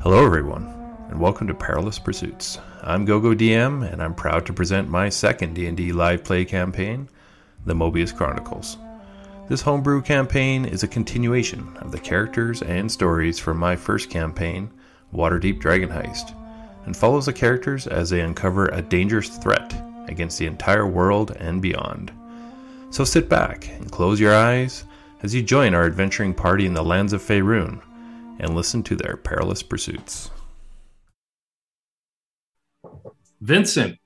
Hello, everyone, and welcome to Perilous Pursuits. I'm GoGo DM, and I'm proud to present my second D&D live play campaign, The Mobius Chronicles. This homebrew campaign is a continuation of the characters and stories from my first campaign, Waterdeep Dragon Heist, and follows the characters as they uncover a dangerous threat against the entire world and beyond. So sit back and close your eyes as you join our adventuring party in the lands of Faerun and listen to their perilous pursuits. Vincent,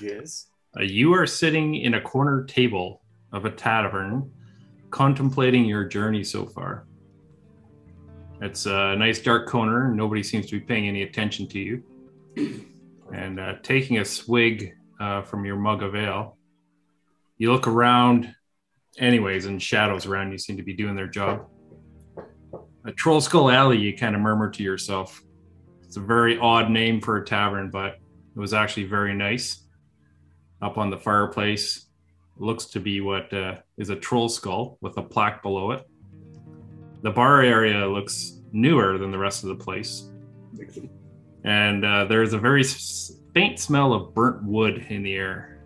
Yes. uh, you are sitting in a corner table of a tavern contemplating your journey so far. It's a nice dark corner, and nobody seems to be paying any attention to you. And uh, taking a swig uh, from your mug of ale, you look around, anyways, and shadows around you seem to be doing their job. A Troll Skull Alley, you kind of murmur to yourself. It's a very odd name for a tavern, but it was actually very nice up on the fireplace looks to be what uh, is a troll skull with a plaque below it. The bar area looks newer than the rest of the place, and uh, there's a very s- faint smell of burnt wood in the air.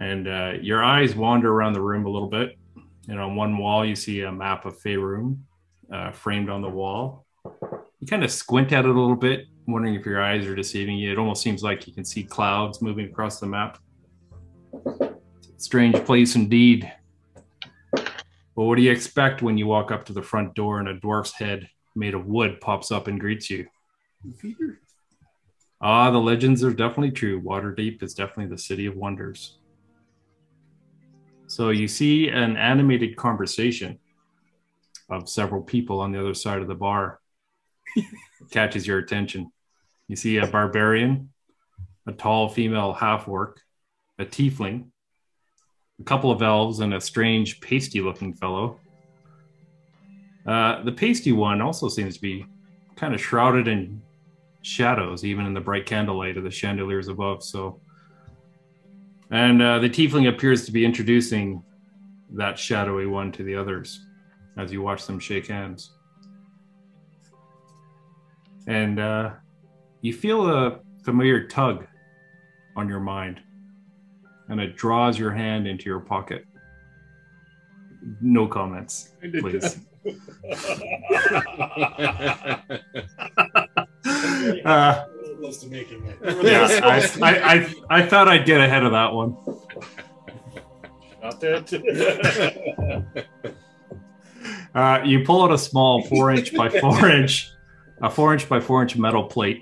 And uh, your eyes wander around the room a little bit, and on one wall you see a map of Faerun uh, framed on the wall. You kind of squint at it a little bit, wondering if your eyes are deceiving you. It almost seems like you can see clouds moving across the map. Strange place indeed. But what do you expect when you walk up to the front door and a dwarf's head made of wood pops up and greets you? Ah, the legends are definitely true. Waterdeep is definitely the city of wonders. So you see an animated conversation of several people on the other side of the bar catches your attention. You see a barbarian, a tall female half orc, a tiefling, a couple of elves, and a strange pasty looking fellow. Uh, the pasty one also seems to be kind of shrouded in shadows, even in the bright candlelight of the chandeliers above. So, and uh, the tiefling appears to be introducing that shadowy one to the others as you watch them shake hands and uh, you feel a familiar tug on your mind, and it draws your hand into your pocket. No comments, please. uh, Close to making it. yeah, I, I, I, I thought I'd get ahead of that one. Not that. Uh, you pull out a small four inch by four inch, a four inch by four inch metal plate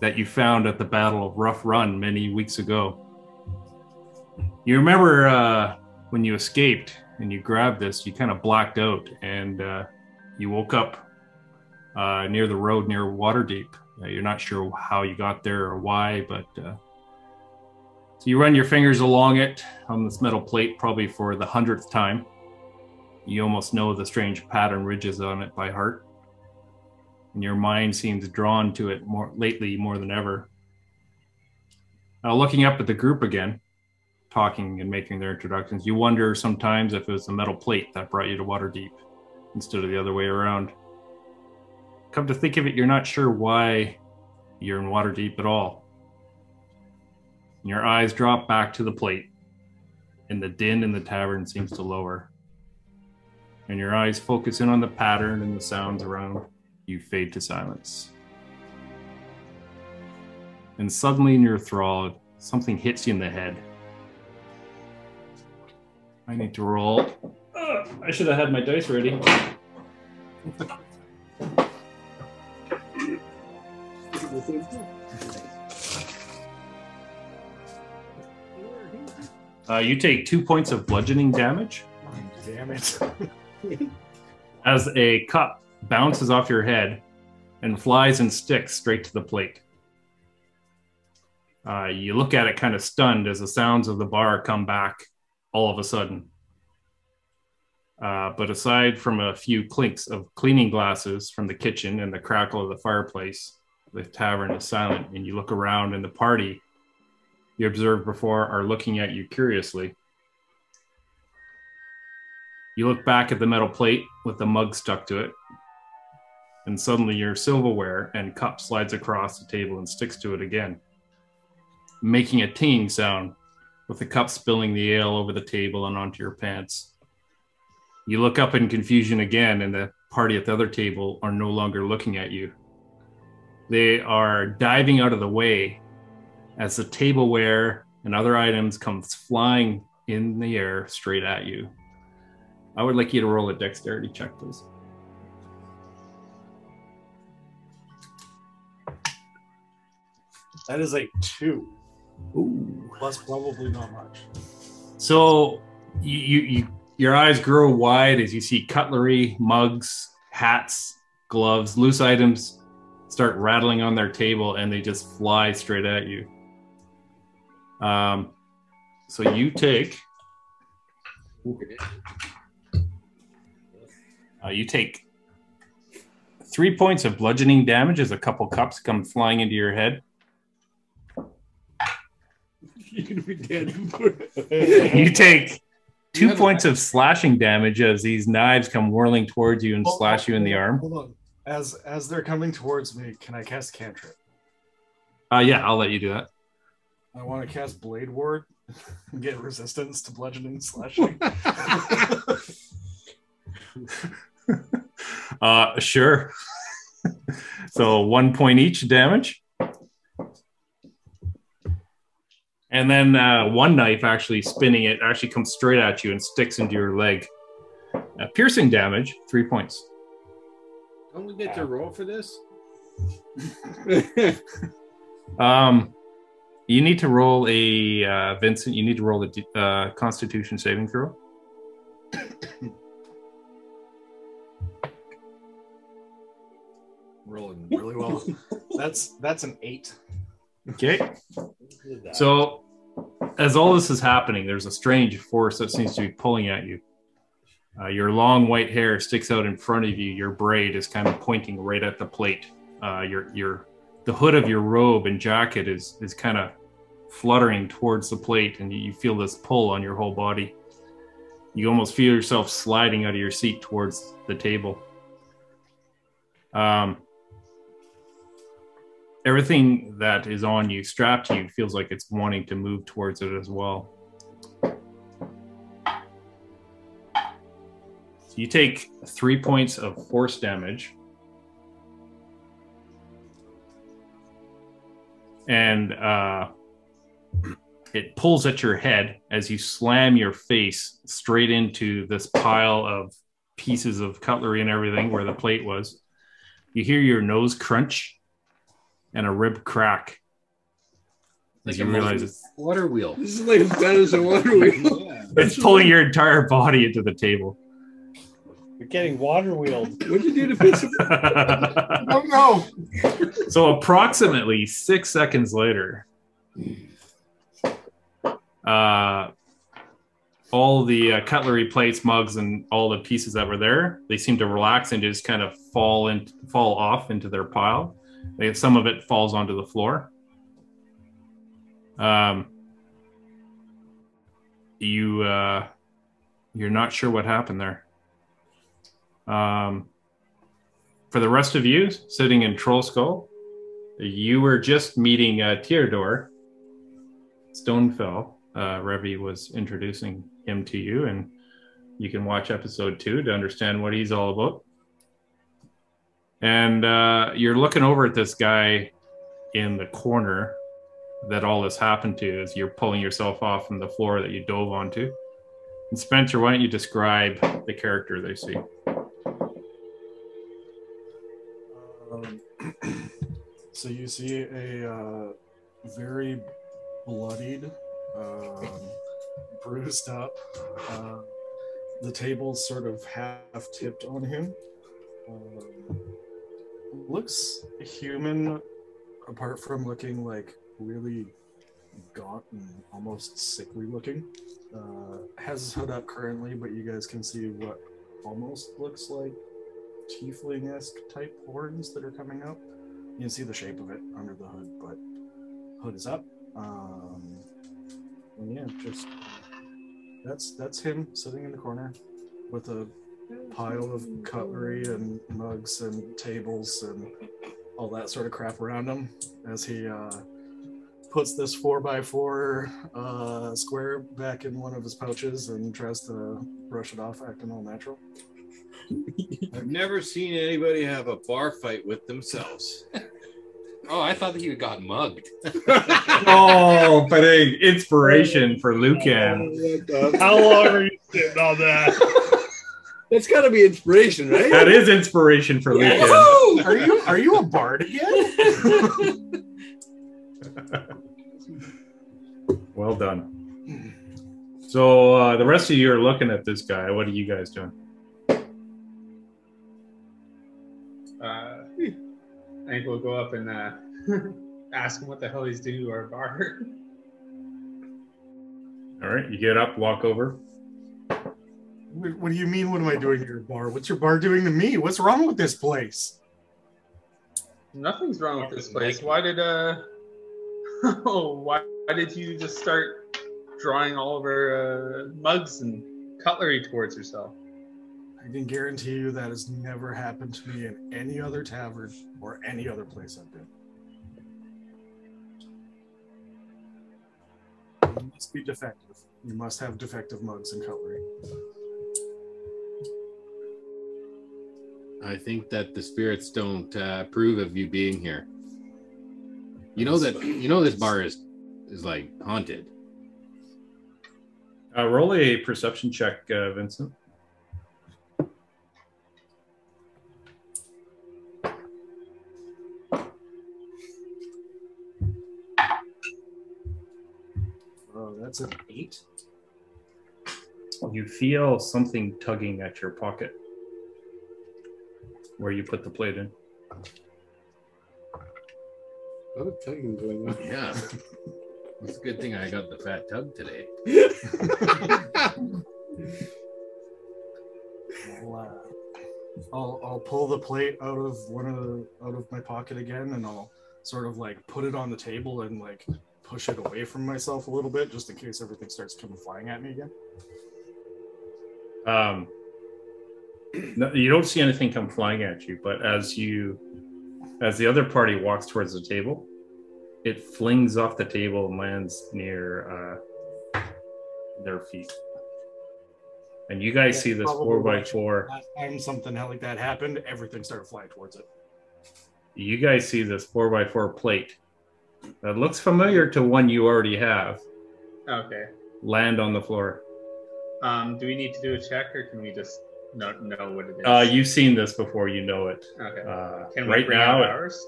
that you found at the Battle of Rough Run many weeks ago. You remember uh, when you escaped and you grabbed this, you kind of blacked out and uh, you woke up uh, near the road near Waterdeep. Uh, you're not sure how you got there or why, but uh, so you run your fingers along it on this metal plate probably for the hundredth time. You almost know the strange pattern ridges on it by heart. And your mind seems drawn to it more lately more than ever. Now looking up at the group again, talking and making their introductions, you wonder sometimes if it was the metal plate that brought you to Waterdeep instead of the other way around. Come to think of it, you're not sure why you're in Waterdeep at all. And your eyes drop back to the plate, and the din in the tavern seems to lower and your eyes focus in on the pattern and the sounds around, you fade to silence. And suddenly, in your thrall, something hits you in the head. I need to roll. Ugh, Uh, I should have had my dice ready. Uh, you take two points of bludgeoning damage Damn it. as a cup bounces off your head and flies and sticks straight to the plate. Uh, you look at it kind of stunned as the sounds of the bar come back all of a sudden. Uh, but aside from a few clinks of cleaning glasses from the kitchen and the crackle of the fireplace, the tavern is silent, and you look around, and the party you observed before are looking at you curiously. You look back at the metal plate with the mug stuck to it, and suddenly your silverware and cup slides across the table and sticks to it again, making a ting sound with the cup spilling the ale over the table and onto your pants. You look up in confusion again, and the party at the other table are no longer looking at you. They are diving out of the way as the tableware and other items comes flying in the air straight at you. I would like you to roll a dexterity check, please. That is a two. Ooh. Plus, probably not much. So you, you, you your eyes grow wide as you see cutlery, mugs, hats, gloves, loose items start rattling on their table and they just fly straight at you. Um, so you take uh, you take three points of bludgeoning damage as a couple cups come flying into your head. You're gonna be dead. You take You two have a points of slashing damage as these knives come whirling towards you and Oh, slash you in the arm. Hold on. As as they're coming towards me, can I cast cantrip? Uh, yeah, I'll let you do that. I want to cast Blade Ward and get resistance to bludgeoning and slashing. Uh, sure. so one point each damage. And then uh, one knife actually spinning it actually comes straight at you and sticks into your leg. Uh, piercing damage, three points. Don't we get to roll for this? Um, you need to roll a uh, Vincent. You need to roll a d- uh, Constitution saving throw. Rolling really well. that's that's an eight. Okay. So, as all this is happening, there's a strange force that seems to be pulling at you. Uh, your long white hair sticks out in front of you. Your braid is kind of pointing right at the plate. Uh, your your the hood of your robe and jacket is is kind of fluttering towards the plate, and you feel this pull on your whole body. You almost feel yourself sliding out of your seat towards the table. Um, everything that is on you strapped to you feels like it's wanting to move towards it as well so you take three points of force damage and uh, it pulls at your head as you slam your face straight into this pile of pieces of cutlery and everything where the plate was you hear your nose crunch and a rib crack. Like As a you realize it's, Water wheel. This is like as bad as a water wheel. Yeah. it's pulling your entire body into the table. You're getting water wheeled. What'd you do to piss it? Oh no! so approximately six seconds later, uh, all the uh, cutlery, plates, mugs, and all the pieces that were there, they seem to relax and just kind of fall and fall off into their pile. They, some of it falls onto the floor. Um, you uh, you're not sure what happened there. Um, for the rest of you sitting in Troll Skull, you were just meeting uh, Theodore Stonefell. Uh, Revy was introducing him to you, and you can watch episode two to understand what he's all about. And uh, you're looking over at this guy in the corner that all this happened to as you're pulling yourself off from the floor that you dove onto. And Spencer, why don't you describe the character they see? Um, so you see a uh, very bloodied, um, bruised up. Uh, the table's sort of half tipped on him. Um, looks human, apart from looking like really gaunt and almost sickly looking. Uh, has his hood up currently, but you guys can see what almost looks like tiefling esque type horns that are coming up. You can see the shape of it under the hood, but hood is up. Um, and yeah, just that's that's him sitting in the corner with a pile of cutlery and mugs and tables and all that sort of crap around him as he uh, puts this 4x4 uh, square back in one of his pouches and tries to brush it off, acting all natural. I've never seen anybody have a bar fight with themselves. Oh, I thought that you got mugged. Oh, but hey, inspiration for Lucan. How long are you sitting on that? That's got to be inspiration, right? That is inspiration for Lucan. Are you are you a bard again? Well done. So uh, the rest of you are looking at this guy. What are you guys doing? Uh, I think we'll go up and uh, ask him what the hell he's doing to our bar. All right, you get up, walk over. What what do you mean? What am I doing to your bar? What's your bar doing to me? What's wrong with this place? Nothing's wrong with this place. Why did uh? oh, why, why did you just start drawing all of our uh, mugs and cutlery towards yourself? I can guarantee you that has never happened to me in any other tavern or any other place I've been. You must be defective. You must have defective mugs and cutlery. I think that the spirits don't uh, approve of you being here. You know that you know this bar is is like haunted. Uh, roll a perception check, uh, Vincent. Oh, that's an eight. You feel something tugging at your pocket where you put the plate in. What a tugging going on. Yeah. It's a good thing I got the fat tub today. I'll, uh, I'll, I'll pull the plate out of one of the, out of my pocket again, and I'll sort of like put it on the table and like push it away from myself a little bit, just in case everything starts coming flying at me again. Um, no, you don't see anything come flying at you, but as you, as the other party walks towards the table, it flings off the table and lands near uh, their feet. And you guys Yeah, see this probably four by what you- four. Last time something like that happened, everything started flying towards it. You guys see this four by four plate that looks familiar to one you already have Okay. land on the floor. Um, do we need to do a check, or can we just not know what it is? Uh, you've seen this before, you know it. okay. Uh, Can we right bring out now, ours?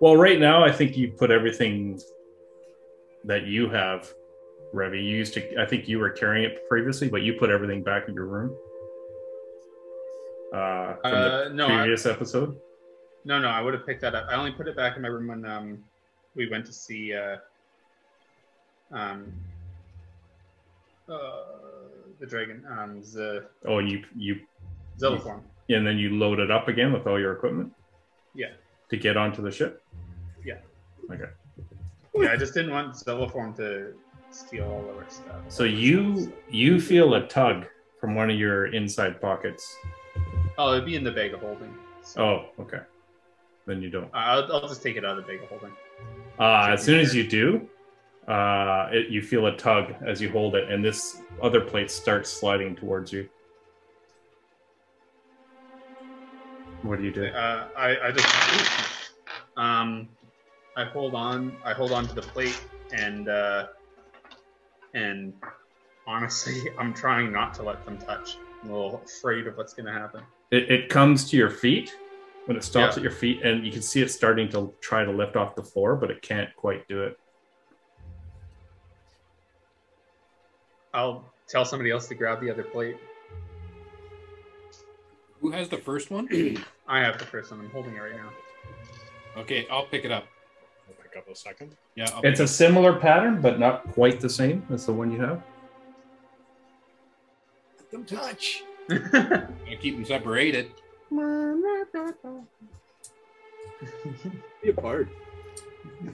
Well, right now, I think you put everything that you have, Revy. You used to, I think you were carrying it previously, but you put everything back in your room. Uh, from Uh, the no, I, previous episode. no, no. I would have picked that up. I only put it back in my room when um we went to see uh um uh the dragon um the Oh, and you, you, Zeldaform. and then you load it up again with all your equipment. Yeah. To get onto the ship. Yeah, I just didn't want Zeldaform to steal all of our stuff. So you, you feel a tug from one of your inside pockets. Oh, it'd be in the bag of holding. So Oh, okay. Then you don't. I'll, I'll just take it out of the bag of holding. Uh, as soon as you do, uh, it, you feel a tug as you hold it, and this other plate starts sliding towards you. What do you do? Uh, I, I just um, I hold on. I hold on to the plate and uh, and honestly, I'm trying not to let them touch. I'm a little afraid of what's gonna happen. It, it comes to your feet when it stops Yeah. at your feet, and you can see it starting to try to lift off the floor, but it can't quite do it. I'll tell somebody else to grab the other plate. Who has the first one? I have the first one. I'm holding it right now. okay, I'll pick it up. I'll pick up a second. Yeah, I'll It's a similar pattern, but not quite the same as the one you have. Don't touch. I keep them separated. Be a part.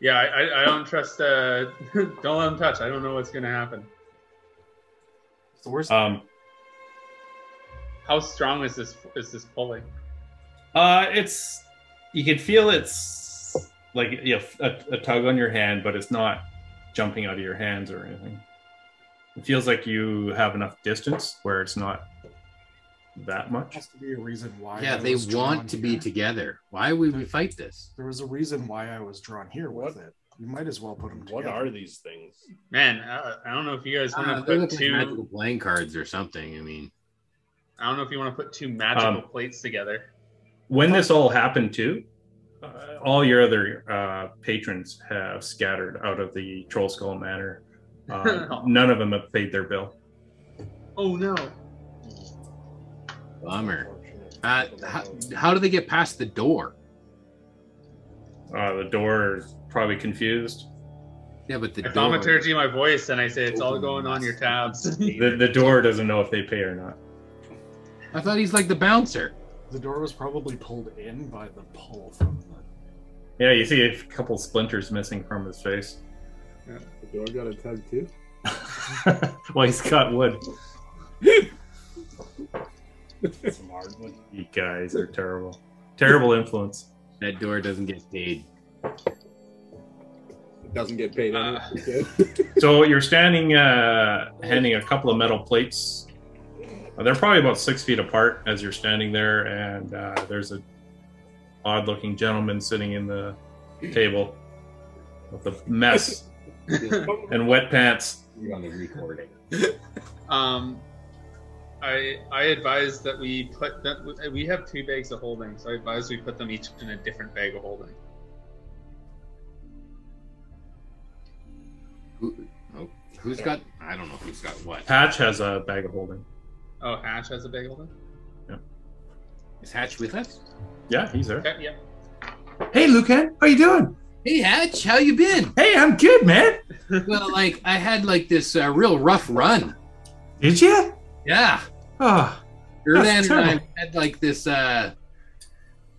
yeah, I, I, I don't trust. Uh, don't let them touch. I don't know what's gonna happen. Uh, It's the worst. Um, How strong is this is this pulley? Uh, it's you can feel it's like yeah, f- a, a tug on your hand, but it's not jumping out of your hands or anything. It feels like you have enough distance where it's not that much. has to be a reason why. Yeah, I they was drawn want to be here. together. Why would we fight this? There was a reason why I was drawn here with it. You might as well put them What together. are these things? Man, uh, I don't know if you guys want to Uh, they put look like two. magical playing cards or something. I mean, I don't know if you want to put two Um, magical plates together. When this all happened, too, uh, all your other uh, patrons have scattered out of the Troll Skull Manor. Uh, none of them have paid their bill. Oh no! bummer. Uh, how, how do they get past the door? Uh, the door is probably confused. Yeah, but the I door. thaumaturgy my voice and I say it's all going on your tabs. The, the door doesn't know if they pay or not. I thought he's like the bouncer. The door was probably pulled in by the pull from the. Yeah, you see a couple splinters missing from his face. The door got a tug too. well, he's got wood. Some hardwood. You guys are terrible. Terrible influence. That door doesn't get paid. It doesn't get paid. Uh, Okay. So you're standing, uh, handing a couple of metal plates. Uh, They're probably about six feet apart as you're standing there, and uh, there's a odd-looking gentleman sitting in the table with a mess and wet pants. You're on the recording. Um, I I advise that we put that we have two bags of holding, so I advise we put them each in a different bag of holding. Who, oh, who's got? I don't know who's got what. Patch has a bag of holding. Oh, Ash has a bag of holding. Is Hatch with us? Yeah, he's there. Okay, yeah. Hey, Lucan, how you doing? Hey, Hatch, how you been? Hey, I'm good, man. well, like I had like this uh, real rough run. Did you? Yeah, Oh, Erdan and I terrible. had like this uh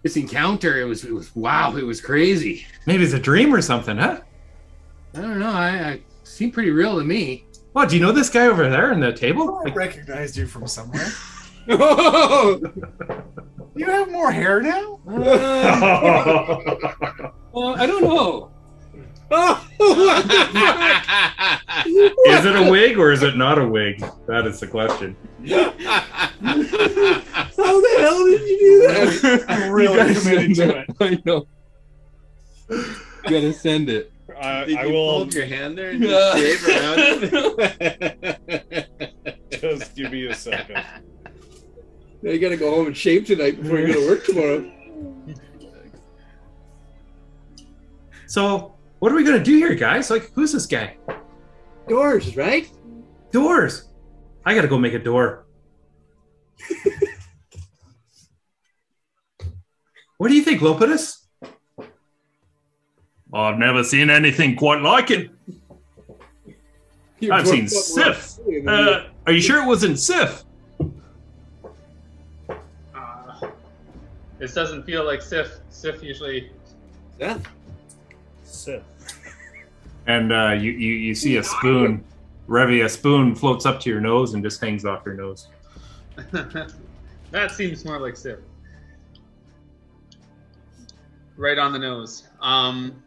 this encounter. It was it was wow, it was crazy. maybe it's a dream or something, huh? I don't know. I, I seemed pretty real to me. Well, do you know this guy over there in the table? I recognized you from somewhere. Oh! You have more hair now. Uh, I don't know. Oh, is it a wig or is it not a wig? That is the question. how the hell did you do that? really committed to it. I know. Gotta send it. I, Did I you will hold your hand there and just shave around it? Yeah, just give me a second. you gotta go home and shave tonight before you go to work tomorrow. So, what are we gonna do here, guys? Like, who's this guy? Doors, right? Doors. I gotta go make a door. what do you think, Lopitus? I've never seen anything quite like it. Your I've door seen was Sif. rough. Uh, are you sure it wasn't Sif? Uh, this doesn't feel like Sif. Sif usually. Yeah. Sif. And uh, you, you you see a spoon, Revy, a spoon floats up to your nose and just hangs off your nose. that seems more like Sif. Right on the nose. Um,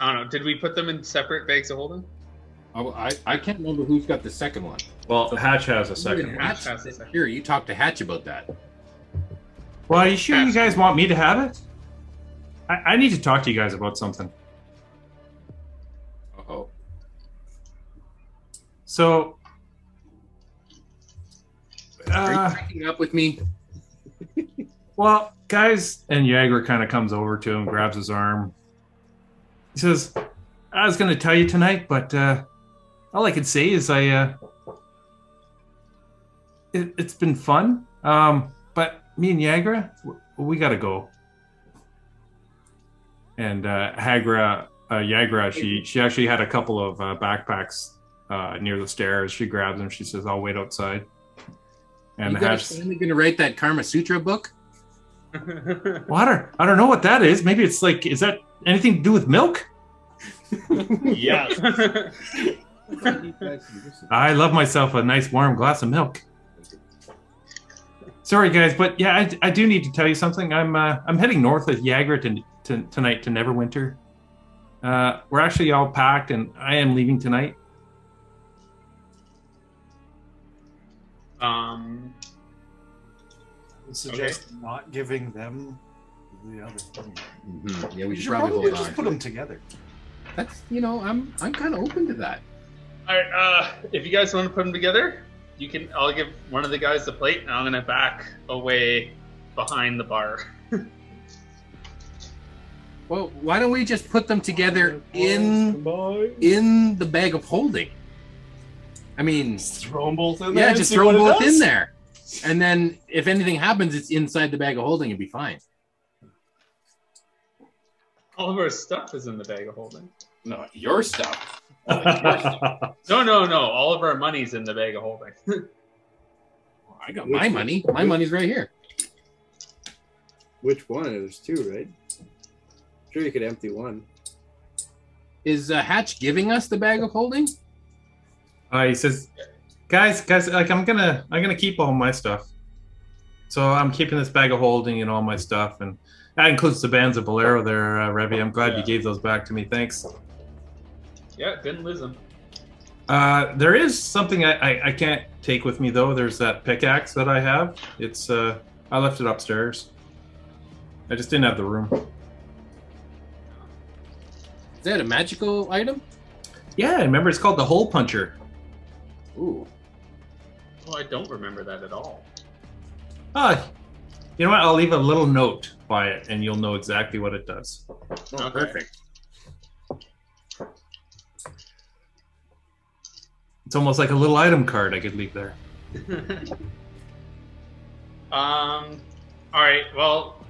I don't know. Did we put them in separate bags of holding? oh, I I can't remember who's got the second one. Well, Hatch has a second. one. Hatch, Hatch has the second. here, you talk to Hatch about that. Well, are you sure you guys want me to have it? I, I need to talk to you guys about something. Oh, So, are uh, you packing up with me? well, guys, and Jagger kind of comes over to him, grabs his arm. He says, "I was going to tell you tonight, but uh, all I can say is I uh, it, it's been fun, um, but me and Yagra, w- we got to go." And uh, Hagra, uh, Yagra, she she actually had a couple of uh, backpacks uh, near the stairs. She grabs them. She says, "I'll wait outside." And And you guys Hatch- finally gonna write that Karma Sutra book? Water. I don't know what that is. Maybe it's like, is that anything to do with milk? Yeah. I love myself a nice warm glass of milk. Sorry, guys, but yeah, I, I do need to tell you something. I'm uh, I'm heading north with Yagra to, to, tonight to Neverwinter. Uh, we're actually all packed, and I am leaving tonight. um, would suggest not giving them the other thing. Mhm. Yeah, we You should should probably, probably hold just on. put them together. That's you know, I'm I'm kind of open to that. all right. Uh, if you guys want to put them together, you can. I'll give one of the guys the plate, and I'm gonna back away behind the bar. Well, why don't we just put them together in Combine. in the bag of holding? I mean, Just throw them both in there. yeah, and just see throw what them it both does. in there, and then if anything happens, it's inside the bag of holding. It'd be fine. All of our stuff is in the bag of holding. No, your stuff. No, no, no. All of our money's in the bag of holding. I got my money. My money's right here. Which one? There's two, right? Sure, you could empty one. Is uh, Hatch giving us the bag of holding? Uh, he says, "Guys, guys, like I'm gonna, I'm gonna keep all my stuff. So I'm keeping this bag of holding and all my stuff, and that includes the bands of Bolero there, uh, Revy. I'm glad you gave those back to me. Thanks. yeah, didn't lose them. Uh, there is something I, I, I can't take with me though. There's that pickaxe that I have. It's, uh, I left it upstairs. I just didn't have the room. Is that a magical item? Yeah, remember it's called the hole puncher. Ooh, Oh, I don't remember that at all. Ah, you know what? I'll leave a little note by it, and you'll know exactly what it does. Okay. perfect. It's almost like a little item card I could leave there. um, all right. Well,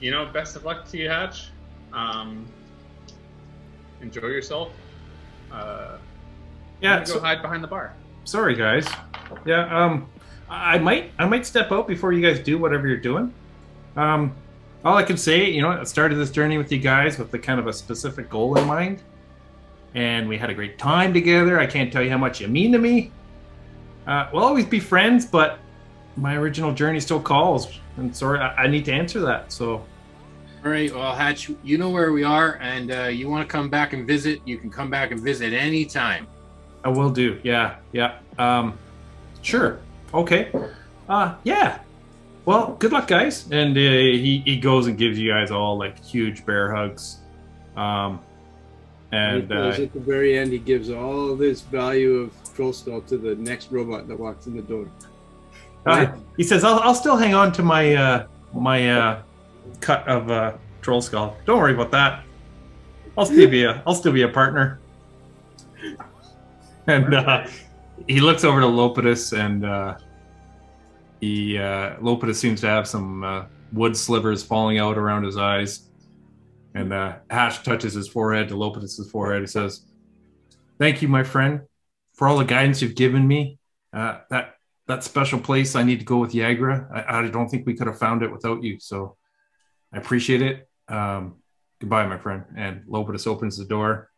you know, best of luck to you, Hatch. Um, enjoy yourself. Uh, I'm Yeah. gonna so- go hide behind the bar. sorry guys yeah um i I might i might step out before you guys do whatever you're doing um all i can say you know i started this journey with you guys with the kind of a specific goal in mind and we had a great time together i can't tell you how much you mean to me uh, we'll always be friends but my original journey still calls and sorry i, I need to answer that so All right, well, Hatch, you know where we are, and uh, you want to come back and visit, you can come back and visit anytime. I will do. Yeah, yeah. Um, sure. Okay. Uh, yeah. Well, good luck, guys. And uh, he he goes and gives you guys all like huge bear hugs. Um, and uh, because at the very end, he gives all this value of Trollstall to the next robot that walks in the door. uh, he says, "I'll I'll still hang on to my uh, my uh, cut of uh, troll skull. Don't worry about that. I'll still be a I'll still be a partner." And uh, he looks over to Lopetus, and uh, he uh, Lopetus seems to have some uh, wood slivers falling out around his eyes. And uh, Ash touches his forehead to Lopetus's forehead. He says, "Thank you, my friend, for all the guidance you've given me. Uh, that that special place I need to go with Yagra. I, I don't think we could have found it without you. So I appreciate it. Um, goodbye, my friend." And Lopetus opens the door,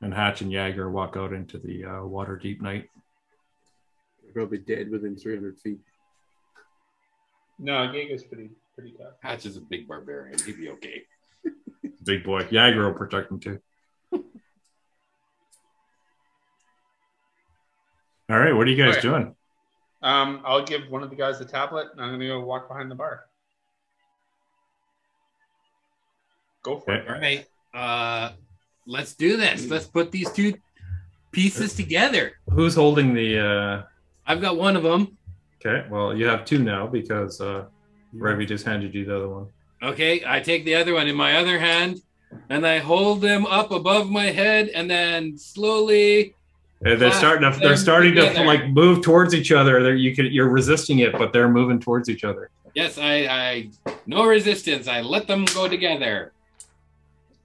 and Hatch and Yagra walk out into the uh, water deep night. They're probably dead within 300 feet. No, Giga's pretty pretty tough. Hatch is a big barbarian. He'd be okay. Big boy. Yagra will protect him too. All right, what are you guys All right. doing? Um, I'll give one of the guys the tablet, and I'm gonna go walk behind the bar. Go for Okay. All right, uh, let's do this. Let's put these two pieces together. Who's holding the? I've got one of them. Uh... Okay, well you have two now because uh, Revy just handed you the other one. Okay, I take the other one in my other hand, and I hold them up above my head, and then slowly. And they're Ah, starting to. They're, they're starting to together. like move towards each other. They're, you can. You're resisting it, but they're moving towards each other. Yes, I, I no resistance. I let them go together.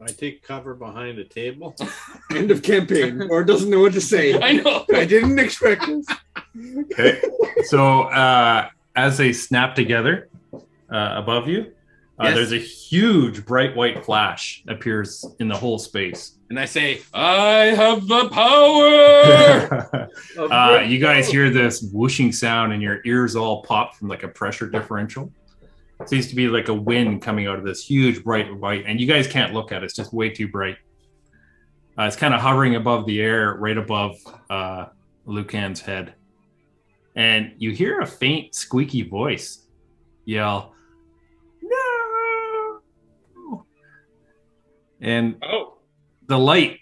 I take cover behind a table. End of campaign, or doesn't know what to say. I know. I didn't expect this. Okay. so uh, as they snap together uh, above you, Uh, Yes. There's a huge bright white flash appears in the whole space. And I say, I have the power. Uh, you guys hear this whooshing sound, and your ears all pop from like a pressure differential. seems to be like a wind coming out of this huge bright light, and you guys can't look at it; it's just way too bright. Uh, it's kind of hovering above the air, right above uh, Lucan's head, and you hear a faint, squeaky voice yell, "No!" And Oh, the light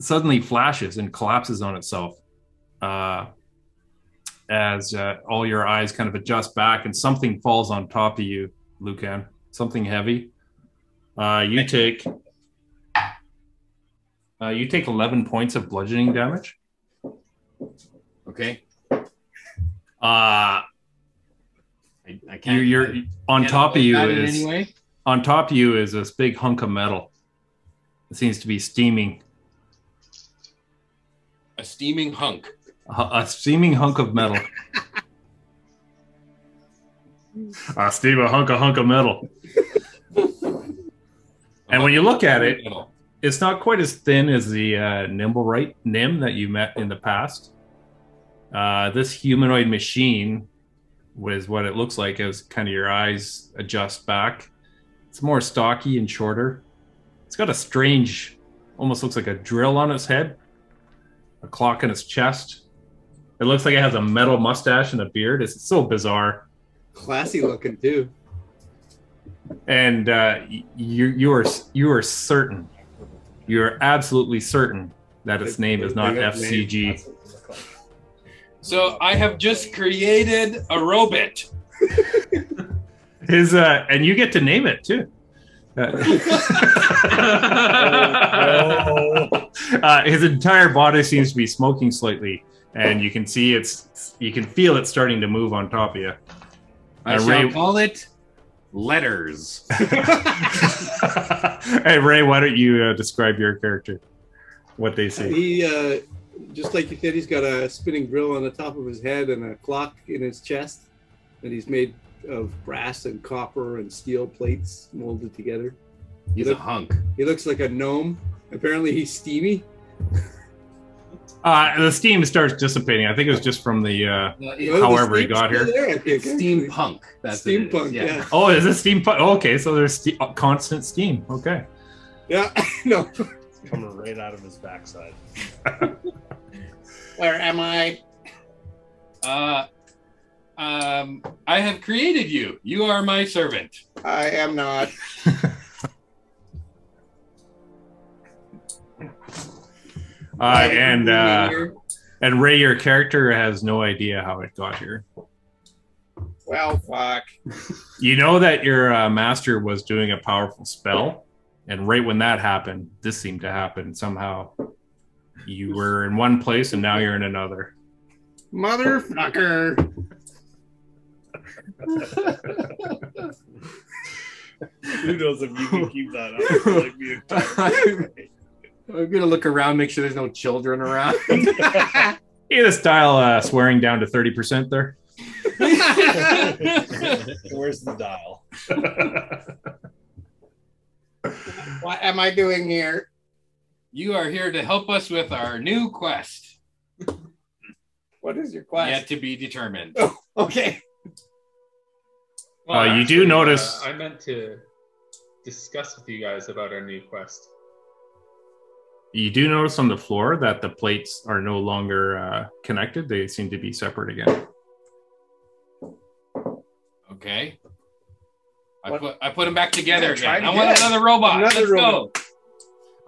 suddenly flashes and collapses on itself uh, as uh, all your eyes kind of adjust back and something falls on top of you lucan something heavy uh, you take uh, you take 11 points of bludgeoning damage okay, uh, I, I can't. you, you're on can't top of look you at it is anyway. on top of you is this big hunk of metal it seems to be steaming a steaming hunk. a, a steaming hunk of metal I steam a hunk of hunk of metal. and when you look at it, it's not quite as thin as the uh, nimble right nim that you met in the past. Uh, this humanoid machine was what it looks like as kind of your eyes adjust back. It's more stocky and shorter. It's got a strange, almost looks like a drill on its head, a clock on its chest. It looks like it has a metal mustache and a beard. It's so bizarre. Classy looking too. and uh, y- you you are you are certain, you are absolutely certain that its name is not They got names. FCG. So I have just created a robot. His uh, and you get to name it too. Oh, Uh, uh, his entire body seems to be smoking slightly, and you can see it's you can feel it starting to move on top of you. I Uh, shall Ray- call it letters. hey Ray, why don't you uh, describe your character? What they see? He, uh, just like you said, he's got a spinning drill on the top of his head and a clock in his chest that he's made of brass and copper and steel plates molded together. He's a hunk. He looks like a gnome. Apparently, he's steamy. Uh, the steam starts dissipating. I think it was just from the. Uh, Oh, the However he steam's got still here. there, I think, It's huh? steampunk. That's what it is. Steampunk, yeah. Oh, is it steam? pu- Okay, so there's ste- uh, constant steam. Okay. Yeah, no. It's coming right out of his backside. Where am I? Uh, um, I have created you. You are my servant. I am not. Uh, and uh, and Ray, your character has no idea how it got here. Well, fuck. You know that your uh, master was doing a powerful spell, and right when that happened, this seemed to happen somehow. You were in one place, and now you're in another. Motherfucker. Who knows if you can keep that up? Like, the entire day. I'm gonna look around, make sure there's no children around. You had a style uh, swearing down to thirty percent there. Where's the dial? What am I doing here? you are here to help us with our new quest, What is your Oh. yet to be determined. Okay. Uh, you do notice- I meant to discuss with you guys about our new quest. You do notice on the floor that the plates are no longer uh, connected; they seem to be separate again. Okay. I put I put them back together Yeah, try again. it I want again. another robot. Another Let's go. robot.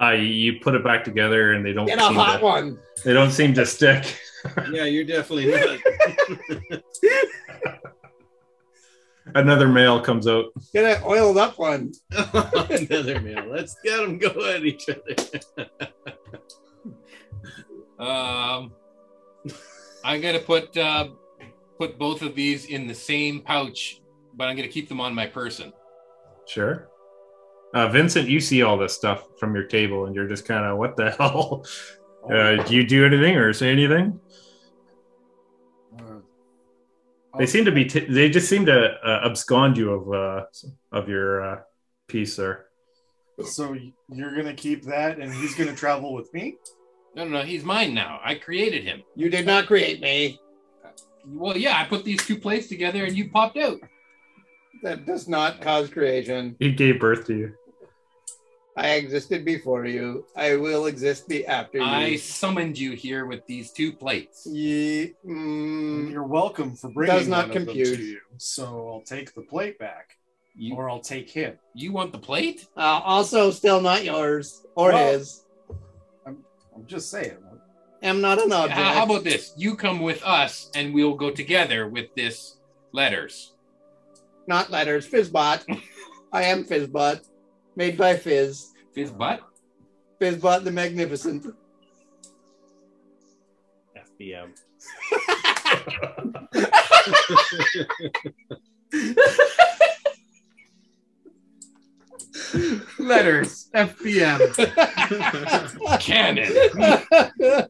Uh, you put it back together, and they don't Get a seem hot to, one. they don't seem to stick. Yeah, you're definitely not. Another male comes out. Get an oiled up one. Another man. Let's get them go at each other. Um, I'm gonna put uh, put both of these in the same pouch, but I'm gonna keep them on my person. Sure. Uh, Vincent, you see all this stuff from your table, and you're just kind of, what the hell? Uh, do you do anything or say anything? Uh, They seem to be. T- they just seem to uh, abscond you of uh, of your uh, piece, sir. So you're gonna keep that, and he's gonna travel with me. No, no, no. He's mine now. I created him. You did not create me. Well, yeah, I put these two plates together and you popped out. That does not cause creation. He gave birth to you. I existed before you. I will exist be after you. I summoned you here with these two plates. Ye- mm, You're welcome for bringing Does one not of them compute. to you. So I'll take the plate back, You- or I'll take him. You want the plate? uh, also, still not yours or Well- his. I'm just saying. Am not an How, object. how about this? You come with us and we'll go together with this letters. not letters? Fizzbot. I am Fizzbot, made by Fizz. Fizz butt? Fizzbot the Magnificent. FBM. Letters, FBM. Cannon. you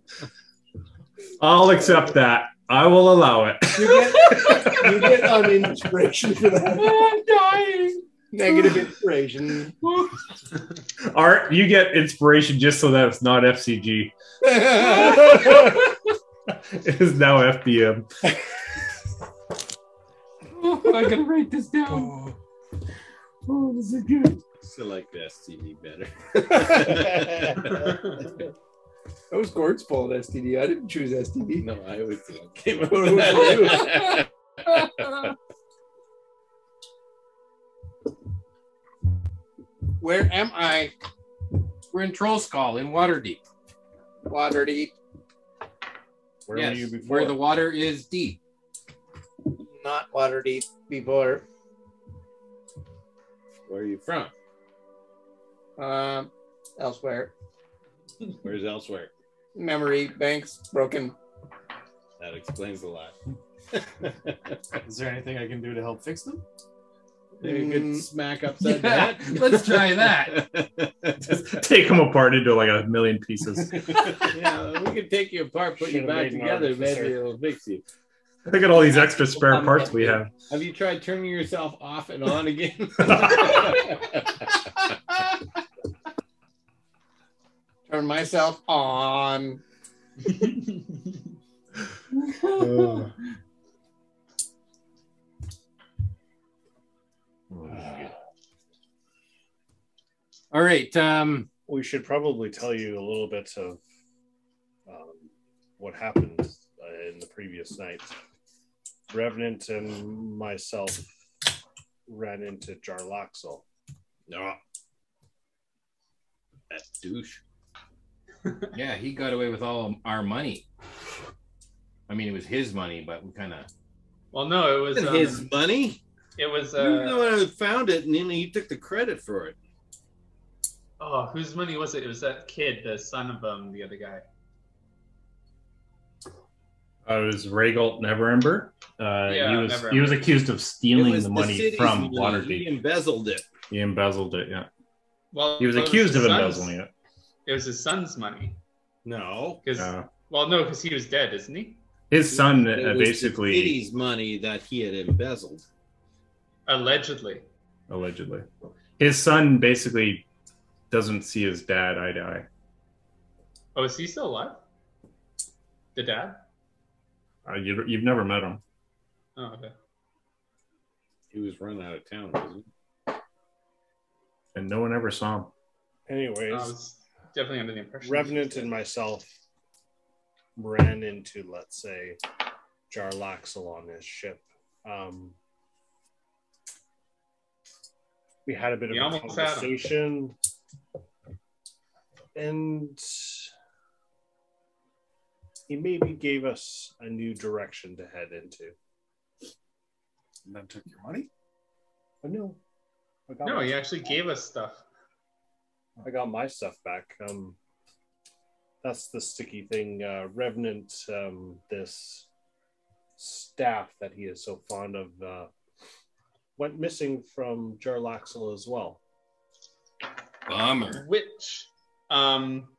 I'll accept that. I will allow it. get you get an inspiration for that. I'm dying. Negative inspiration. Art, you get inspiration just so that it's not FCG. it is now FBM. I gotta write this down. Oh, this is good. Still like the STD better. that was Gord's fault, STD. I didn't choose STD. no, I was the one came up Who's with that. Where am I? We're in Troll Skull in Waterdeep. Water deep. Where yes, were you before? where the water is deep. Not water deep before. Where are you from? Um, elsewhere. Where's elsewhere? Memory banks broken. That explains a lot. Is there anything I can do to help fix them? Maybe a Mm. good smack upside Yeah, the head. let's try that. Just take them apart into like a million pieces. yeah, we can take you apart, put you Should've back made an together. artificer. Maybe it'll fix you. Look at all these extra spare parts we have. Have you tried turning yourself off and on again? Turn myself on. Uh. All right. Um, We should probably tell you a little bit of um, what happened uh, in the previous night. Revenant and myself ran into Jarlaxle. no. That douche. yeah, he got away with all our money. I mean, it was his money, but we kind of Well, no, it was um, His money? It was You were the uh, one who found it, and then he took the credit for it. oh, whose money was it? It was that kid, the son of um, the other guy. Uh, it was Ragalt Neverember. Uh, Yeah, he was Neverember. he was accused of It stealing was the money city's from money. He Waterdeep. embezzled it. He embezzled it. Yeah, Well, he was Oh, it accused his of son's- embezzling it. It was his son's money. No. Because Uh, well, no, because he was dead, isn't he? his son It uh, was basically the city's money that he had embezzled. Allegedly. allegedly his son basically doesn't see his dad eye to eye. Oh, is he still alive? The dad? Uh, you, you've never met him. Oh, okay. He was run out of town, wasn't and no one ever saw him. I Anyways, was definitely under the impression. Revenant and myself ran into, let's say, Jarlaxle on his ship. Um, we had a bit We of a almost had 'em. conversation, and he maybe gave us a new direction to head into. And then took your money. But Uh, no, I got No, my- he actually gave us stuff. I got my stuff back. Um, that's the sticky thing. Uh, Revenant, um, this staff that he is so fond of, uh, went missing from Jarlaxle as well. bummer. Which, um,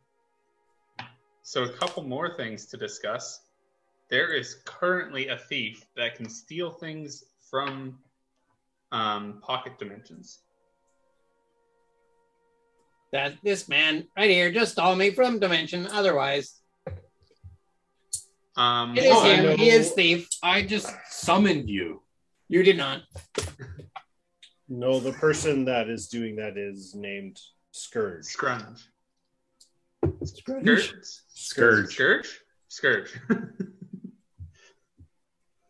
so a couple more things to discuss. there is currently a thief that can steal things from um, pocket dimensions. That this man right here just stole me from dimension. Otherwise, Um, it is Oh, I know. him. He is thief. I just summoned you. You did not. No, the person that is doing that is named Scourge. Scrunge. Scourge. Scourge. Scourge. Scourge.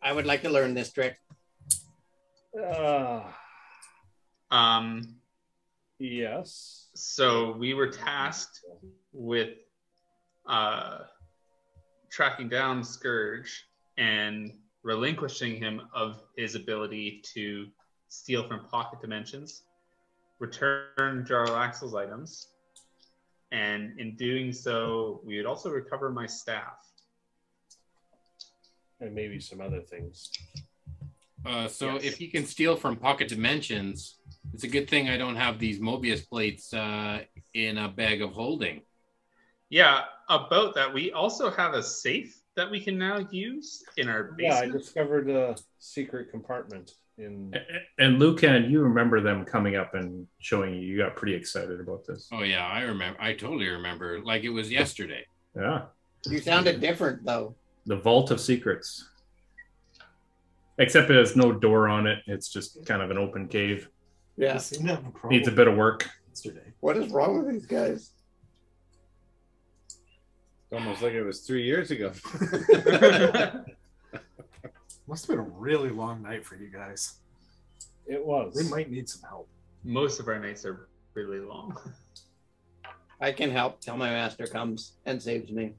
I would like to learn this trick. Uh, um, yes. so we were tasked with uh, tracking down Scourge and relinquishing him of his ability to steal from pocket dimensions, return Jarlaxle's items, and in doing so, we would also recover my staff. And maybe some other things. Uh, so Yes. if he can steal from pocket dimensions, it's a good thing I don't have these Mobius plates uh, in a bag of holding. Yeah, about that, we also have a safe that we can now use in our Yeah, I basement. discovered a secret compartment in. And Lucan, you remember them coming up and showing you. You got pretty excited about this. Oh yeah, I remember. I totally remember, like it was yesterday. Yeah. You sounded different though. The Vault of Secrets. Except it has no door on it. It's just kind of an open cave. They Yeah. seem to have a problem Needs a bit of work. yesterday. What is wrong with these guys? It's almost like it was three years ago. Must have been a really long night for you guys. It was. They might need some help. Most of our nights are really long. I can help till my master comes and saves me.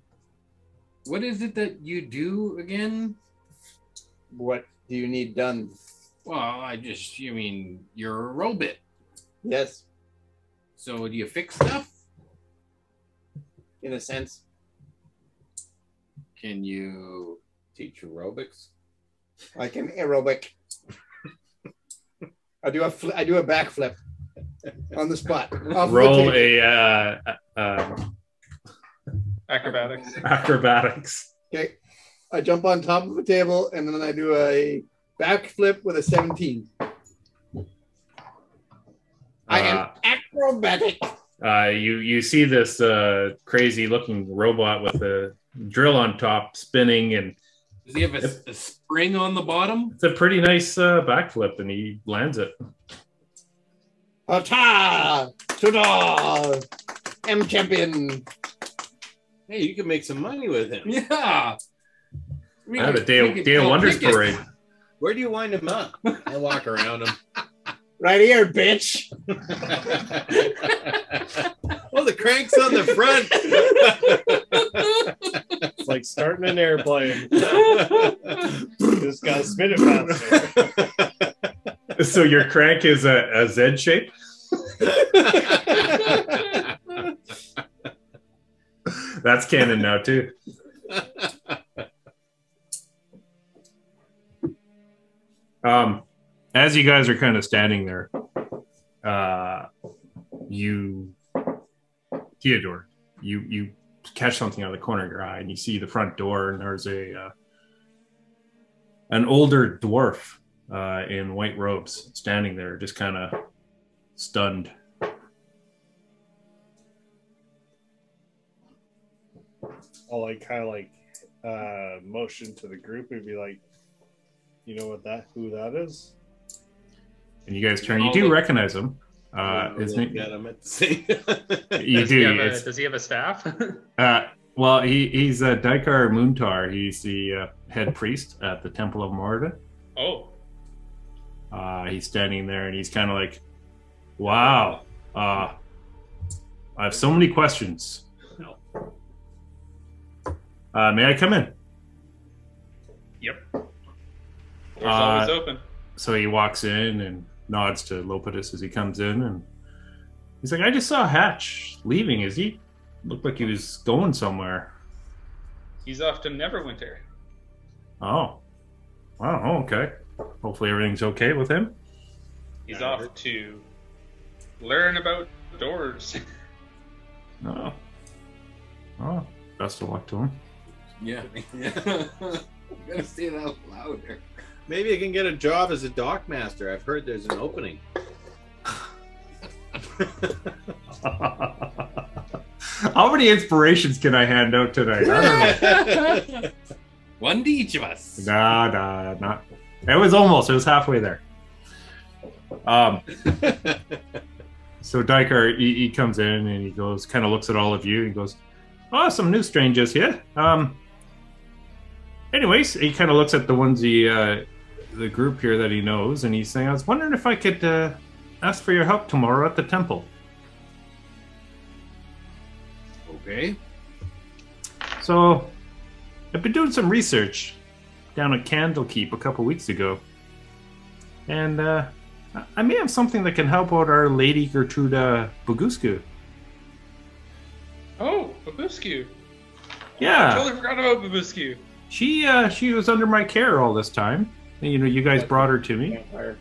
What is it that you do again? What do you need done? Well, I just, you mean, you're a robot. Yes, So do you fix stuff? in a sense. Can you? Teach aerobics. I can aerobic. I do a fl- I do a backflip on the spot. Off the Roll table. a uh, uh, Acrobatics. acrobatics. Okay. I jump on top of the table and then I do a backflip with a 17. I am Uh, acrobatic. uh, you you see this uh, crazy looking robot with a drill on top spinning, and Does he have a, a spring on the bottom? it's a pretty nice uh, backflip, and he lands it. Ta ta! M champion. Hey, you can make some money with him. Yeah. We I had a could- day we of, could day of sell wonders tickets. parade. Where do you wind him up? I walk around him. Right here, bitch. well, the crank's on the front. It's like starting an airplane. Just gotta spin it faster. so your crank is a, a Z shape. That's canon now too. Um, as you guys are kind of standing there, uh, you, Theodore, you you catch something out of the corner of your eye, and you see the front door, and there's a uh, an older dwarf uh, in white robes standing there, just kind of stunned. I'll like kind of like uh, motion to the group and be like, you know what that who that is? And you guys turn. You do recognize him. Uh, his Look name. at him at the same- You does, he do. have a, it's- does he have a staff? Uh, well, he, he's uh, Dikar Muntar. He's the uh, head priest at the Temple of Morda. oh, Uh, he's standing there and he's kind of like, wow, uh, I have so many questions. Uh, may I come in? door's always Uh, open. So he walks in and nods to Lopetus as he comes in. And he's like, I just saw Hatch leaving. Is he? Looked like he was going somewhere. He's off to Neverwinter. Oh. Wow, okay. Hopefully everything's okay with him. He's Yeah, I off to learn about doors. No. Oh, best of oh, luck to him. Yeah. yeah. you gotta say that louder. Maybe I can get a job as a dock master. I've heard there's an opening. How many inspirations can I hand out tonight? I don't know. One to each of us. Nah, nah, not. It was almost. It was halfway there. Um. so Diker, he, he comes in and he goes, kind of looks at all of you and goes, "Oh, some new strangers here." Um. Anyways, he kind of looks at the ones he, uh, the group here that he knows, and he's saying, "I was wondering if I could uh, ask for your help tomorrow at the temple." okay. So, I've been doing some research down at Candlekeep a couple weeks ago, and uh, I- I may have something that can help out our Lady Gertruda Bogusku. Oh, Babuscu. Yeah, Totally forgot about Babuscu. she uh, she was under my care all this time. You know, you guys brought her to me. Vampire.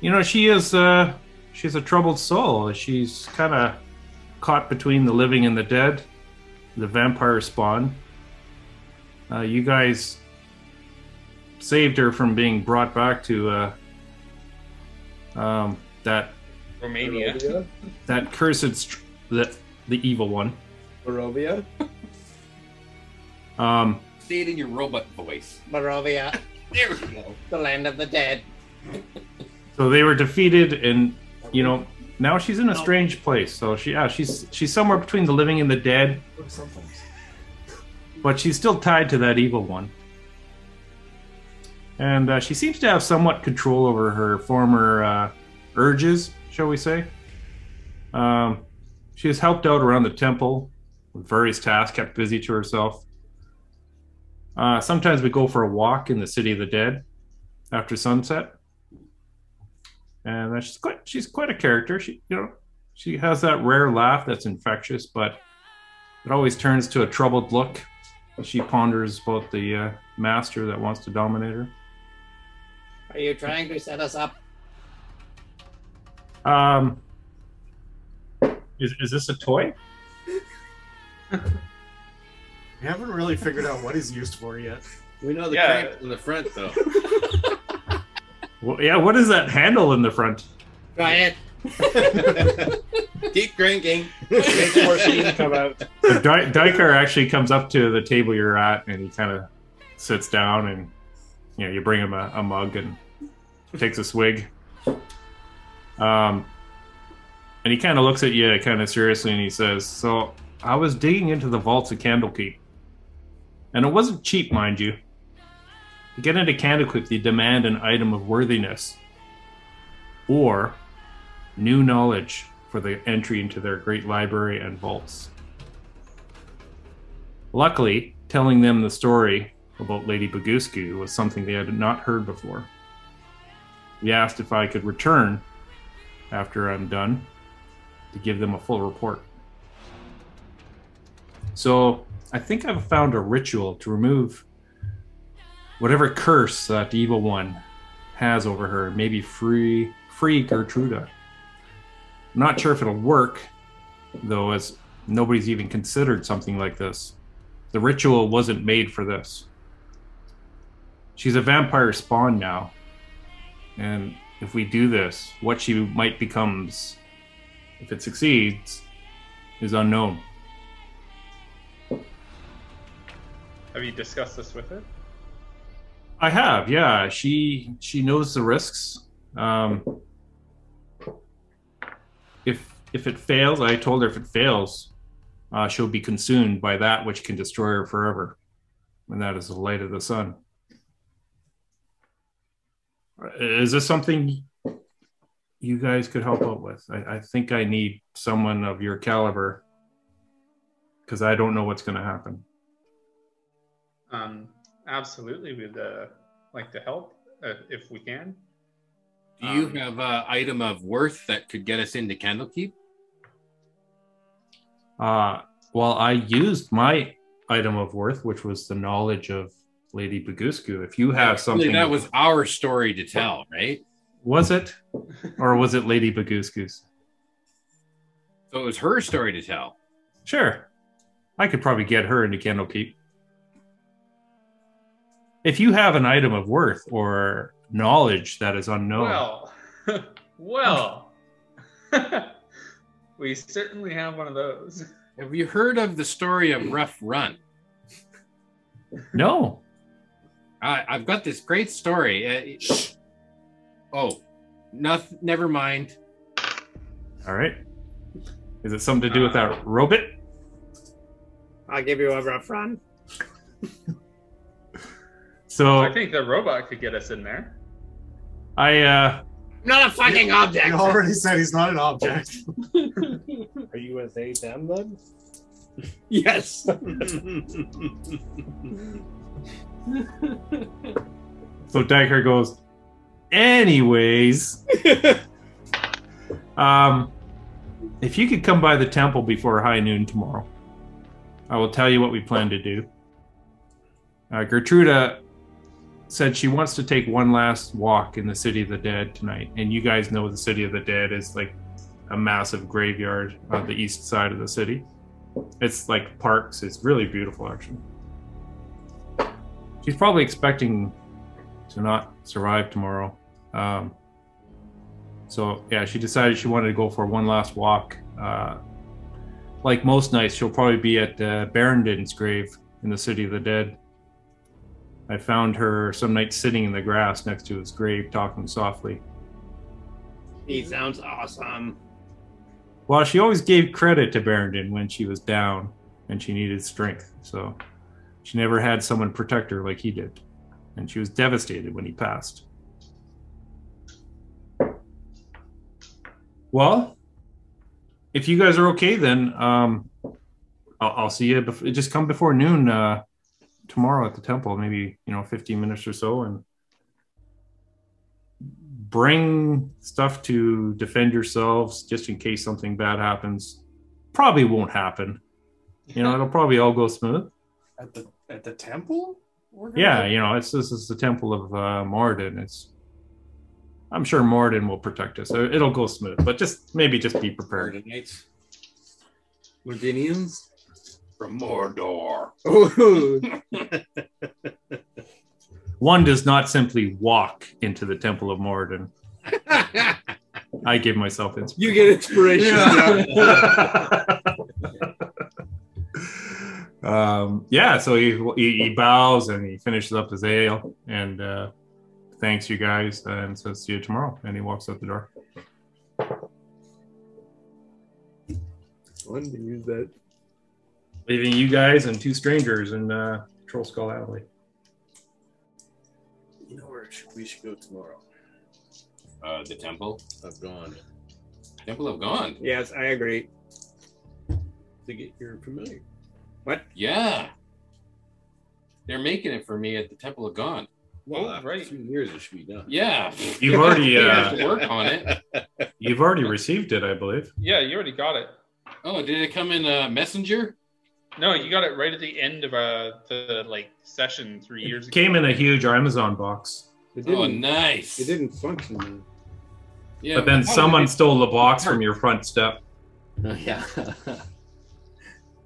You know, she is uh, she's a troubled soul. She's kind of caught between the living and the dead, the vampire spawn. Uh, you guys saved her from being brought back to uh, um, that Romania. that cursed str- the the evil one. Barovia. Um, Say it in your robot voice. Barovia, There we go. the land of the dead. so they were defeated, and you know now she's in a strange place. So she yeah she's she's somewhere between the living and the dead, Or something. but she's still tied to that evil one. And uh, she seems to have somewhat control over her former uh, urges, shall we say. Um, she has helped out around the temple with various tasks, kept busy to herself. Uh, sometimes we go for a walk in the city of the dead after sunset, and uh, she's quite she's quite a character. She you know she has that rare laugh that's infectious, but it always turns to a troubled look. as She ponders about the uh, master that wants to dominate her. Are you trying to set us up? Um, is, is this a toy? We haven't really figured out what he's used for yet. We know the Yeah. cramp in the front though. Well, yeah, what is that handle in the front? Try it. Keep cranking. Makes porcelain come out. So Di- Diker actually comes up to the table you're at and he kind of sits down and you know you bring him a, a mug and takes a swig. Um, and he kind of looks at you kind of seriously and he says, "So I was digging into the vaults of Candlekeep, and it wasn't cheap, mind you. To get into Candlekeep, they demand an item of worthiness or new knowledge." For the entry into their great library and vaults. Luckily, telling them the story about Lady Bagusku was something they had not heard before. We asked if I could return after I'm done to give them a full report. So I think I've found a ritual to remove whatever curse that evil one has over her, maybe free free Gertruda. I'm not sure if it'll work, though, as nobody's even considered something like this. The ritual wasn't made for this. She's a vampire spawn now. And if we do this, what she might becomes, if it succeeds, is unknown. Have you discussed this with her? I have, yeah. She she knows the risks. Um, if if it fails, I told her if it fails, uh, she'll be consumed by that which can destroy her forever, and that is the light of the sun. Uh, Is this something you guys could help out with? I, I think I need someone of your caliber because I don't know what's going to happen. Um, absolutely, we'd uh, like to help uh, if we can. Do you Um, have an item of worth that could get us into Candlekeep? Uh, well, I used my item of worth, which was the knowledge of Lady Bagusku. If you have something, That was our story to tell, right? was it, or was it Lady Bagusku's? So it was her story to tell. Sure, I could probably get her into Candlekeep. if you have an item of worth or knowledge that is unknown, Well, well, we certainly have one of those. Have you heard of the story of Rough Run? no. I, I've got this great story. Uh, it- oh, noth- never mind. All right. Is it something to do with Uh, that robot? I'll give you a rough run. So I think the robot could get us in there. I uh I'm not a fucking object. He already said he's not an object. Are you a they them then? Yes. so Diker goes, anyways. um if you could come by the temple before high noon tomorrow, I will tell you what we plan to do. Uh, Gertruda said she wants to take one last walk in the City of the Dead tonight. And you guys know the City of the Dead is like a massive graveyard on the east side of the city. It's like parks. It's really beautiful, actually. She's probably expecting to not survive tomorrow. Um, so, yeah, she decided she wanted to go for one last walk. Uh, like most nights, she'll probably be at uh, Barendon's grave in the City of the Dead. I found her some night sitting in the grass next to his grave, talking softly. He sounds awesome. Well, she always gave credit to Barrington when she was down and she needed strength. So she never had someone protect her like he did. And she was devastated when he passed. Well, if you guys are okay, then um, I'll, I'll see you. Bef- just come before noon uh, tomorrow at the temple, maybe, you know, 15 minutes or so, and bring stuff to defend yourselves just in case something bad happens. Probably won't happen. You know, it'll probably all go smooth. At the at the temple? We're gonna Yeah, go- you know, it's this is the temple of uh, Morden. It's I'm sure Morden will protect us. It- It'll go smooth, but just maybe just be prepared. Mordinites. Mordinians? From Mordor. Oh, One does not simply walk into the temple of Morden. I give myself inspiration. you get inspiration. um, yeah, so he, he he bows and he finishes up his ale and uh, thanks you guys and says see you tomorrow. And he walks out the door. One to use that. leaving you guys and two strangers in uh, Troll Skull Alley. You know where sh- we should go tomorrow? Uh, the temple. I've gone Temple of Gone. Yes, I agree. to get your familiar. What? Yeah. They're making it for me at the Temple of Gone. Well, right. Two years it should be done. Yeah. You've already, You uh, have to work on it. You've already received it, I believe. Yeah, you already got it. Oh, did it come in a messenger? No, you got it right at the end of uh, the like session three years ago. Came in a huge Amazon box, It didn't, Oh, nice. it didn't function. man. Yeah, but Oh, then how someone did stole the box from your front step. it- Oh, Yeah.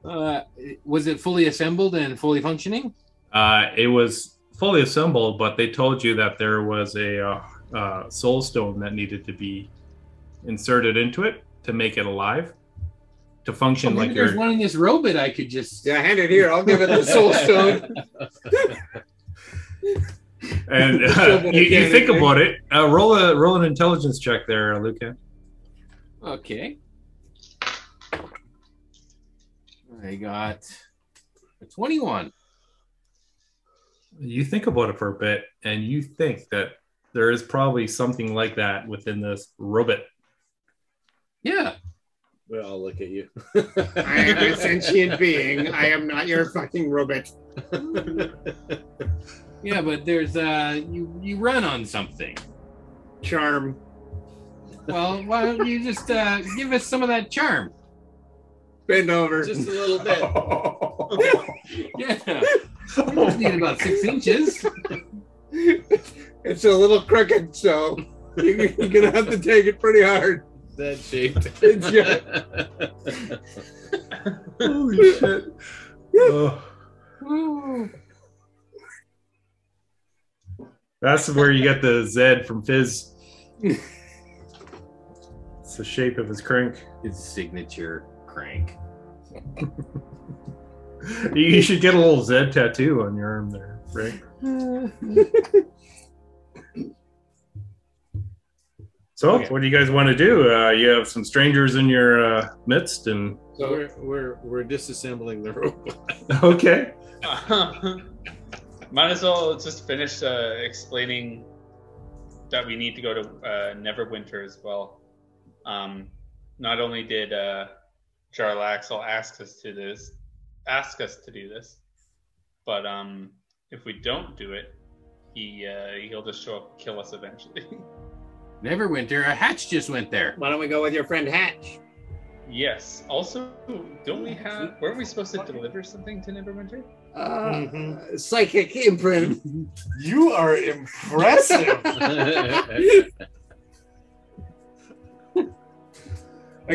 uh, was it fully assembled and fully functioning? Uh, it was fully assembled, but they told you that there was a uh, uh, soul stone that needed to be inserted into it to make it alive, to function Oh, Maybe like there's your one in this robot I could just. Yeah, hand it here. I'll give it the soul stone. and uh, Shovel you, you again, think okay. about it. Uh, roll a roll an intelligence check there, uh, Luca. Okay. I got a 21. You think about it for a bit, and you think that there is probably something like that within this robot. Yeah. Well, I'll look at you. I am a sentient being. I am not your fucking robot. Yeah, but there's uh you you run on something. Charm. Well, why don't you just uh give us some of that charm? Bend over. Just a little bit. Yeah. We just need about six inches. It's a little crooked, so you- you're gonna have to take it pretty hard. That shaped. It's your- Holy shit! Woo. That's where you get the Z from Fizz. it's the shape of his crank. His signature crank. You you should get a little Z tattoo on your arm there, right? So, what do you guys want to do? Uh, you have some strangers in your uh, midst, and So we're, we're we're disassembling the robot. okay, Might as well just finish uh, explaining that we need to go to uh, Neverwinter as well. Um, not only did uh, Jarlaxle ask us to this, ask us to do this, but um, if we don't do it, he uh, he'll just show up and kill us eventually. Neverwinter, a hatch just went there. Why don't we go with your friend Hatch? yes. Also, don't we have? Weren't we supposed to deliver something to Neverwinter? Uh, Psychic imprint. You are impressive. I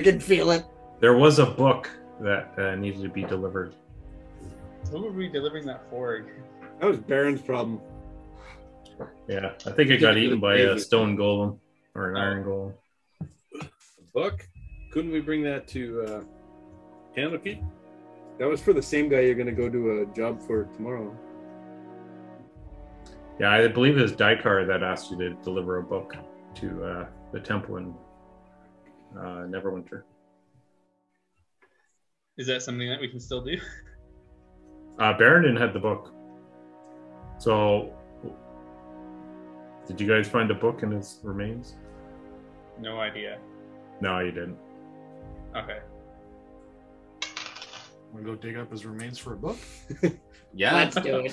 can feel it. there was a book that uh, needed to be delivered. Who were we delivering that for? That was Baron's problem. Yeah, I think it got eaten by a stone golem or an iron golem. Book? Couldn't we bring that to uh, Candlekeep? That was for the same guy you're going to go do a job for tomorrow. Yeah, I believe it was Dikar that asked you to deliver a book to uh, the temple in uh, Neverwinter. Is that something that we can still do? Uh, Barondon had the book. So, did you guys find the book and its remains? No idea. No, you didn't. Okay. I'm gonna go dig up his remains for a book. Yeah. Let's do it.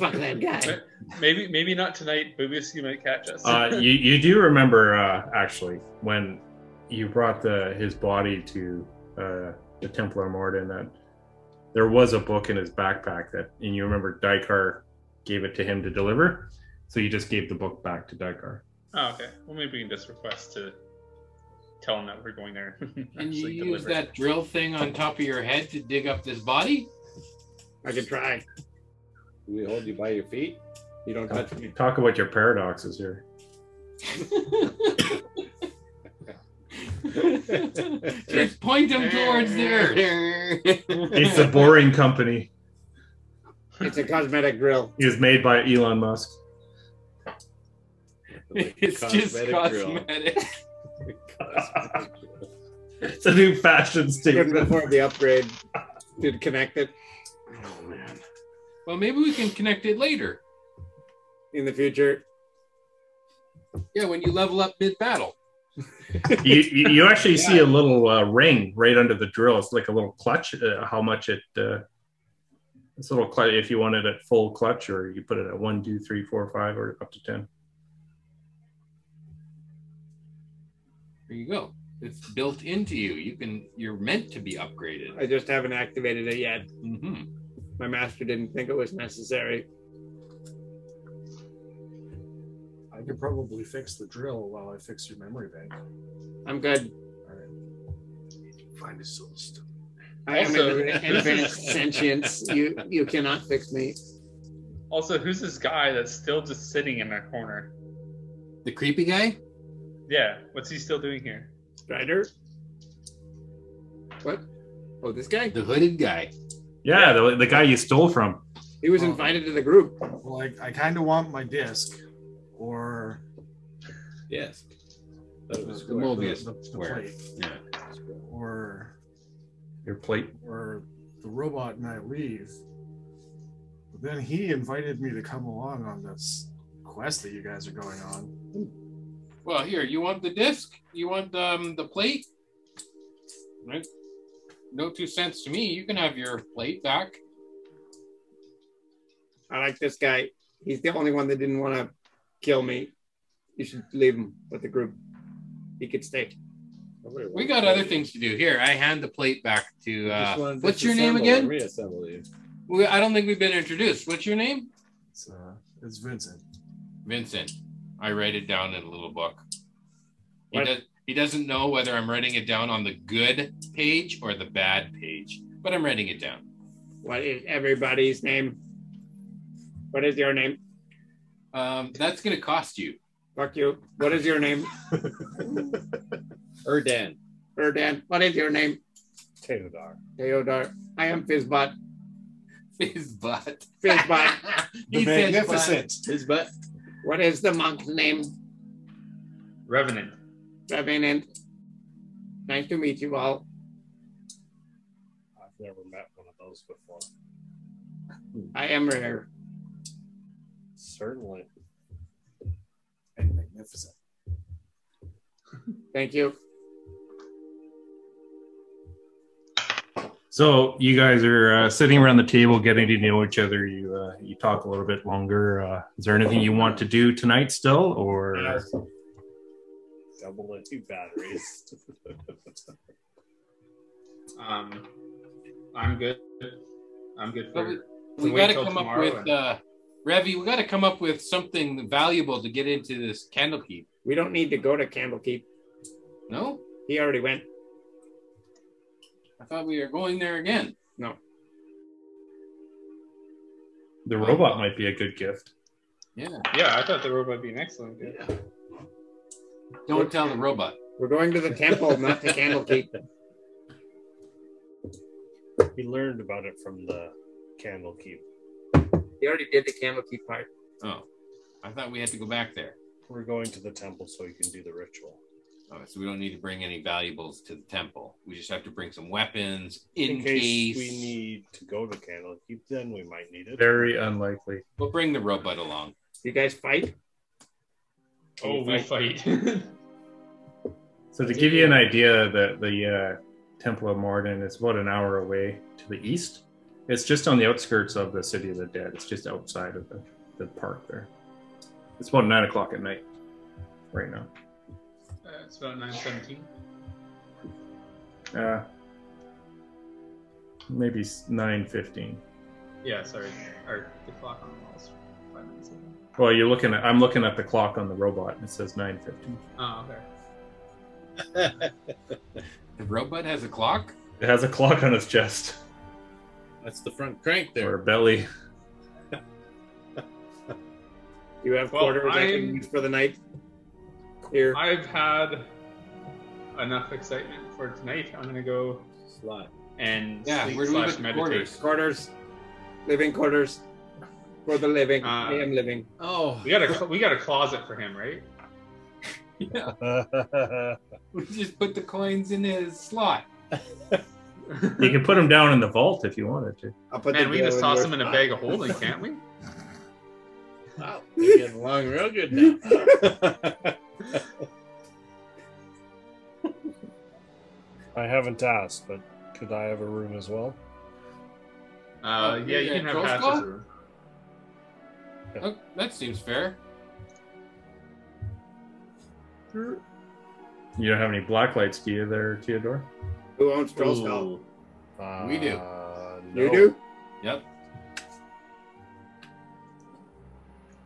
Fuck that guy. Maybe maybe not tonight. Boobius, you might catch us. Uh, you you do remember uh, actually when you brought the his body to uh, the Templar Morden that there was a book in his backpack that and you remember Dikar gave it to him to deliver, so you just gave the book back to Dikar. Oh, okay. Well, maybe we can just request to tell him that we're going there. Can you Actually use deliver. that drill thing on top of your head to dig up this body? I can try. We hold you by your feet. You don't touch me. Talk about your paradoxes here. Just point them towards there. It's a boring company. It's a cosmetic grill. It was made by Elon Musk. It's just cosmetic. It's a new fashion Even statement. before the upgrade, did connect it well, maybe we can connect it later. in the future. Yeah, when you level up mid battle. you, you you actually see a little uh, ring right under the drill. It's like a little clutch. Uh, how much it? Uh, it's a little clutch. If you want it at full clutch, or you put it at one, two, three, four, five, or up to ten. There you go. It's built into you. You can. You're meant to be upgraded. I just haven't activated it yet. Mhm. My master didn't think it was necessary. I could probably fix the drill while I fix your memory bank. I'm good. Find his soul stone. I am Also- an advanced sentience. You you cannot fix me. Also, who's this guy that's still just sitting in that corner? The creepy guy. Yeah, what's he still doing here? Strider? What? Oh, this guy? The hooded guy. Yeah, the, the guy you stole from. He was invited to the group. Well, I, I kind of want my disc, or Yes. That was The square. Mobius The- the square. plate. Yeah. or Your plate. or the robot and I leave. But then he invited me to come along on this quest that you guys are going on. Well, here you want the disc. You want um, the plate. Right. No two cents to me. You can have your plate back. I like this guy. He's the only one that didn't want to kill me. You should leave him with the group. He could stay. We got other things to do. Here, I hand the plate back to. Just Uh, wanna what's your disassemble name and again? Reassemble you. We, I don't think we've been introduced. What's your name? It's, uh, it's Vincent. Vincent. I write it down in a little book. He, What? does, he doesn't know whether I'm writing it down on the good page or the bad page, but I'm writing it down. What is everybody's name? What is your name? Uh, Um, that's going to cost you. Fuck you. What is your name? Erdan. Erdan. What is your name? Teodar. Teodar. I am Fizbot. Fizbot. Fizbot. The He says magnificent. Fizbot. What is the monk's name? Revenant. Revenant. Nice to meet you all. I've never met one of those before. I am rare. Certainly. And magnificent. Thank you. So you guys are uh, sitting around the table, getting to know each other. You uh, you talk a little bit longer. Uh, is there anything you want to do tonight still, or Double the two batteries. Um, I'm good. I'm good for. to we wait got to till come up tomorrow with and- uh, Revy. We got to come up with something valuable to get into this Candlekeep. We don't need to go to Candlekeep. No, He already went. I thought we were going there again. No. the robot might be a good gift? Yeah. Yeah, I thought the robot would be an excellent gift. Don't tell the robot. We're going to the temple, not to Candlekeep. we learned about it from the Candlekeep. He already did the Candlekeep part. Oh, I thought we had to go back there. We're going to the temple so we can do the ritual. Oh, so we don't need to bring any valuables to the temple. We just have to bring some weapons in, In, case, case. we need to go to Candlekeep, then we might need it. Very unlikely. We'll bring the robot along. You guys fight? Oh, we fight. So to give you an idea, the the uh, Temple of Morden is about an hour away to the east. It's just on the outskirts of the City of the Dead. It's just outside of the, the park there. It's about nine o'clock at night, right now. Uh, it's about nine seventeen. Uh, maybe nine fifteen. Yeah, sorry. Or the clock on the walls. Five minutes. ago. Well, you're looking at. I'm looking at the clock on the robot, and it says nine fifteen. Oh, okay. The robot has a clock. It has a clock on its chest That's the front crank there. or belly. You have Well, quarters I I'm- can use for the night. Here. I've had enough excitement for tonight. I'm gonna go Slot. and Yeah, sleep where do we slash put the meditate. quarters? Quarters. Living quarters. For the living. Uh, I am living. Oh, We got a we got a closet for him, right? Yeah. we just put the coins in his slot. You can put them down in the vault if you wanted to. I'll put Man, the we can just deal toss him your- in a bag of holding, can't we? Uh, wow. You're getting along real good now. I haven't asked, but could I have a room as well? Uh, yeah, yeah, you can have close Patches call? room. Oh, that seems fair. You don't have any black lights, do you, there, Theodore? Who owns Trollskull? Uh, We do. No. You do? Yep.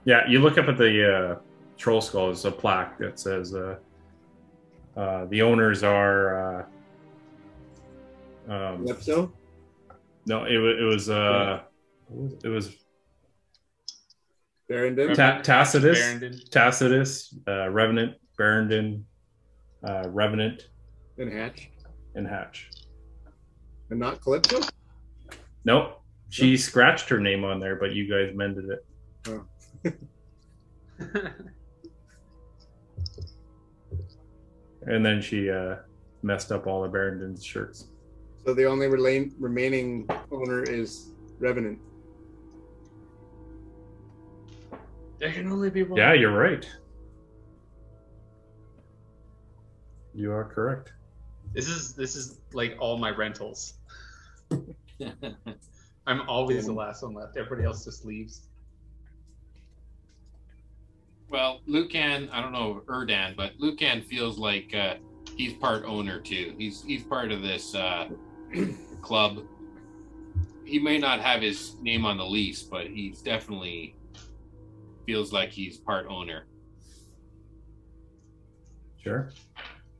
Yeah, you look up at the uh, troll skull. There's a plaque that says uh, uh, the owners are. Uh, um, Left so? No, it, wa- it was. Uh, what was it? it was Barrington? Ta- Tacitus, Barrington. Tacitus, uh, Revenant, Barrington, uh, Revenant, And Hatch. and Hatch. And not Calypso? Nope, she scratched her name on there, but you guys mended it. And then she uh, messed up all of Barrington's shirts. So the only rela- remaining owner is Revenant. There can only be one. Yeah, you're right. You are correct. This is this is like all my rentals. I'm always the last one left. Everybody else just leaves. Well, Lucan, I don't know Erdan, but Lucan feels like uh, he's part owner too. He's he's part of this uh, club. He may not have his name on the lease, but he's definitely feels like he's part owner. Sure.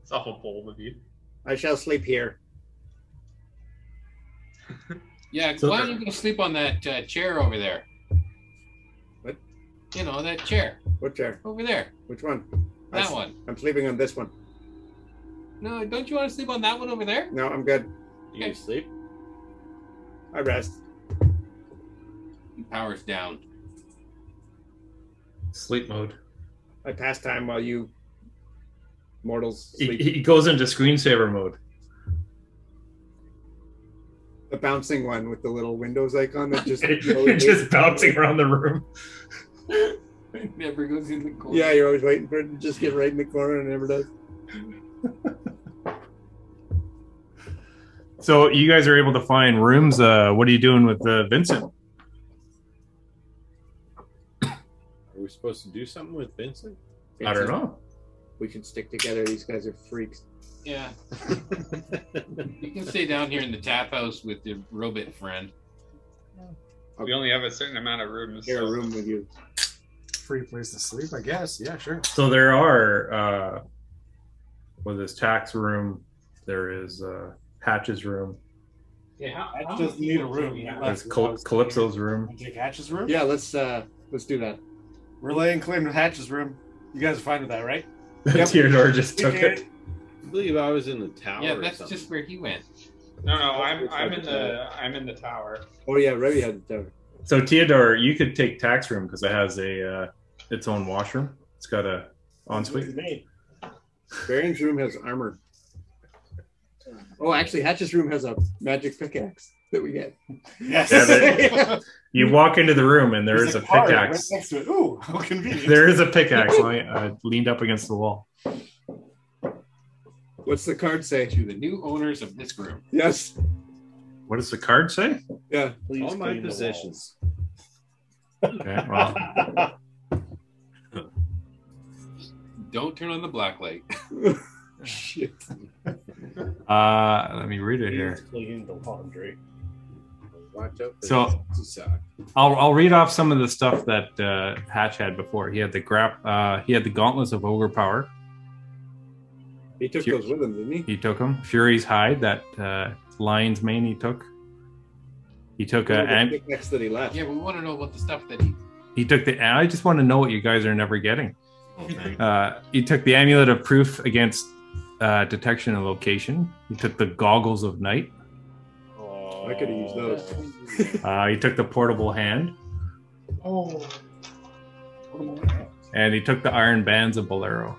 It's awful bold of you. I shall sleep here. Yeah, So- why don't you go sleep on that uh, chair over there? What? You know, that chair. What chair? Over there. Which one? I That s- one. I'm sleeping on this one. No, don't you want to sleep on that one over there? No, I'm good. You okay. sleep? I rest. Power's down. Sleep mode. I pass time while you mortals He, sleep. he goes into screensaver mode. the bouncing one with the little Windows icon that just Just bouncing around the room. It never goes in the corner. Yeah, you're always waiting for it to just get right in the corner and it never does. So you guys are able to find rooms. Uh, what are you doing with uh, Vincent? Are we supposed to do something with Vincent? I don't know. We can stick together. These guys are freaks. Yeah. you can stay down here in the tap house with your robot friend. We only have a certain amount of rooms. Share a room with you. Free place to sleep, I guess. Yeah, sure. So there are, uh, well, there's tax room, there is uh, Hatch's room, Yeah, how Hatch doesn't need a room. He there's left. Cal- Calypso's room. Wanna Take Hatch's room. Yeah, let's uh let's do that. we're laying claim to Hatch's room. You guys are fine with that, right? Theodore just took Okay. it. I believe I was in the tower. yeah, or that's something. just where he went. No, no, I'm I'm in the I'm in the tower. Oh yeah, Revy had the So Theodore, you could take tax room because it has a uh, its own washroom. It's got a ensuite. Baron's room has armor. Oh, actually, Hatch's room has a magic pickaxe that we get. Yes. Yeah, they- You walk into the room and there There's is a car right pickaxe. next to it. Ooh, how convenient. There is a pickaxe lying- uh, leaned up against the wall. What's the card say? To the new owners of this room. Yes. What does the card say? Yeah. Please All my clean the possessions. Okay, well, Don't turn on the black light. Shit. uh, let me read it here. Please clean the laundry. Watch out for So- this sock. I'll, I'll read off some of the stuff that uh, Hatch had before. He had the grap. Uh, he had the gauntlets of ogre power. He took Here. those with him, didn't he? He took them. Fury's hide, that uh, lion's mane. He took. He took uh, a. One of the am- pickaxe that he left. Yeah, we want to know about the stuff that he. he took the. I just want to know what you guys are never getting. Uh, he took the amulet of proof against uh, detection and location. He took the goggles of night. Oh, I could have used those. Uh, he took the portable hand, Oh, and he took the iron bands of Bolero.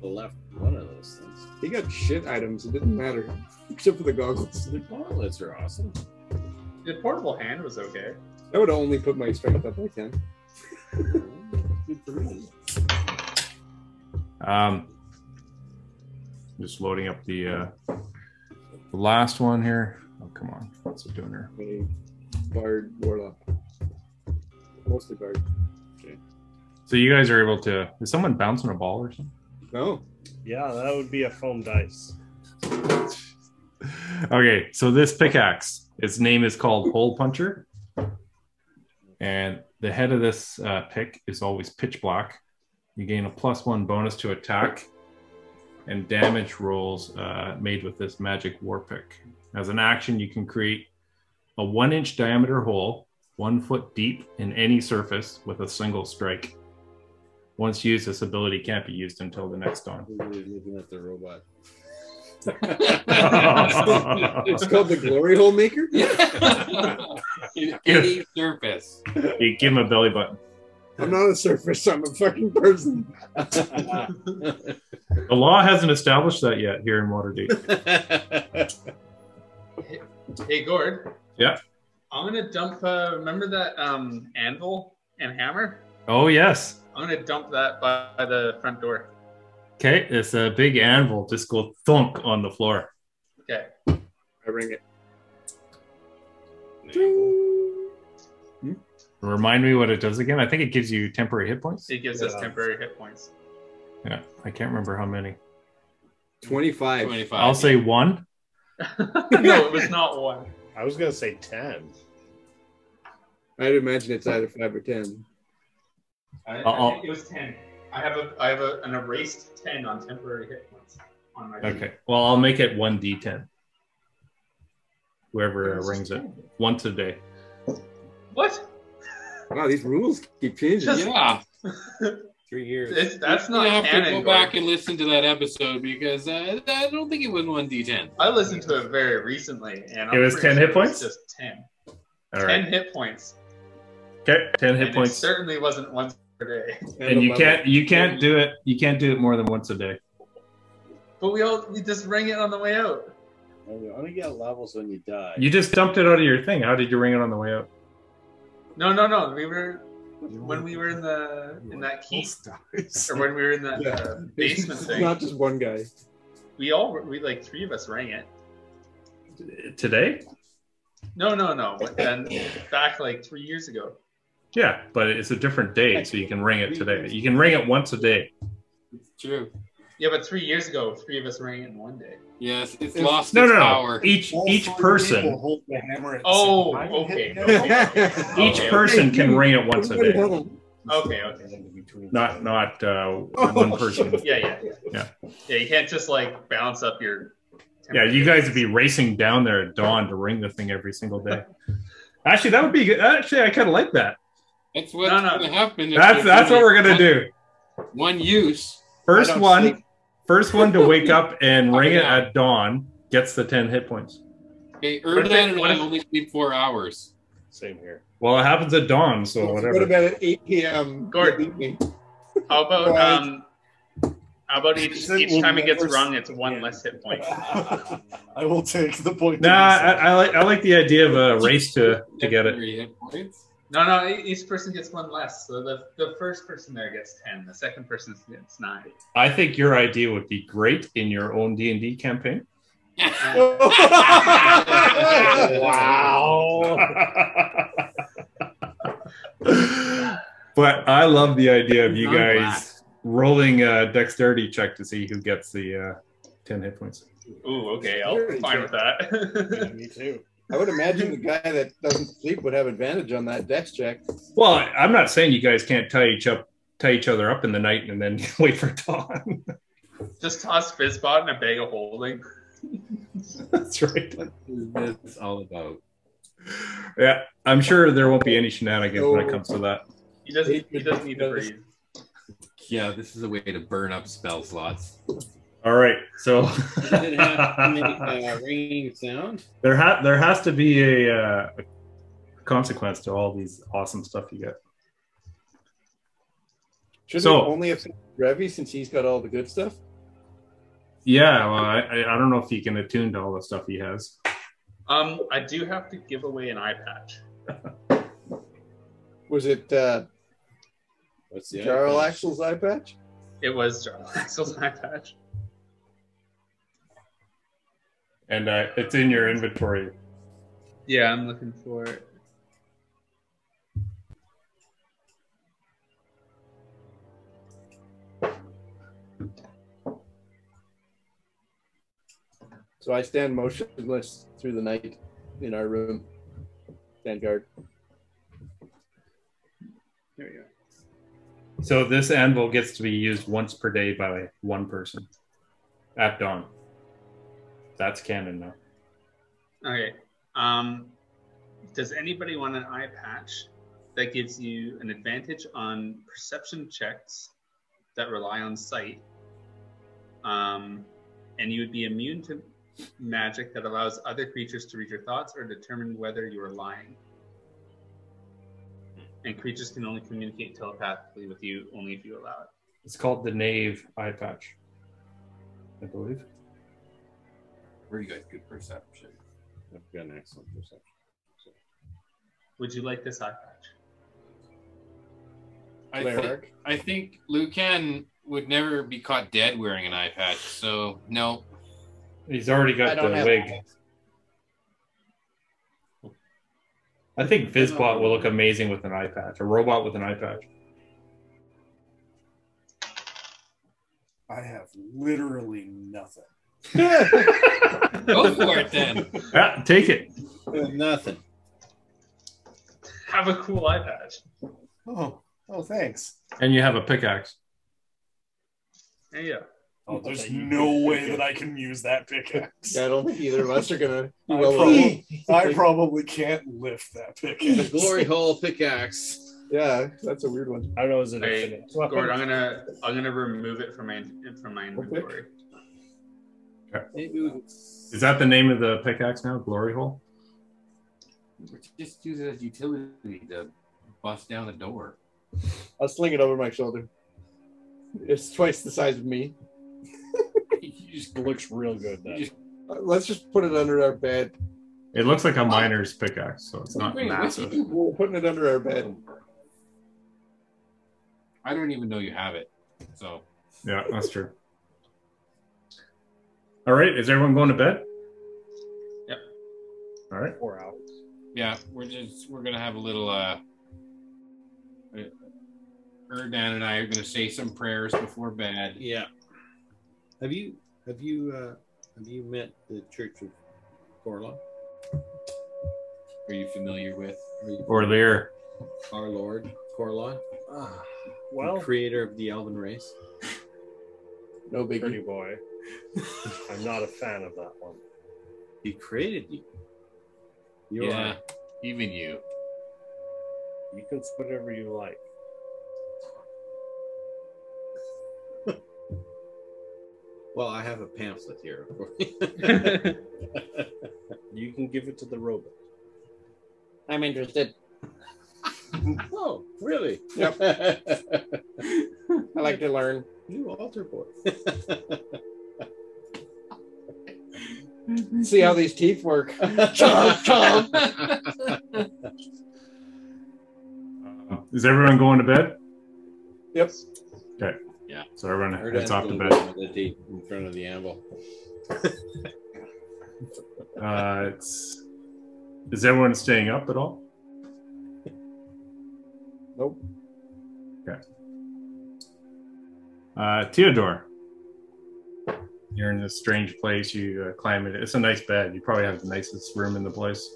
The left one of those things. He got shit items. It didn't matter, except for the goggles. The gauntlets are awesome. The portable hand was okay. I would only put my strength up by ten. Um, just loading up the uh, the last one here. Oh come on, what's it doing here? A bard warlock, mostly bard. So you guys are able to. Is someone bouncing a ball or something? No, yeah, that would be a foam dice. Okay, so this pickaxe, its name is called Hole Puncher, and the head of this uh, pick is always pitch black. You gain a plus one bonus to attack and damage rolls uh, made with this magic war pick. As an action, you can create a one inch diameter hole, one foot deep in any surface with a single strike. Once used, this ability can't be used until the next dawn. We're really looking at the robot. it's called the glory hole maker. In Any surface. you give him a belly button. I'm not a surface. I'm a fucking person. The law hasn't established that yet here in Waterdeep. Hey Gord. Yeah. I'm gonna dump. Uh, remember that um, anvil and hammer? Oh yes. I'm gonna dump that by, by the front door. Okay, it's a big anvil. Just go thunk on the floor. Okay. I bring it. Remind me what it does again. I think it gives you temporary hit points. It gives us temporary hit points. Yeah, I can't remember how many. Twenty-five. 25. I'll say one. no, it was not one. I was gonna say ten. I'd imagine it's either five or ten. I, Uh-oh. I think it was ten. I have a I have a, an erased ten on temporary hit points on my. Okay. Well, I'll make it one d10. Whoever uh, rings it once a day. What? Wow, these rules keep changing. Just- Yeah. Three years. It's- that's not You have to canon, go Gord. back and listen to that episode because uh, I don't think it was one d10. I listened to it very recently, and It was 10 hit points. just ten. All ten right. hit points. Okay, ten and hit it points. certainly wasn't once per day. And you can't you can't do it you can't do it more than once a day. But we all we just ring it on the way out. And you only get levels when you die. You just dumped it out of your thing. How did you ring it on the way out? No, no, no. We were when we were in the in that keep, or when we were in that uh, basement It's thing. Not just one guy. We all we like three of us rang it. Today? No, no, no. But then back like three years ago. Yeah, but it's a different day, so you can ring it today. You can ring it once a day. True. Yeah, but three years ago, three of us rang it in one day. Yes, it's If- lost No, its no, no. power. Each each person hold the hammer at the Oh, same time. okay. each person can ring it once a day. Okay, okay. Not not uh, one person. Yeah, yeah, yeah. Yeah. Yeah, you can't just like balance up your. Yeah, you guys would be racing down there at dawn to ring the thing every single day. Actually, that would be good. Actually, I kind of like that. That's what's No, no. going to happen. if That's there's that's what only we're gonna one- do. One use. First one, first one to wake up and ring it at dawn gets the ten hit points. Okay, What if they- Erdan and what I if- only sleep four hours. Same here. Well, it happens at dawn, so What whatever. about at 8 p.m.? Gordon. How about Right. um? How about each Then each we'll time it gets never rung, it's one less hit point. I will take the point. Nah, I, I like I like the idea of a race to to get it. Three hit points. No, no, e- each person gets one less. So the the first person there gets ten. The second person gets nine. I think your idea would be great in your own D and D campaign. wow. But I love the idea of you I'm guys rolling a dexterity check to see who gets the uh, ten hit points. Ooh, okay, I'll Very fine with that. Me too. I would imagine the guy that doesn't sleep would have advantage on that dex check. Well, I'm not saying you guys can't tie each up, tie each other up in the night, and then wait for dawn. Just toss Fizzbot in a bag of holding. That's right. What is this all about? Yeah, I'm sure there won't be any shenanigans when it comes to that. He doesn't. He doesn't need to breathe. Yeah, this is a way to burn up spell slots. All right, so Does it have any uh, ringing sound? there ha- there has to be a, uh, a consequence to all these awesome stuff you get. Should So- we only affect Revy since he's got all the good stuff? Yeah, well, I, I- I don't know if he can attune to all the stuff he has. Um, I do have to give away an eye patch. Was it uh, What's the Jarl Axel's eye patch? It was Jarlaxle's eye patch. And uh, it's in your inventory. Yeah, I'm looking for it. So I stand motionless through the night in our room. Stand guard. There you go. So this anvil gets to be used once per day by one person at dawn. That's canon now. Okay. Um, does anybody want an eye patch that gives you an advantage on perception checks that rely on sight? Um, and you would be immune to magic that allows other creatures to read your thoughts or determine whether you are lying. And creatures can only communicate telepathically with you only if you allow it. It's called the Knave Eye Patch, I believe. Where you guys good perception? I've got an excellent perception. Would you like this eye patch? I think, Cleric. I think Lucan would never be caught dead wearing an eye patch. So no, He's already I got don't the have wig. eyes. I think Fizzbot will look amazing with an eye patch, a robot with an eye patch. I have literally nothing. go for it then. Yeah, take it. Nothing. Have a cool eye patch. Oh, oh, thanks. And you have a pickaxe. There you go. Oh, There's no way that I can use that pickaxe. Yeah, I don't think either of us are gonna. I, Well, uh, prob- I probably can't lift that The pickaxe. glory hole pickaxe. Yeah, that's a weird one. I don't know. Is it Hey, infinite? Gord, I'm gonna I'm gonna remove it from my from my inventory. Is that the name of the pickaxe now? Glory hole? Just use it as utility to bust down a door. I'll sling it over my shoulder. It's twice the size of me. It just looks real good. Then. Uh, Let's just put it under our bed. It looks like a Uh, miner's pickaxe, so it's not massive. We're putting it under our bed. I don't even know you have it. So Yeah, that's true. All right, is everyone going to bed? Yep. All right. Four hours. yeah, we're just we're gonna have a little uh uh, Erdan and I are gonna say some prayers before bed. Yeah. Have you have you uh, have you met the Church of Corla? Are you familiar with? Orlear. Our Lord Corlon, Well, the creator of the Elven race. No biggie. pretty boy. I'm not a fan of that one. He created you. You yeah, are even you. You can say whatever you like. well. I have a pamphlet here. of course. You can give it to the robot. I'm interested. oh, really? Yep. I like to learn. New altar boy. See how these teeth work. Chomp, chomp. Is everyone going to bed? Yep. Okay. Yeah. So everyone Erdan's heads off to gonna bed. go with the deep in front of the anvil. Uh, it's is everyone staying up at all? Nope. Okay. Uh, Theodore, you're in this strange place. You uh, climb it. It's a nice bed. You probably have the nicest room in the place.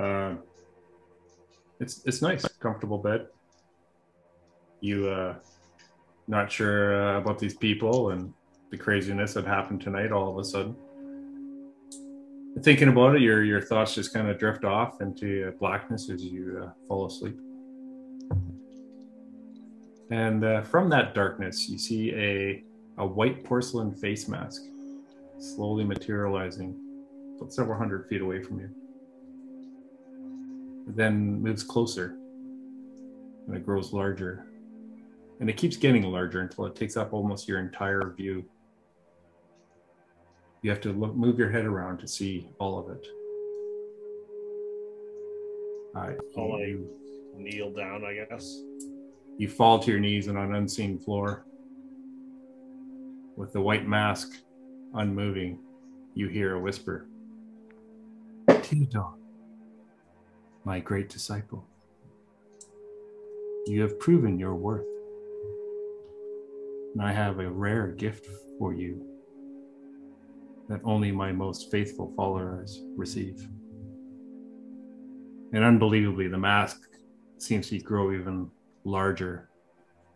Uh, it's it's nice, comfortable bed. You uh, not sure uh, about these people and the craziness that happened tonight. All of a sudden thinking about it, your your thoughts just kind of drift off into blackness as you uh, fall asleep. And uh, from that darkness, you see a a white porcelain face mask slowly materializing about several hundred feet away from you. It then moves closer, and it grows larger, and it keeps getting larger until it takes up almost your entire view you have to look, move your head around to see all of it. Uh, I'll you, like you- kneel down, I guess. you fall to your knees on an unseen floor. With the white mask unmoving, you hear a whisper Theodore, my great disciple, you have proven your worth. And I have a rare gift for you that only my most faithful followers receive. And unbelievably, the mask seems to grow even larger,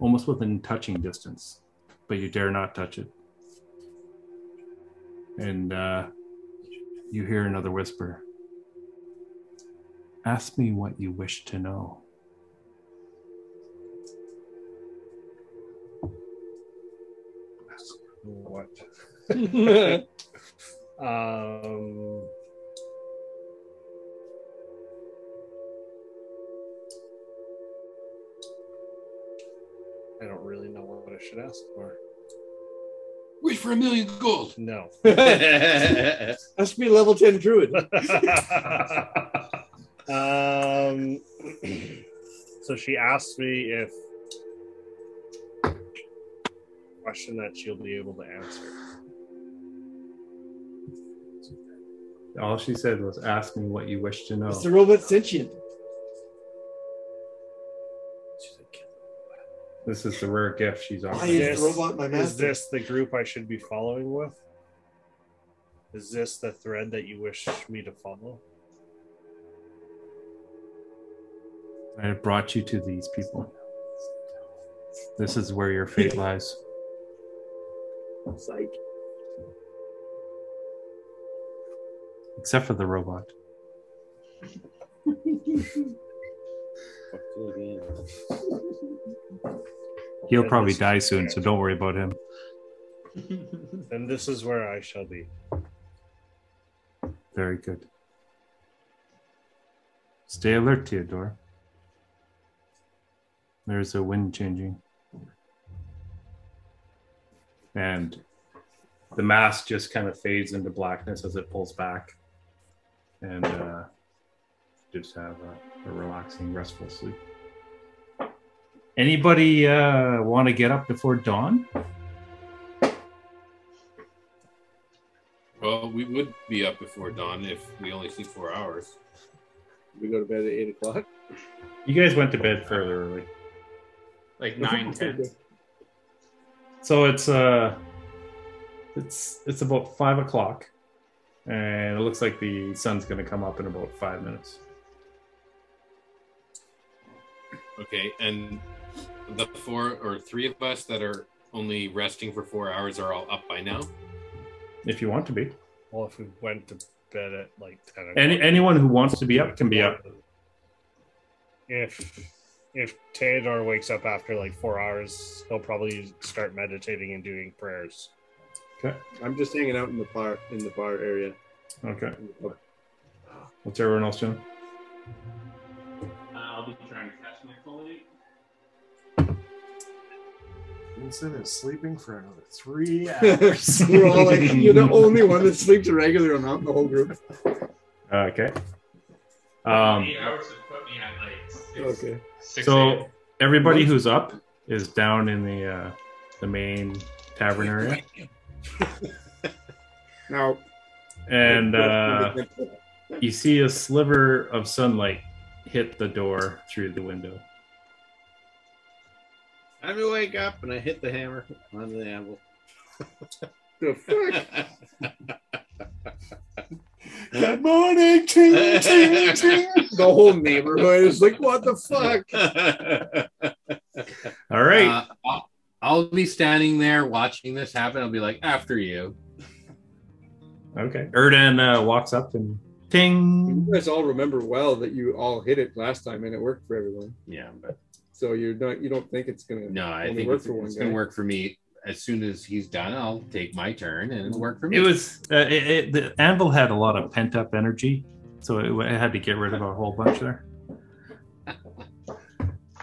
almost within touching distance, but you dare not touch it. And uh, you hear another whisper Ask me what you wish to know. What? um, I don't really know what I should ask for. Wish for a million gold. No. Must be level 10 druid. Oh. um, so she asked me if question that she'll be able to answer. All she said was, Ask me what you wish to know. Is the robot sentient? This is the rare gift she's Why offering. is the robot my Is master? this the group I should be following with? Is this the thread that you wish me to follow? I have brought you to these people. This is where your fate lies. Psych. except for the robot. Fuck you again. He'll probably die soon, so don't worry about him. and this is where I shall be. Very good. Stay alert, Theodore. There's a wind changing. And the mask just kind of fades into blackness as it pulls back. And uh, just have a, a relaxing, restful sleep. Anybody uh, want to get up before dawn? Well, we would be up before dawn if we only sleep four hours. We go to bed at 8 o'clock. You guys went to bed fairly early. Like nine, ten. So it's uh it's it's about five o'clock. And it looks like the sun's gonna come up in about five minutes. Okay, and the four or three of us that are only resting for four hours are all up by now. If you want to be. Well, if we went to bed at like 10 o'clock. Any anyone who wants to be up can be up. If if Theodore wakes up after like four hours, he'll probably start meditating and doing prayers. Okay. I'm just hanging out in the bar in the bar area. Okay. What's everyone else doing? I'll be trying to catch my colleague. Vincent is sleeping for another three hours. We're all like, you're the only one that sleeps a regular amount in the whole group. Okay. Um Eight hours would put me at like six. Okay. six So a.m. everybody who's up is down in the uh, the main tavern area, Now, and uh, you see a sliver of sunlight hit the door through the window. I wake up and I hit the hammer on the anvil. the fuck? Good morning, ting, ting, ting. the whole neighborhood is like, what the fuck? All right. Uh, I'll, I'll be standing there watching this happen. I'll be like, after you. okay. Erdan uh, walks up and ting. You guys all remember well that you all hit it last time and it worked for everyone. Yeah, but So you're not, you don't think it's gonna no, I only think work it's, for one it's guy. gonna work for me. As soon as he's done, I'll take my turn and it'll work for me. It was uh, it, it, the anvil had a lot of pent up energy, so it, it had to get rid of a whole bunch there.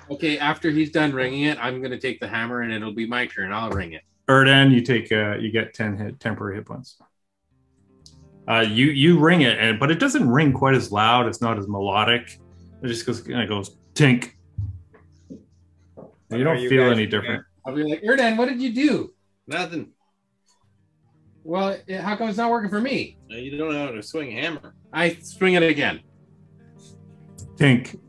okay. After he's done ringing it, I'm gonna take the hammer and it'll be my turn. I'll ring it. Erdan, you take uh, you get ten hit temporary hit points. Uh, you you ring it, and but it doesn't ring quite as loud. It's not as melodic. It just goes kind of goes tink. You don't you feel guys- any different. I'll be like, Erdan, what did you do? Nothing. Well, it, how come it's not working for me? Now, You don't know how to swing a hammer. I swing it again. Tink.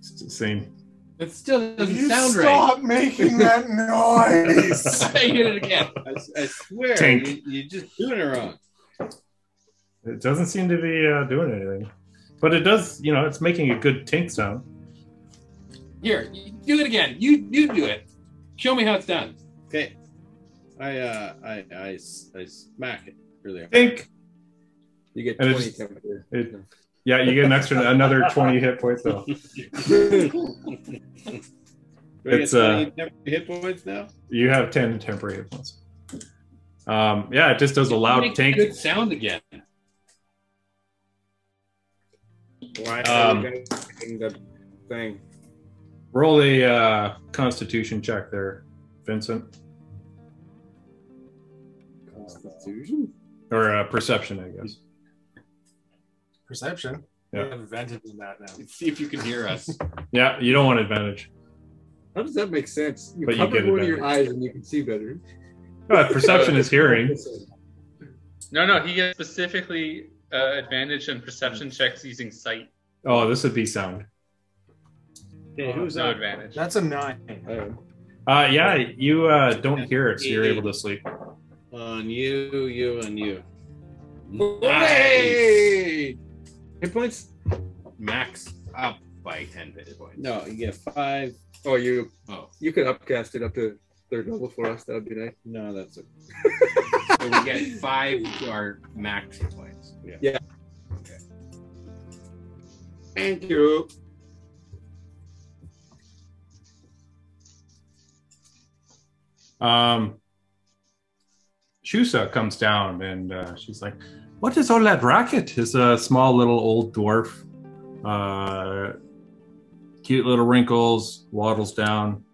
It's the same. It still doesn't you sound stop making that noise. right. I hit it again. I, I swear, you, Tink. you're just doing it wrong. It doesn't seem to be uh, doing anything, but it does. You know, it's making a good tink sound. Here, you do it again. You you do it. Show me how it's done. Okay. I uh, I, I s- I smack it really hard. Tink. You get And it 20 just- temporary. It, yeah, you get an extra another twenty hit points though. Do I get It's, 20 uh, temporary hit points now? You have ten temporary hit points. Um, yeah, it just does a loud Make tink. Good sound again. Why are Um, you guys doing the thing? Roll a uh, Constitution check there, Vincent, Uh, Constitution? or uh, perception, I guess. Perception. Yeah. We have advantage in that now. Let's see if you can hear us. Yeah, you don't want advantage. How does that make sense? You But you cover get one of your eyes and you can see better. Uh, perception is hearing. No, no, he gets specifically uh, advantage in perception checks using sight. Oh, this would be sound. Okay, who's no up? advantage. That's a nine. Um, Uh, yeah, you uh, don't hear it, so you're able to sleep. On you, you, and you. Nice. Hit points? Max up by 10 bit points. No, you get five. Oh, you Oh, you could upcast it up to third level for us. That would be nice. No, that's it. so we get five to our max hit points. Thank you. Um, Shusa comes down and uh, she's like, "What is all that racket?" Is a small little old dwarf, uh, cute little wrinkles, waddles down.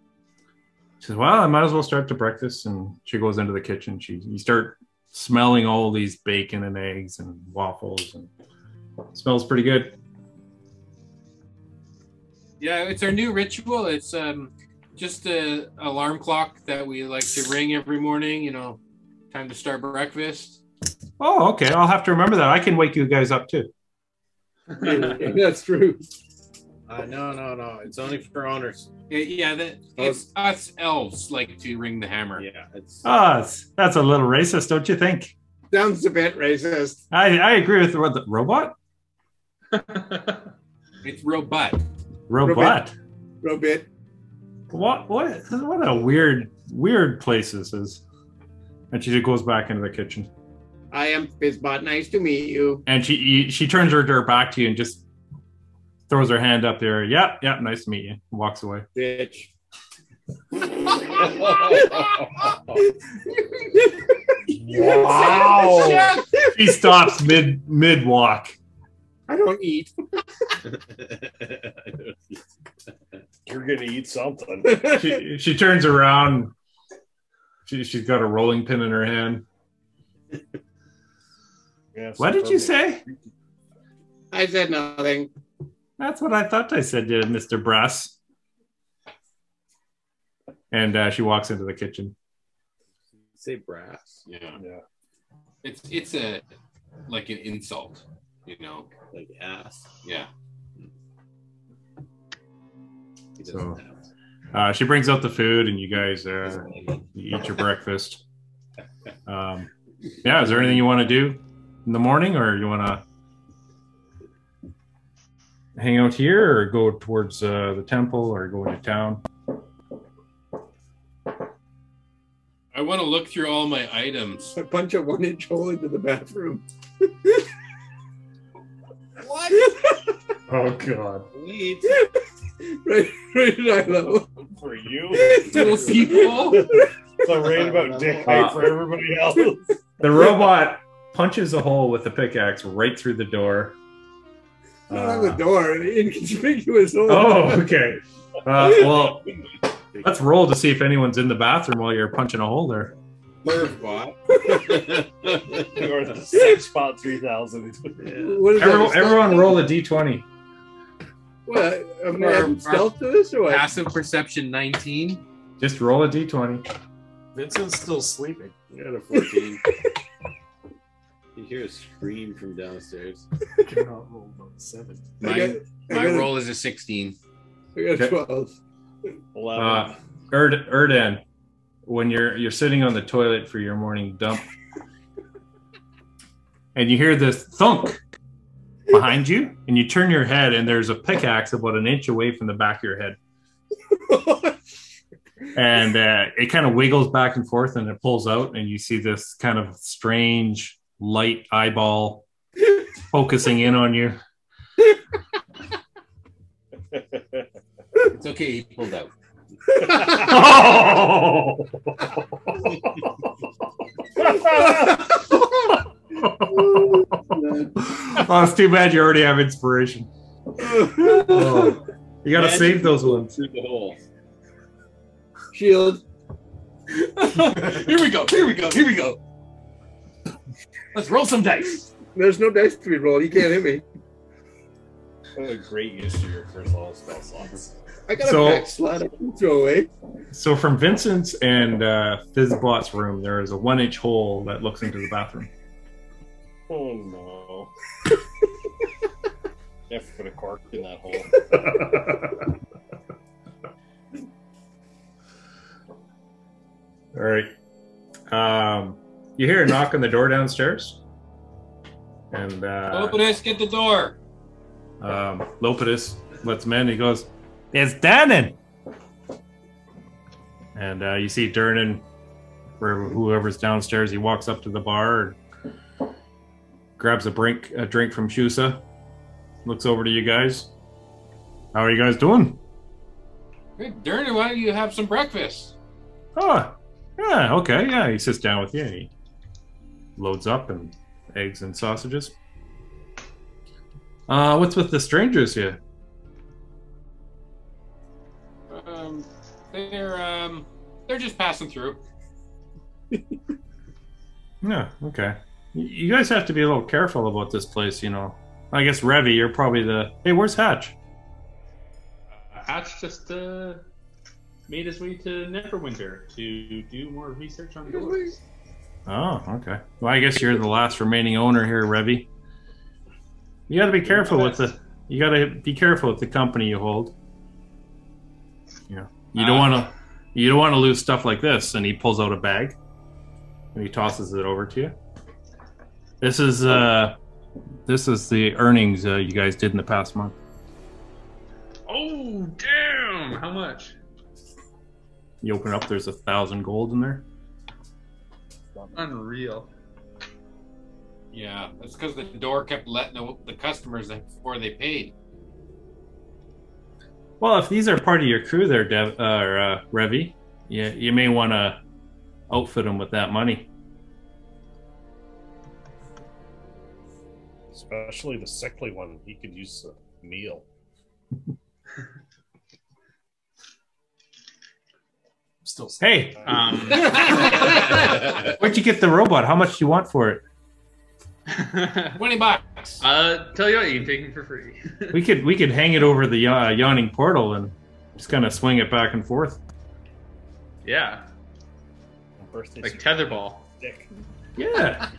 She says, "Well, I might as well start the breakfast." And she goes into the kitchen. She you start smelling all these bacon and eggs and waffles, and smells pretty good. Yeah, it's our new ritual. It's um, just a alarm clock that we like to ring every morning. You know, time to start breakfast. Oh, okay. I'll have to remember that. I can wake you guys up too. That's true. Uh, no, no, no. It's only for honors. Yeah, Yeah, that it's us elves like to ring the hammer. Yeah, it's Ah, it's- that's a little racist, don't you think? Sounds a bit racist. I, I agree with the, what the robot. it's robot. Robot. Robit. What what what a weird weird place this is. And she goes back into the kitchen. I am Fizzbot. Nice to meet you. And she she turns her, her back to you and just throws her hand up there. Yep, yep, nice to meet you. And walks away. Bitch. Wow. she stops mid mid walk. I don't eat. You're gonna eat something. She, she turns around. She, she's got a rolling pin in her hand. Yes, What did you say? I said nothing. That's what I thought I said to Mr. Brass. And uh, she walks into the kitchen. Say brass. Yeah. It's it's a like an insult, you know. Like ass. Yeah. He doesn't So have it. uh, she brings out the food, and you guys uh, you eat your breakfast. Um, yeah, is there anything you want to do in the morning, or you want to hang out here, or go towards uh, the temple, or go into town? I want to look through all my items. I punch a one inch hole into the bathroom. What? Oh God! Eat. right, right, I know. For you? Little people. So right about dick height for everybody else. The robot punches a hole with the pickaxe right through the door. Not on the door, inconspicuous. hole. Oh, okay. Uh, well, let's roll to see if anyone's in the bathroom while you're punching a hole there. Pervbot. You're six spot three thousand. What is that, Everyone, stealth? everyone roll a d20. What? Am I Or- adding stealth to this or what? Passive perception 19. Just roll a d20. Vincent's still sleeping. I got a 14. you hear a scream from downstairs. I cannot roll above seven. My, my roll is a 16. I got Okay. 12. Uh-huh. Uh, Erd- Erdan, when you're you're sitting on the toilet for your morning dump, and you hear this thunk behind you, and you turn your head, and there's a pickaxe about an inch away from the back of your head, and uh, it kind of wiggles back and forth, and it pulls out, and you see this kind of strange light eyeball focusing in on you. It's okay, he pulled out. Oh, it's too bad you already have inspiration. Oh, you gotta Magic save those ones. Through the hole. Shield. Here we go. Here we go. Here we go. Let's roll some dice. There's no dice to be rolled. You can't hit me. What a great use of your first level spell slots. I got So- a back slot I can throw away. So from Vincent's and uh, Fizzbot's room, there is a one-inch hole that looks into the bathroom. Oh no. you have to put a cork in that hole. All right. Um, you hear a knock on the door downstairs, and uh, Open this, get the door. um, Lopetus lets him in. He goes, "It's Danon." And uh, you see Dernan, or whoever's downstairs, he walks up to the bar and grabs a drink, a drink from Shusa. Looks over to you guys. How are you guys doing? Hey, Dernan, why don't you have some breakfast? Oh, Yeah, okay, yeah. He sits down with you and he loads up and eggs and sausages. Uh, what's with the strangers here? Um, they're um, they're just passing through. Yeah, okay. Y- You guys have to be a little careful about this place, you know. I guess Revy, you're probably the hey. Where's Hatch? Hatch just uh, made his way to Neverwinter to do more research on the orcs. Oh, okay. Well, I guess you're the last remaining owner here, Revy. You got to be careful with the. You got to be careful with the company you hold. Yeah, you Uh, don't want to. You don't want to lose stuff like this. And he pulls out a bag, and he tosses it over to you. This is uh, this is the earnings uh, you guys did in the past month. Oh, damn! How much? You open up. There's a thousand gold in there. Unreal. Yeah, that's because the door kept letting the, the customers in before they paid. Well, if these are part of your crew, there, Dev, uh, or, uh, Revy, you, you may want to outfit them with that money. Especially the sickly one. He could use a meal. Still. Hey, Um, where'd you get the robot? How much do you want for it? Um, Twenty bucks. Uh, tell you what, you can take him for free. We could we could hang it over the uh, yawning portal and just kind of swing it back and forth. yeah, Birthday like tetherball. dick. Yeah.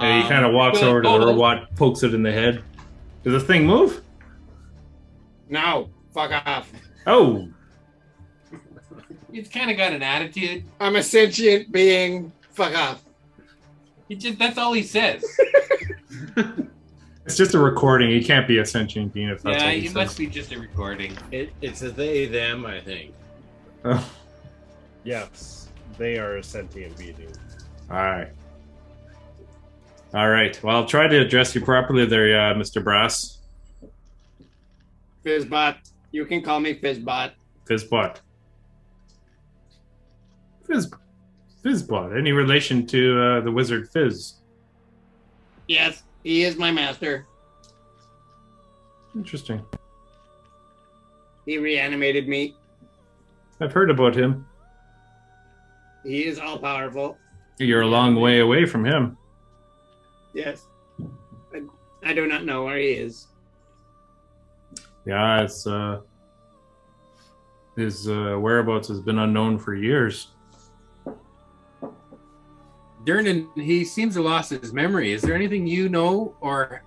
And he kind of walks over to the robot, pokes it in the head. Does the thing move? No, fuck off. Oh, He's kind of got an attitude. I'm a sentient being. Fuck off. He just that's all he says. it's just a recording. He can't be a sentient being if that's yeah, what he he says. must be just a recording. It, it's a they them, I think. Oh, Yes, they are a sentient being. all right. All right. Well, I'll try to address you properly there, uh, Mr. Brass. Fizzbot. You can call me Fizzbot. Fizzbot. Fizz, Fizzbot. Any relation to uh, the wizard Fizz? Yes, he is my master. Interesting. He reanimated me. I've heard about him. He is all powerful. You're a long way away from him. Yes. I, I do not know where he is. Yeah, it's uh, his uh, whereabouts has been unknown for years. Dernan, he seems to lost his memory. Is there anything you know, or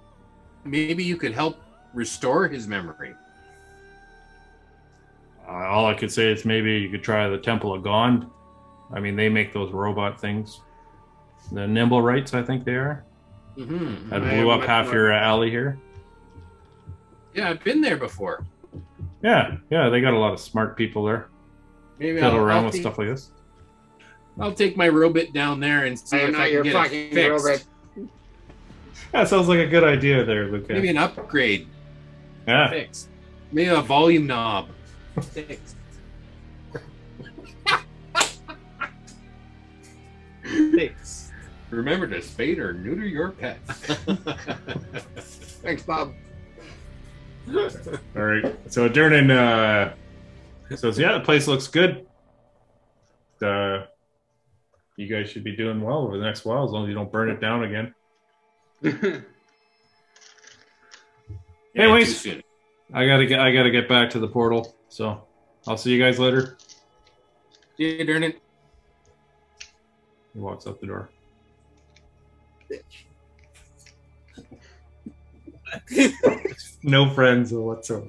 maybe you could help restore his memory? Uh, all I could say is maybe you could try the Temple of Gond. I mean, they make those robot things. The nimble rights, I think they are. Mm-hmm. That I blew have up much half more- your uh, alley here. Yeah, I've been there before. Yeah, yeah, they got a lot of smart people there. Maybe Fiddle I'll, around I'll with take, stuff like this. I'll take my robot down there and see I am if not I your can get fucking it fixed. robot. That sounds like a good idea there, Luca. Maybe an upgrade yeah. fixed. Maybe a volume knob fixed. Thanks. Remember to spade or neuter your pets. Thanks, Bob. All right. So Dernan uh, says, "Yeah, the place looks good. Uh, you guys should be doing well over the next while, as long as you don't burn it down again." Yeah, Anyways. too soon. I gotta get. I gotta get back to the portal. So I'll see you guys later. See you, Dernan. He walks up the door. no friends whatsoever.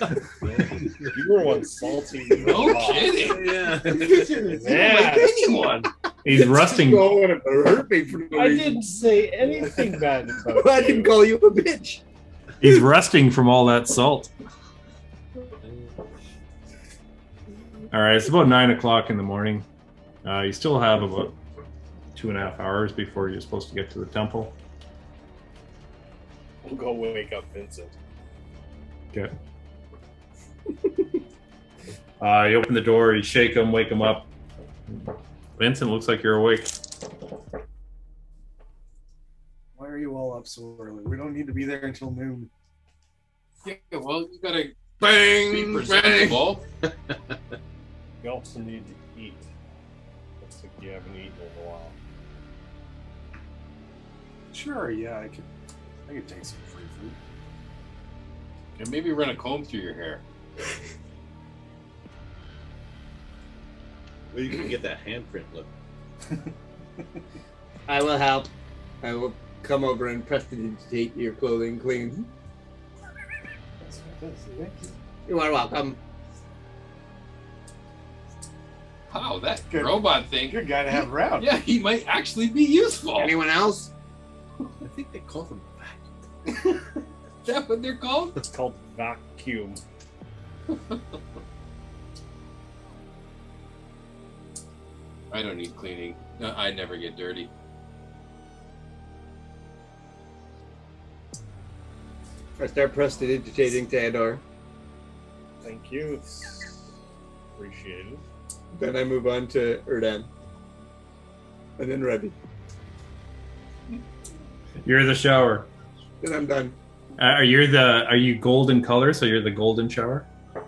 You were one salty. No kidding. Yeah. Yeah. anyone. He's rusting. You all want to hurt me for no I reason. didn't say anything bad about I didn't call you a bitch. He's rusting from all that salt. All right, it's about nine o'clock in the morning. Uh, you still have about two and a half hours before you're supposed to get to the temple. We'll go wake up Vincent. Okay. Uh, you open the door, you shake him, wake him up. Vincent, looks like you're awake. Why are you all up so early? We don't need to be there until noon. Yeah, well, you gotta Bang, be bang. presentable. You also need to eat. Looks like you haven't eaten in a while. Sure, yeah, I could. I could take some free food. and maybe run a comb through your hair. Well, you can get that handprint look. I will help. I will come over and prestidigitate your clothing clean. That's fantastic. Thank you. You are welcome. Wow, that Good. robot thing. Good guy to have around. Yeah, he might actually be useful. Anyone else? I think they call them back. Is that what they're called? It's called vacuum. I don't need cleaning. No, I never get dirty. I start prestidigitating Theodore. Thank you. It's appreciated. Then I move on to Erdan. And then Rebbe. You're the shower. Then I'm done. Uh, are you the? Are you golden color? So you're the golden shower.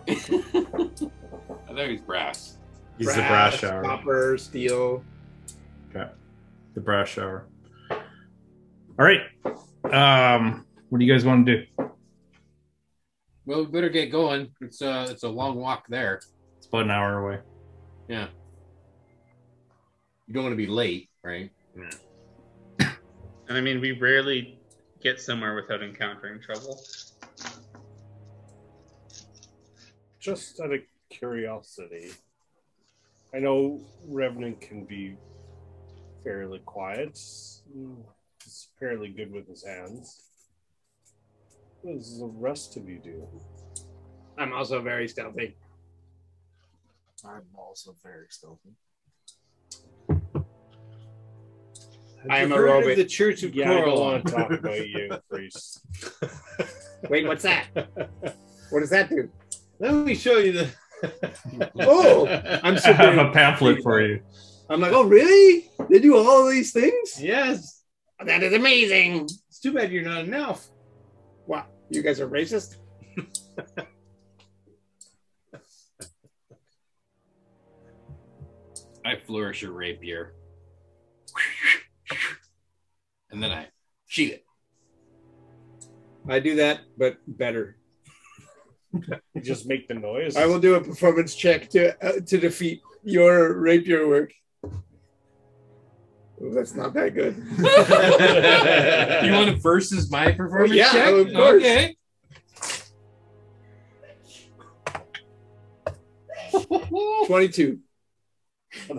I thought he was brass. He's the brass Brass, shower. Copper, steel. Okay. The brass shower. All right. Um, what do you guys want to do? Well, we better get going. It's uh, it's a long walk there. It's about an hour away. Yeah. You don't want to be late, right? And I mean, we rarely get somewhere without encountering trouble. Just out of curiosity, I know Revenant can be fairly quiet. He's fairly good with his hands. What does the rest of you do? I'm also very stealthy. I'm also very stealthy. I am a heard of robot. the Church of Yeah, I don't Coral. want to talk about you, priest. Wait, what's that? what does that do? Let me show you the. Oh, I'm I'm I so have a pamphlet for you. I'm like, oh really? They do all these things? yes. That is amazing. It's too bad you're not an elf. What? You guys are racist? I flourish a rapier, and then I sheath it. I do that, but better. You just make the noise. I will do a performance check to uh, to defeat your rapier work. Oh, that's not that good. You want to versus my performance Yeah, check? of course. Okay. Twenty-two.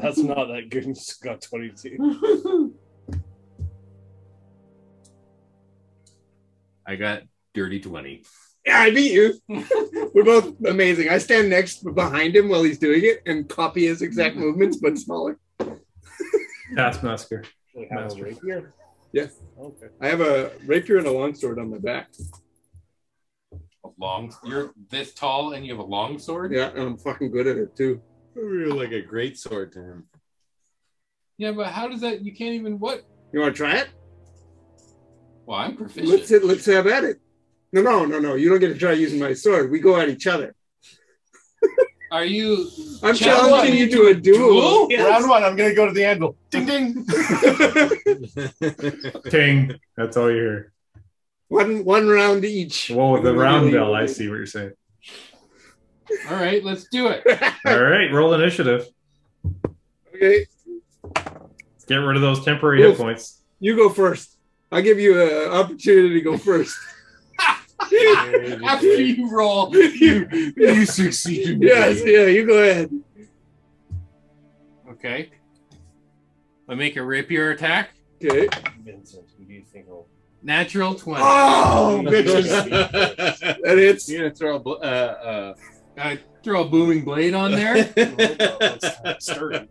That's not that good. You just got 22. I got dirty twenty. Yeah, I beat you. We're both amazing. I stand next behind him while he's doing it and copy his exact movements, but smaller. Taskmaster. We have a Master. rapier. Yes. Okay. I have a rapier and a longsword on my back. A long. You're this tall, and you have a long sword. Yeah, and I'm fucking good at it too. You're like a great sword to him. Yeah, but how does that? You can't even. What? You want to try it? Well, I'm Let's proficient. let's have at it. No, no, no, no. You don't get to try using my sword. We go at each other. Are you? I'm Challenge challenging you to a duel. Duel? Round one. I'm gonna go to the anvil. Ding ding. Ting. That's all you hear. one one round each. Whoa, the round bell. I see what you're saying. All right, let's do it. All right. Roll initiative. Okay, Get rid of those temporary hit Oof. points. you go first. I'll give you an opportunity to go first. After you roll, you, you succeeded. yes, yeah. You go ahead. Okay. I make a rapier attack. Okay. Vincent, who do you think will Natural 20. Oh, bitches. You're That hits. gonna throw a. Bl- uh, I throw a booming blade on there. uh... Sturdy.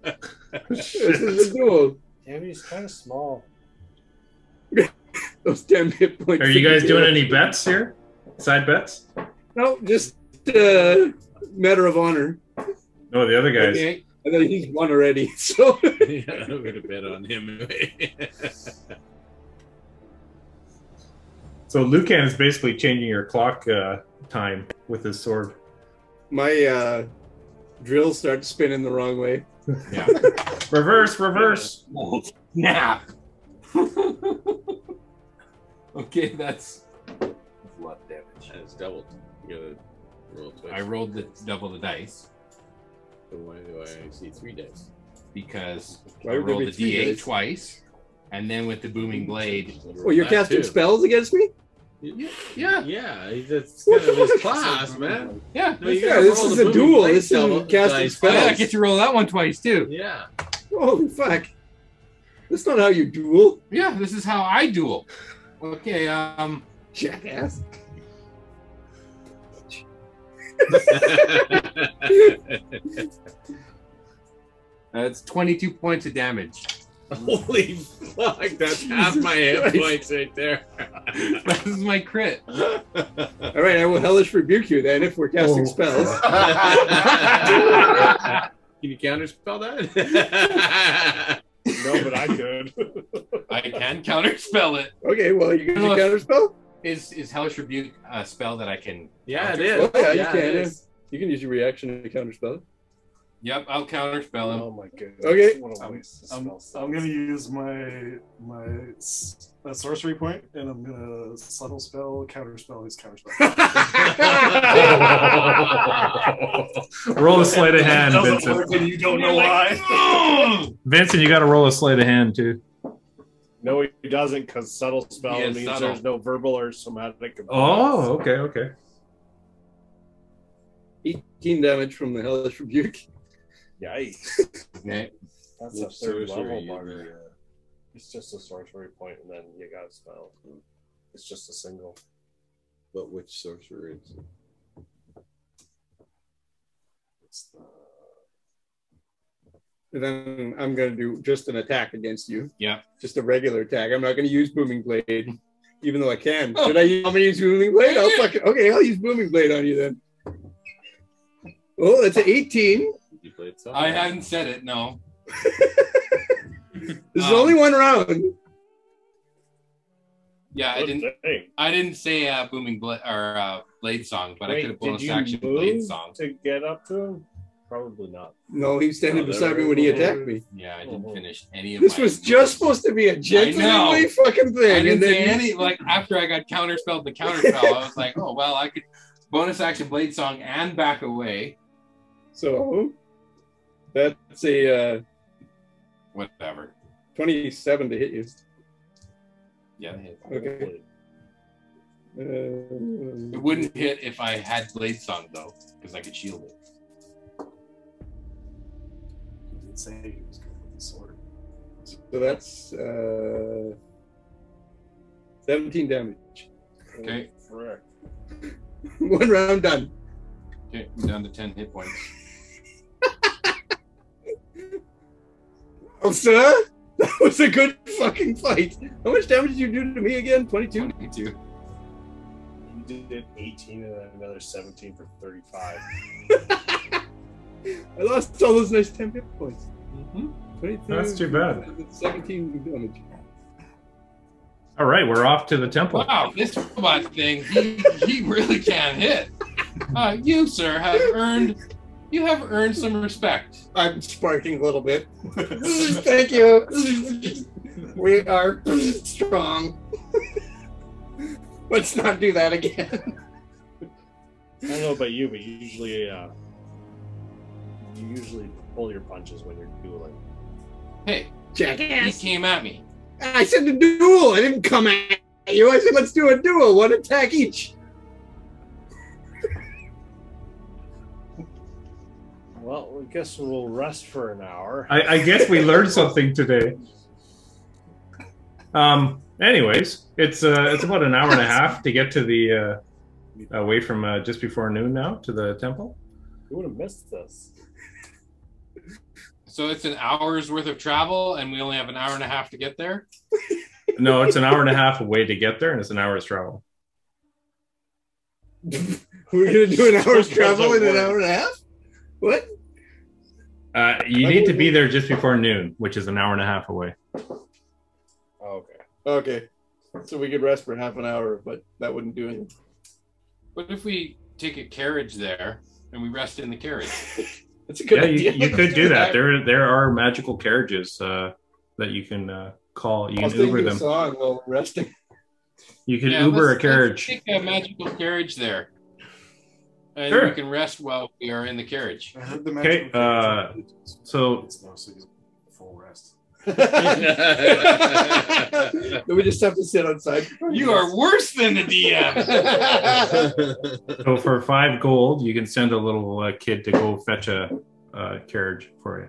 This is a duel. Damn, he's kind of small. Those damn hit points. Are you guys doing it? any bets here? Side bets? No, just uh, matter of honor. No, the other guys. Okay. I mean, he's won already, so yeah, I would have bet on him anyway. So Lucan is basically changing your clock uh, time with his sword. my uh, drill starts spinning the wrong way. Yeah. reverse, reverse. Snap. okay, that's that's a lot of damage. It's doubled. You gotta roll twice. I rolled the double the dice So why do I see three dice? because Why I would there rolled the be three d8 dice? twice, and then with the booming blade. Oh, you're That casting too. spells against me? Yeah, Yeah, he- that's kind of his class, man. yeah. No, you Yeah, gotta this roll is the a movie duel. plate This isn't double- casting dice. Oh, spells. yeah, I get to roll that one twice too. Yeah. Holy fuck! That's not how you duel, Yeah, this is how I duel. Okay, um, jackass. that's 22 points of damage. Holy fuck, that's half Jesus my hit Christ. points right there. this is my crit. All right, I will hellish rebuke you then if we're casting Oh. spells. Can you counterspell that? No, but I could. I can counterspell it. Okay, well you Oh. can counter spell. Is is Hellish Rebuke a spell that I can? yeah, it Oh, is. yeah, you yeah, can. it yeah. is. You can use your reaction to counter spell. Yep, I'll counterspell him. Oh my goodness. Okay. What a I'm- waste of I'm, spells. I'm gonna use my my s- uh, sorcery point, and I'm gonna subtle spell, counter spell, his counter spell. roll a sleight of hand, Doesn't Vincent. work, and you don't know why. Vincent, you got to roll a sleight of hand too. No, he doesn't, because subtle spell He is means subtle. there's no verbal or somatic. components. Oh, okay, okay. 18 damage from the hellish rebuke. Yikes. Okay. That's Which a third sorcery level is bugger. that? It's just a sorcery point, and then you got a spell. It's just a single. But which sorcerer is it? And then I'm gonna do just an attack against you. Yeah. Just a regular attack. I'm not gonna use booming blade, even though I can. Oh. Should I use, I'm gonna use booming blade? I'll fucking okay, I'll use booming blade on you then. Oh, that's an 18. You played something? I hadn't said it. No. This is Um, only one round. Yeah, I Good didn't. thing. I didn't say uh, booming bla- or uh, blade song, but I Wait, could have did bonus you action move blade song. to get up to him? Probably not. No, he was Oh, standing No, that beside me was- when he attacked me. Yeah, I didn't finish any of. This my was just supposed to be a gentlemanly know. fucking I thing. didn't And say then any. Like after I got counterspelled the counterspell, I was like, oh well, I could bonus action blade song and back away. so that's a uh, Whatever. 27 to hit you. Yeah, it Okay. It Uh, wouldn't hit if I had blade song though, because I could shield it. He did say he was going with the sword. So that's uh, 17 damage. Okay. Frick. One round done. Okay, I'm down to ten hit points. Oh, sir, that was a good fucking fight. How much damage did you do to me again? 22? Twenty-two. You did 18 and then another 17 for 35. I lost all those nice 10 hit points. Mm-hmm. 22. That's too bad. 17 damage. All right, we're off to the temple. Wow, this robot thing, he, he really can hit. Uh, you, sir, have earned you have earned some respect. I'm sparking a little bit. Thank you. We are strong. Let's not do that again. I don't know about you, but usually, uh, you usually pull your punches when you're dueling. Hey, he Jackass. came at me. I said to duel. I didn't come at you. I said, let's do a duel. One attack each. Well, I guess we'll rest for an hour. I, I guess we learned something today. Um. Anyways, it's uh, it's about an hour and a half to get to the uh, away from uh, just before noon now to the temple. You would have missed this. So it's an hour's worth of travel, and we only have an hour and a half to get there. No, it's an hour and a half away to get there, and it's an hour's travel. We're going to do an hour's travel in an hour and a half? What? Uh, you need to be there just before noon, which is an hour and a half away. Oh, okay. Okay. So we could rest for half an hour, but that wouldn't do anything. What if we take a carriage there and we rest in the carriage? That's yeah, you, you could do that. There, there are magical carriages uh, that you can uh, call. You I'll can sing Uber you a them. song while resting. You can Yeah, Uber a let's- carriage. Let's take a magical carriage there. And Sure. we can rest while we are in the carriage. Okay. Uh, so It's mostly just full rest. then we just have to sit outside. You are worse than the DM. so for five gold, you can send a little uh, kid to go fetch a uh, carriage for you.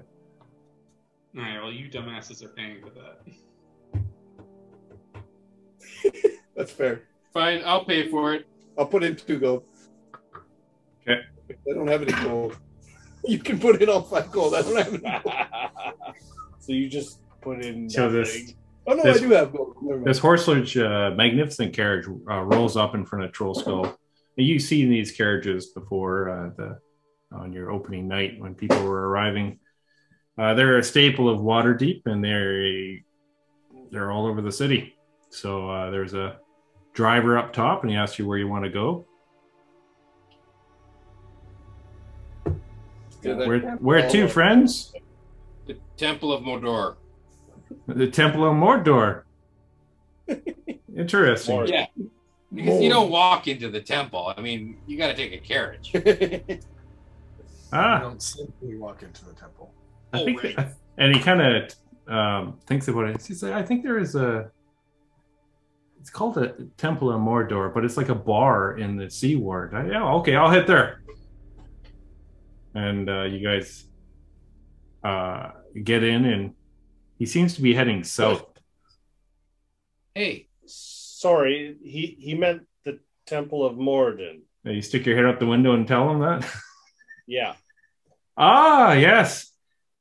All right, well, you dumbasses are paying for that. That's fair. Fine, I'll pay for it. I'll put in two gold. Okay. I don't have any gold. You can put in all five gold. I don't have any. so you just put in. So this- Oh no, This- I do have gold. Never mind. This horselage uh, magnificent carriage uh, rolls up in front of Troll Skull. And you've seen these carriages before uh, the on your opening night when people were arriving. Uh, they're a staple of Waterdeep, and they're a, they're all over the city. So uh, there's a driver up top, and he asks you where you want to go. Where, where to, friends? The Temple of Mordor. The Temple of Mordor. Interesting. Yeah. Because you don't walk into the temple. I mean, you got to take a carriage. You Ah, don't simply walk into the temple. I think, and he kind of um, thinks about it. He's like, I think there is a. It's called a Temple of Mordor, but it's like a bar in the Sea Ward. I, yeah, okay, I'll hit there. And uh, you guys uh, get in, and he seems to be heading south. Hey, sorry, he he meant the Temple of Morden. Now, You stick your head out the window and tell him that. Yeah, ah, yes.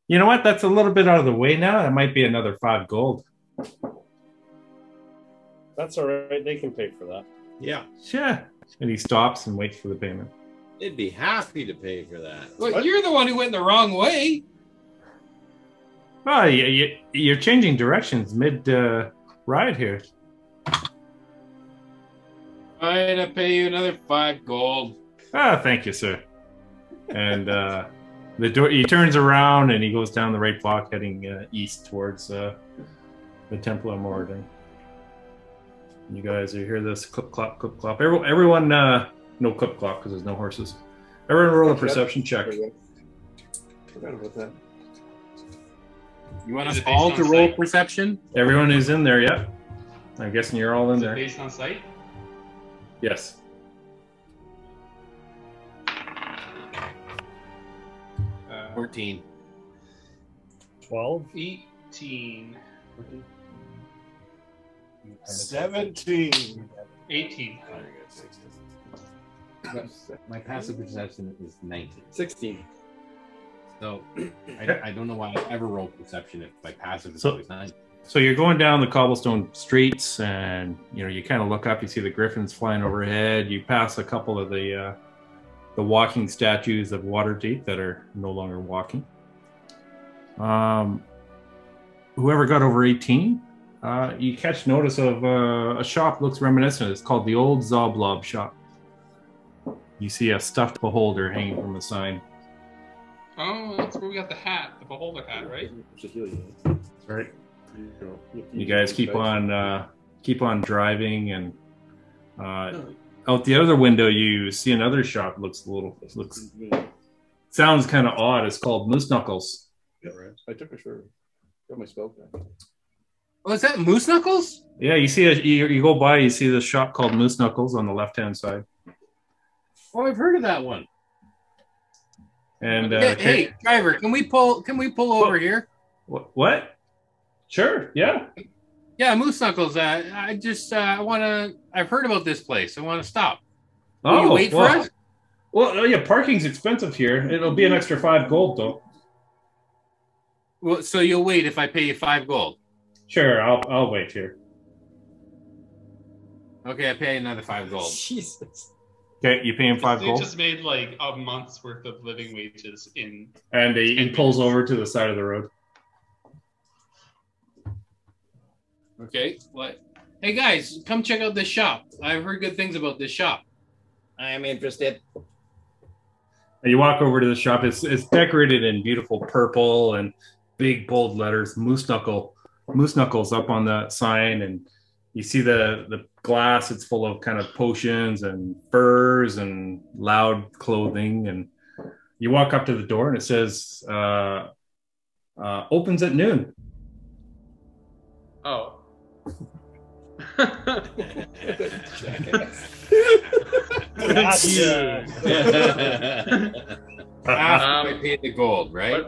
You know what? That's a little bit out of the way now. That might be another five gold. that's all right. They can pay for that. Yeah, Yeah. And he stops and waits for the payment. they'd be happy to pay for that. well, you're the one who went the wrong way. Well, you, you, Ah, you're changing directions mid uh, ride here. Fine, I'll pay you another five gold. Ah, thank you, sir. And uh, the door. He turns around and he goes down the right block, heading uh, east towards uh, the Temple of Moradin. You guys, you hear this clip clop, clip clop. Everyone, everyone uh, no clip clop because there's no horses. Everyone, roll a perception check. Forgot about that. You want Is us it based all on to roll sight? perception? Everyone who's in there, yep. I'm guessing you're all in Is it there. based on sight? Yes. Uh, 14. Twelve. 18. 17. 18. My passive perception is 19. 16. So I, I don't know why I ever roll perception if my passive is So- always 9. So you're going down the cobblestone streets, and you know you kind of look up. You see the griffins flying overhead. You pass a couple of the uh, the walking statues of Waterdeep that are no longer walking. Um, whoever got over eighteen, uh, you catch notice of uh, a shop looks reminiscent. It's called the Old Zoblob Shop. You see a stuffed beholder hanging from a sign. Oh, that's where we got the hat, the beholder hat, right? Right. you guys keep on uh, keep on driving and uh, out the other window you see another shop looks a little looks sounds kind of odd it's called moose knuckles I took a shirt. Got my spell back. Oh, is that Moose Knuckles? yeah you see it you, you go by you see this shop called moose knuckles on the left hand side Oh, I've heard of that one. and uh, hey, okay- hey, driver, can we pull can we pull over here? Wh- what sure yeah Yeah, Moose Knuckles. Uh, I just uh, I want to I've heard about this place. I want to stop. Will you wait for Oh, well, us? Mm-hmm. well oh, yeah parking's expensive here it'll be an extra five gold though Well, so you'll wait if I pay you 5 gold. sure i'll, I'll wait here Okay, I pay another 5 gold. Jesus. Okay, you pay him five They gold, just made like a month's worth of living wages in. and he, he pulls over to the side of the road. Okay. What? Hey guys, come check out this shop. I've heard good things about this shop. I am interested. And you walk over to the shop. It's it's decorated in beautiful purple and big bold letters. Moose knuckle, moose knuckles up on the sign, and you see the the glass. It's full of kind of potions and furs and loud clothing. And you walk up to the door, and it says uh, uh, opens at noon. Oh. Gotcha. Um, After I paid the gold, right?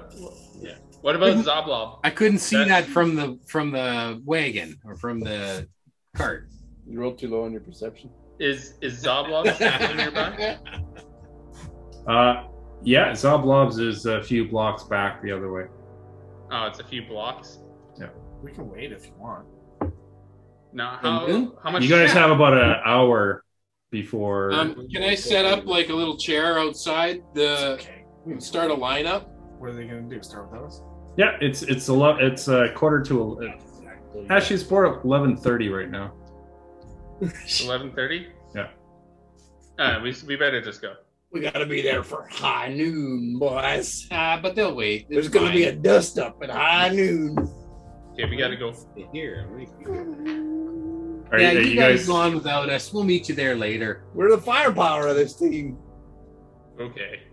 yeah. What about Zoblob? I couldn't see that from the from the wagon or from the cart. You rolled too low on your perception. Is is Zoblob stationed nearby? Uh, yeah, Zoblob's is a few blocks back the other way. Oh, it's a few blocks. We can wait if you want. No, Mhm. how, how much? You guys have about an hour before. Um, can I set up like a little chair outside the and start a lineup? What are they gonna do? Start with us? yeah, it's it's a lot. It's a quarter to. Uh, actually, it's four eleven thirty right now. Eleven thirty. Yeah. Uh, we we better just go. We gotta be there for high noon, boys. Ah, but they'll wait. There's gonna be a dust up at high noon. Okay, we gotta go. Here, Are yeah, you- are you, you guys, guys- go on without us. We'll meet you there later. We're the firepower of this team. Okay.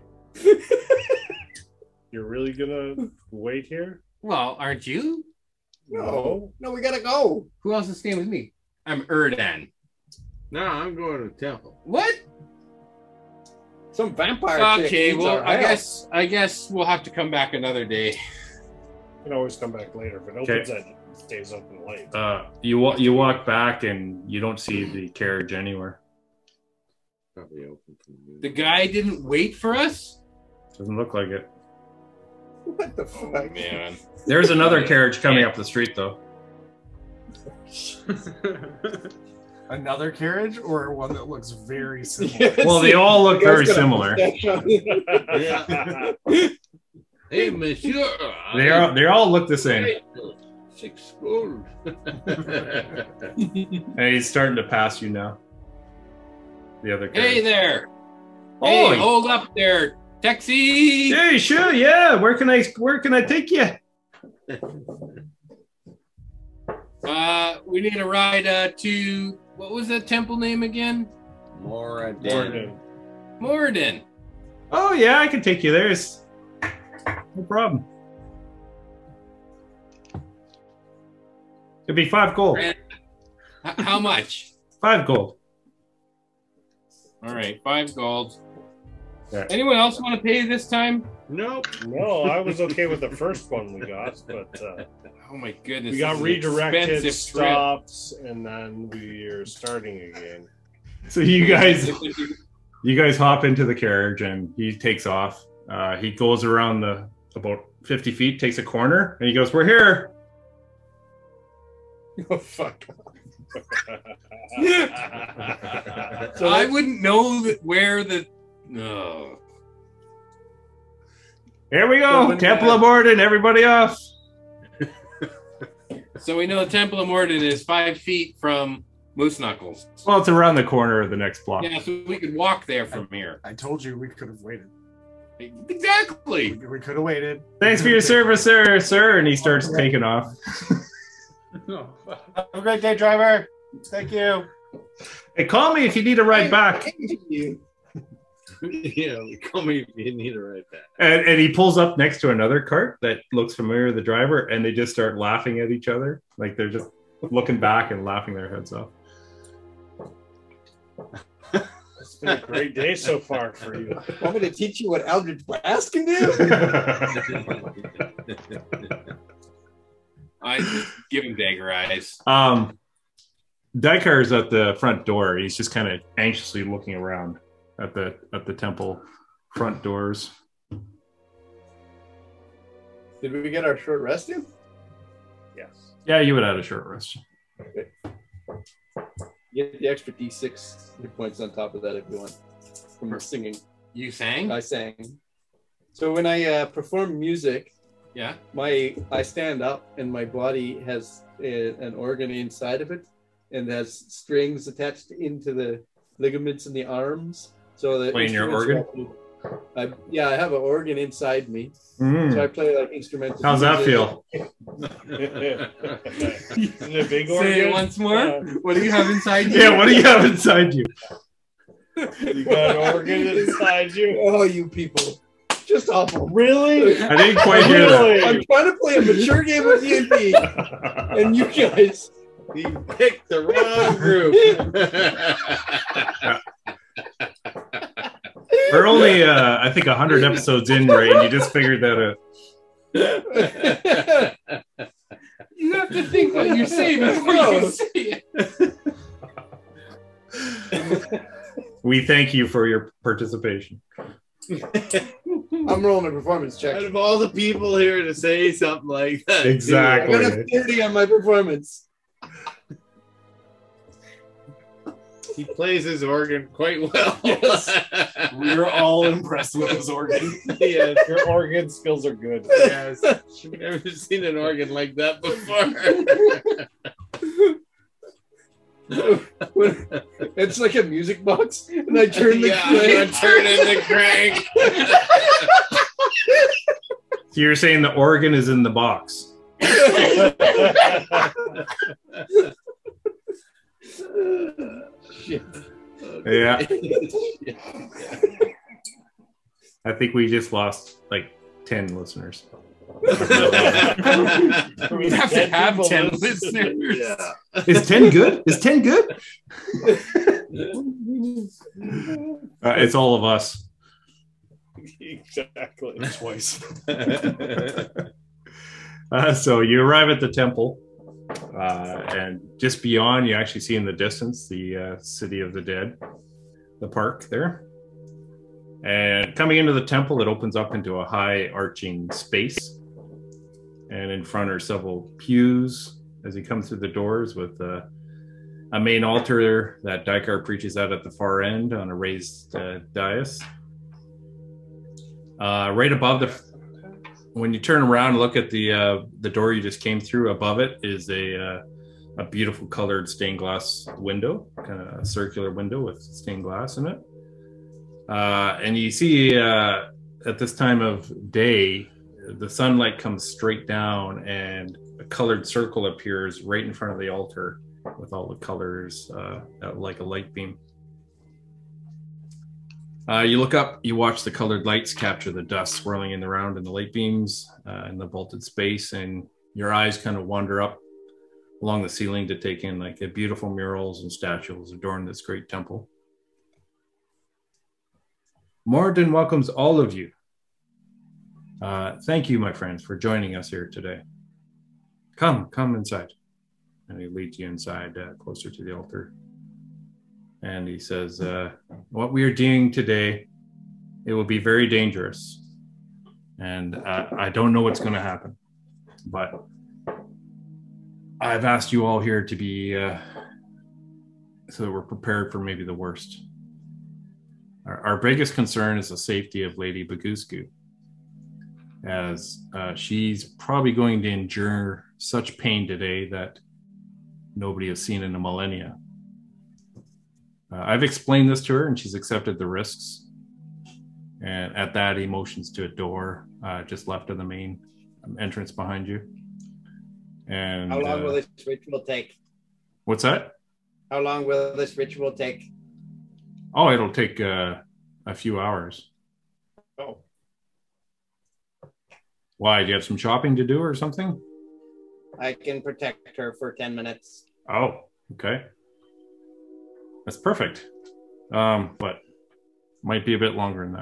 You're really gonna wait here? Well, aren't you? No, no, we gotta go. Who else is staying with me? I'm Erdan. No, I'm going to temple. What? Some vampire. chick Okay, needs well, our I help. guess I guess we'll have to come back another day. You can always come back later. If it Okay. opens, that stays open late. Uh, you wa- you walk back and you don't see the carriage anywhere. Probably open for me. The guy didn't wait for us. Doesn't look like it. What Oh, the fuck? man. There's another carriage coming up the street though. Another carriage or one that looks very similar? Well, they all look very similar. yeah. Hey, monsieur. They are they all look the same. Six gold. And he's starting to pass you now. The other carriage. Hey there. Oi. Hey, hold up there, taxi. Hey, sure, yeah. Where can I where can I take you? Uh, we need a ride uh, to what was that temple name again? More Morgan. Moradin. Oh yeah, I can take you there. It's no problem. It'd be five gold. H- how much? Five gold. All right, five gold. Yeah. Anyone else want to pay this time? Nope. No, I was okay with the first one we got, but uh, Oh my goodness! we got this is an redirected expensive trip. stops, and then we are starting again. So you guys you guys hop into the carriage and he takes off. Uh, he goes around the about fifty feet, takes a corner, and he goes, We're here. Oh fuck. So I wouldn't know that where the. No. Here we go. Something Temple bad. of Morden, everybody off. So we know the Temple of Morden is five feet from Moose Knuckles. Well, it's around the corner of the next block. Yeah, so we could walk there from here. I told you we could have waited. We, Exactly. we could have waited. Thanks for your service, sir, sir. And he starts taking off. No. fuck. Have a great day, driver. Thank you. Hey, call me if you need a ride back. yeah, call me if you need to write that. And, and he pulls up next to another cart that looks familiar to the driver, and they just start laughing at each other. Like they're just looking back and laughing their heads off. It's been a great day so far for you. Want me to teach you what Eldritch Blast can do? I just give him dagger eyes. um, Dykar is at the front door. He's just kind of anxiously looking around at the at the temple front doors. Did we get our short rest in? Yes. Yeah, you would add a short rest. Get the extra D6 points on top of that if you want. from the singing. You sang? I sang. So when I uh, perform music, Yeah. my I stand up and my body has a, an organ inside of it, and has strings attached into the ligaments in the arms. So that Playing your instruments are- I, yeah, I have an organ inside me, Mm. so I play like instrumental. How's that feel? it a big Say it organ? once more. Uh, what do you have inside you? Yeah, what do you have inside you? You got an organ inside you? Oh, you people. Just awful. Really? I didn't quite hear that. really? I'm trying to play a mature game of D&D, and you guys. You picked the wrong group. We're only, uh, I think, 100 episodes in, Ray, and you just figured that uh, out. You have to think what you say before you say it. We thank you for your participation. I'm rolling a performance check. Out of all the people here to say something like that, Exactly. I got a 30 on my performance. he plays his organ quite well. We were all impressed with his organ. yes, Your organ skills are good. yes. I've never seen an organ like that before. It's like a music box, and I turn the Yeah, I'm gonna crank. turn in the crank. So you're saying the organ is in the box. Shit. Yeah. I think we just lost like 10 listeners. We have to have people 10 listen. listeners. Is 10 good? Is 10 good? Uh, it's all of us. exactly. Twice. Uh, so you arrive at the temple, uh, and just beyond, you actually see in the distance the uh, city of the dead, the park there. And coming into the temple, it opens up into a high arching space. And in front are several pews as you come through the doors with uh, a main altar that Dykar preaches at at the far end on a raised uh, dais. Uh, right above the when you turn around and look at the uh, the door you just came through above it is a uh, a beautiful colored stained glass window kind of a circular window with stained glass in it uh, and you see uh, at this time of day the sunlight comes straight down and a colored circle appears right in front of the altar with all the colors uh, uh, like a light beam uh, you look up, you watch the colored lights capture the dust swirling in the round in the light beams uh, in the vaulted space, and your eyes kind of wander up along the ceiling to take in like the beautiful murals and statues adorn this great temple. Morden welcomes all of you. Uh, thank you, my friends, for joining us here today. Come, come inside. And he leads you inside uh, closer to the altar. And he says, uh, What we are doing today, it will be very dangerous. And uh, I don't know what's going to happen. But I've asked you all here to be uh, so that we're prepared for maybe the worst. Our, our biggest concern is the safety of Lady Bagusku, as uh, she's probably going to endure such pain today that nobody has seen in a millennia. Uh, I've explained this to her, and she's accepted the risks. And at that, he motions to a door uh, just left of the main um, entrance behind you. And How long uh, will this ritual take? What's that? How long will this ritual take? Oh, it'll take uh, a few hours. Oh. Why? Do you have some shopping to do or something? I can protect her for 10 minutes. Oh, okay. That's perfect. Um, but might be a bit longer than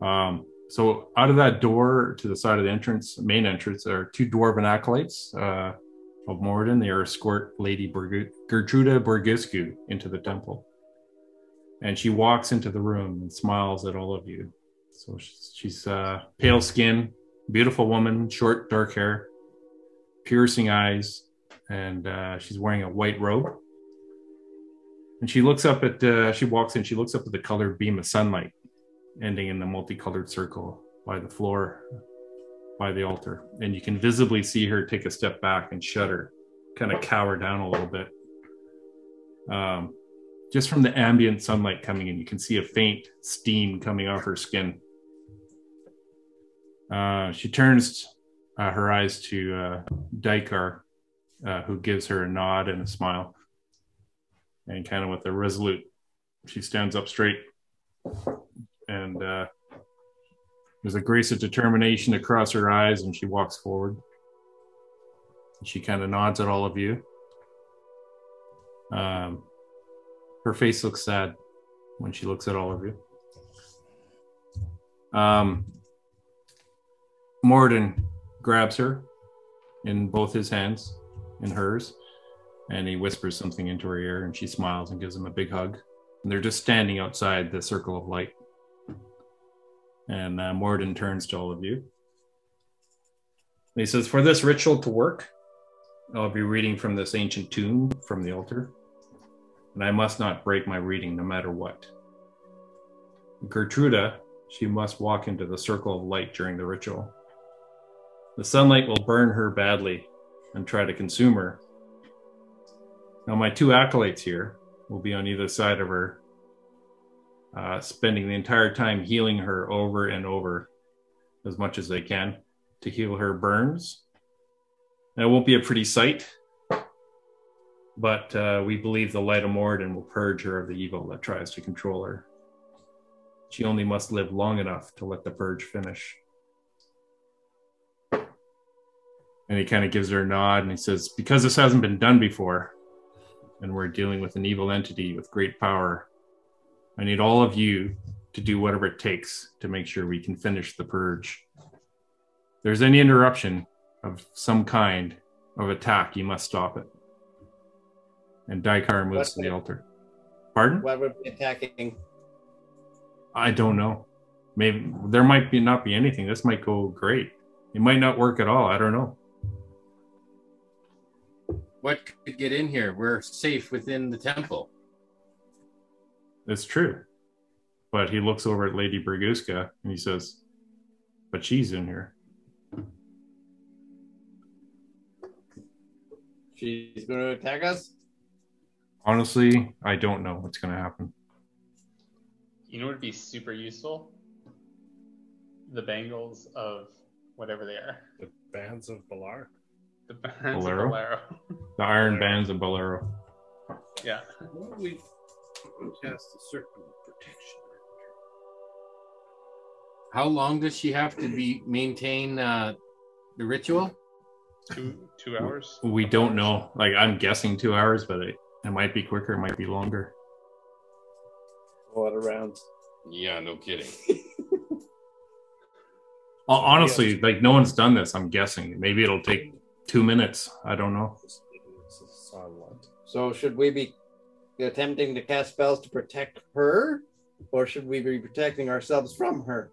that. Um, so out of that door to the side of the entrance, main entrance, are two dwarven acolytes uh, of Moradin. They are escort Lady Bergu- Gertruda Borgescu into the temple. And she walks into the room and smiles at all of you. So she's, she's uh, pale skin, beautiful woman, short, dark hair, piercing eyes, and uh, she's wearing a white robe. And she looks up at, uh, she walks in, she looks up at the colored beam of sunlight ending in the multicolored circle by the floor, by the altar. And you can visibly see her take a step back and shudder, kind of cower down a little bit. Um, just from the ambient sunlight coming in, you can see a faint steam coming off her skin. Uh, she turns uh, her eyes to uh, Dykar, uh, who gives her a nod and a smile. And kind of with a resolute, she stands up straight. And uh, there's a grace of determination across her eyes, and she walks forward. She kind of nods at all of you. Um, her face looks sad when she looks at all of you. Um, Morden grabs her in both his hands and hers, and he whispers something into her ear, and she smiles and gives him a big hug. And they're just standing outside the circle of light. And uh, Morden turns to all of you. And he says, For this ritual to work, I'll be reading from this ancient tomb from the altar, and I must not break my reading no matter what. Gertruda, she must walk into the circle of light during the ritual. The sunlight will burn her badly and try to consume her. Now, my two acolytes here will be on either side of her, uh, spending the entire time healing her over and over as much as they can to heal her burns. And it won't be a pretty sight, but uh, we believe the light of Moradin will purge her of the evil that tries to control her. She only must live long enough to let the purge finish. And he kind of gives her a nod and he says, Because this hasn't been done before, and we're dealing with an evil entity with great power, I need all of you to do whatever it takes to make sure we can finish the purge. If there's any interruption of some kind of attack, you must stop it. And Dykar moves to the altar. Pardon? Why would we be attacking? I don't know. Maybe there might be not be anything. This might go great. It might not work at all. I don't know. What could get in here? We're safe within the temple. It's true. But he looks over at Lady Braguska and he says, But she's in here. She's going to attack us. Honestly, I don't know what's going to happen. You know what would be super useful? The bangles of whatever they are. The bands of Balar. The bands Bolero? of Bolero. The Iron Bands of Bolero. Yeah. Why don't we cast the circle of protection? How long does she have to be maintain uh, the ritual? Two two hours. We don't know. Like, I'm guessing two hours, but it, it might be quicker. It might be longer. A lot of rounds. Yeah, no kidding. Hon- Honestly, like, no one's done this. I'm guessing. Maybe it'll take two minutes. I don't know. So should we be attempting to cast spells to protect her, or should we be protecting ourselves from her?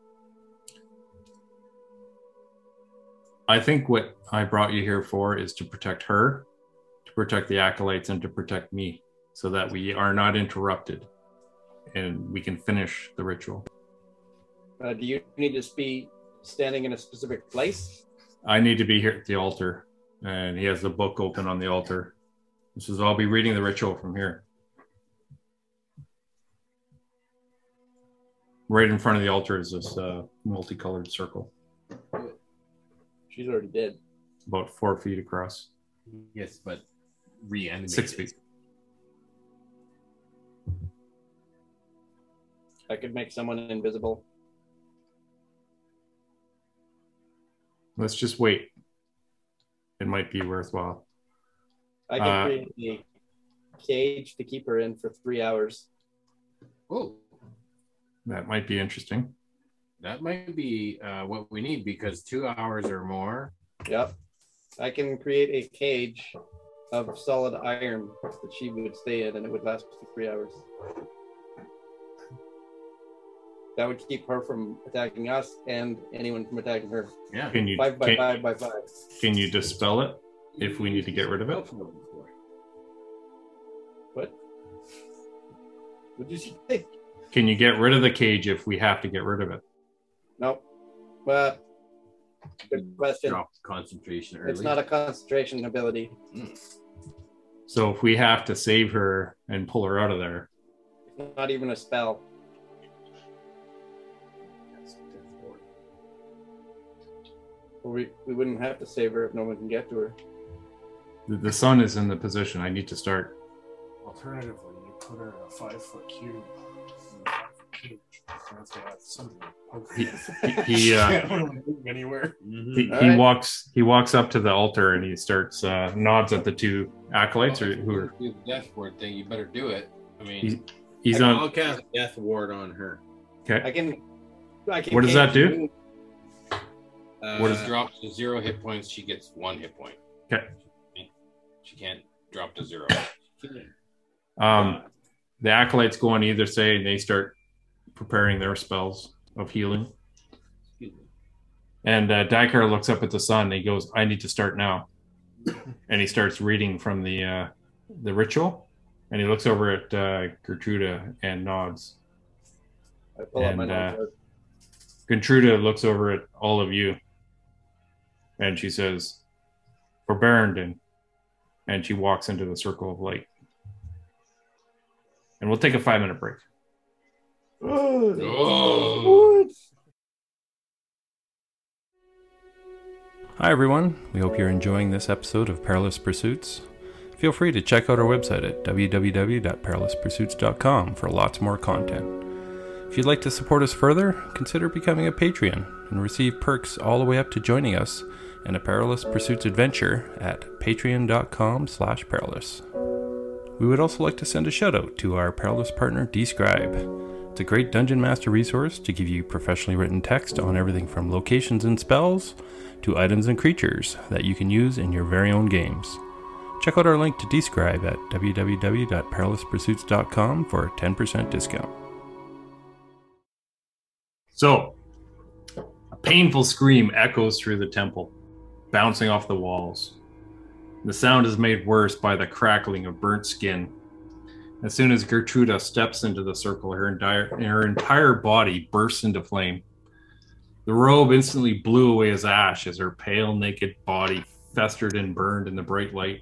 I think what I brought you here for is to protect her, to protect the acolytes, and to protect me so that we are not interrupted and we can finish the ritual. Uh, do you need to be standing in a specific place? I need to be here at the altar. And he has the book open on the altar. This is I'll be reading the ritual from here. Right in front of the altar is this uh, multicolored circle, She's already dead. about four feet across, Yes, but reanimated. six feet. I could make someone invisible. Let's just wait. It might be worthwhile. I could Uh, create a cage to keep her in for three hours. Oh, That might be interesting. that might be uh, what we need because two hours or more. Yep. I can create a cage of solid iron that she would stay in, and it would last for three hours. That would keep her from attacking us and anyone from attacking her. Yeah. Can you Five by can, five by five. can you dispel it if we need to get rid of it? What? What did you say? Can you get rid of the cage if we have to get rid of it? No. But good question. Drop concentration early. It's not a concentration ability. So if we have to save her and pull her out of there, It's not even a spell. Well, we, we wouldn't have to save her if no one can get to her. the- the sun is in the position I need to start. Alternatively, you put her in a five foot cube. in a five-foot cage. So That's why I have something He- he, uh, Can't really move anywhere. He, he walks. He walks up to the altar and he starts uh, nods at the two acolytes or who are. Do the death ward thing. You better do it. I mean, He's, he's I on. I'll cast death ward on her. Okay. I can. I can What does that do? Uh, What is drops to zero hit points? She gets one hit point. Okay. She can't drop to zero. Um, the acolytes go on either side and they start preparing their spells of healing. And uh, Dykar looks up at the sun. And he goes, "I need to start now," and he starts reading from the uh, the ritual. And he looks over at uh, Gertruda and nods. I pull out my And, uh, notebook. Gertruda looks over at all of you and she says, For Berendon. And she walks into the circle of light. And we'll take a five minute break. Oh. Hi, everyone. We hope you're enjoying this episode of Perilous Pursuits. Feel free to check out our website at www.perilouspursuits.com for lots more content. If you'd like to support us further, consider becoming a Patreon and receive perks all the way up to joining us in a Perilous Pursuits adventure at patreon.com slash perilous. We would also like to send a shout out to our perilous partner, Describe. It's a great dungeon master resource to give you professionally written text on everything from locations and spells to items and creatures that you can use in your very own games. Check out our link to Describe at www.perilouspursuits.com for a 10% discount. So, a painful scream echoes through the temple, bouncing off the walls. The sound is made worse by the crackling of burnt skin. As soon as Gertruda steps into the circle, her entire, her entire body bursts into flame. The robe instantly blew away as ash as her pale, naked body festered and burned in the bright light.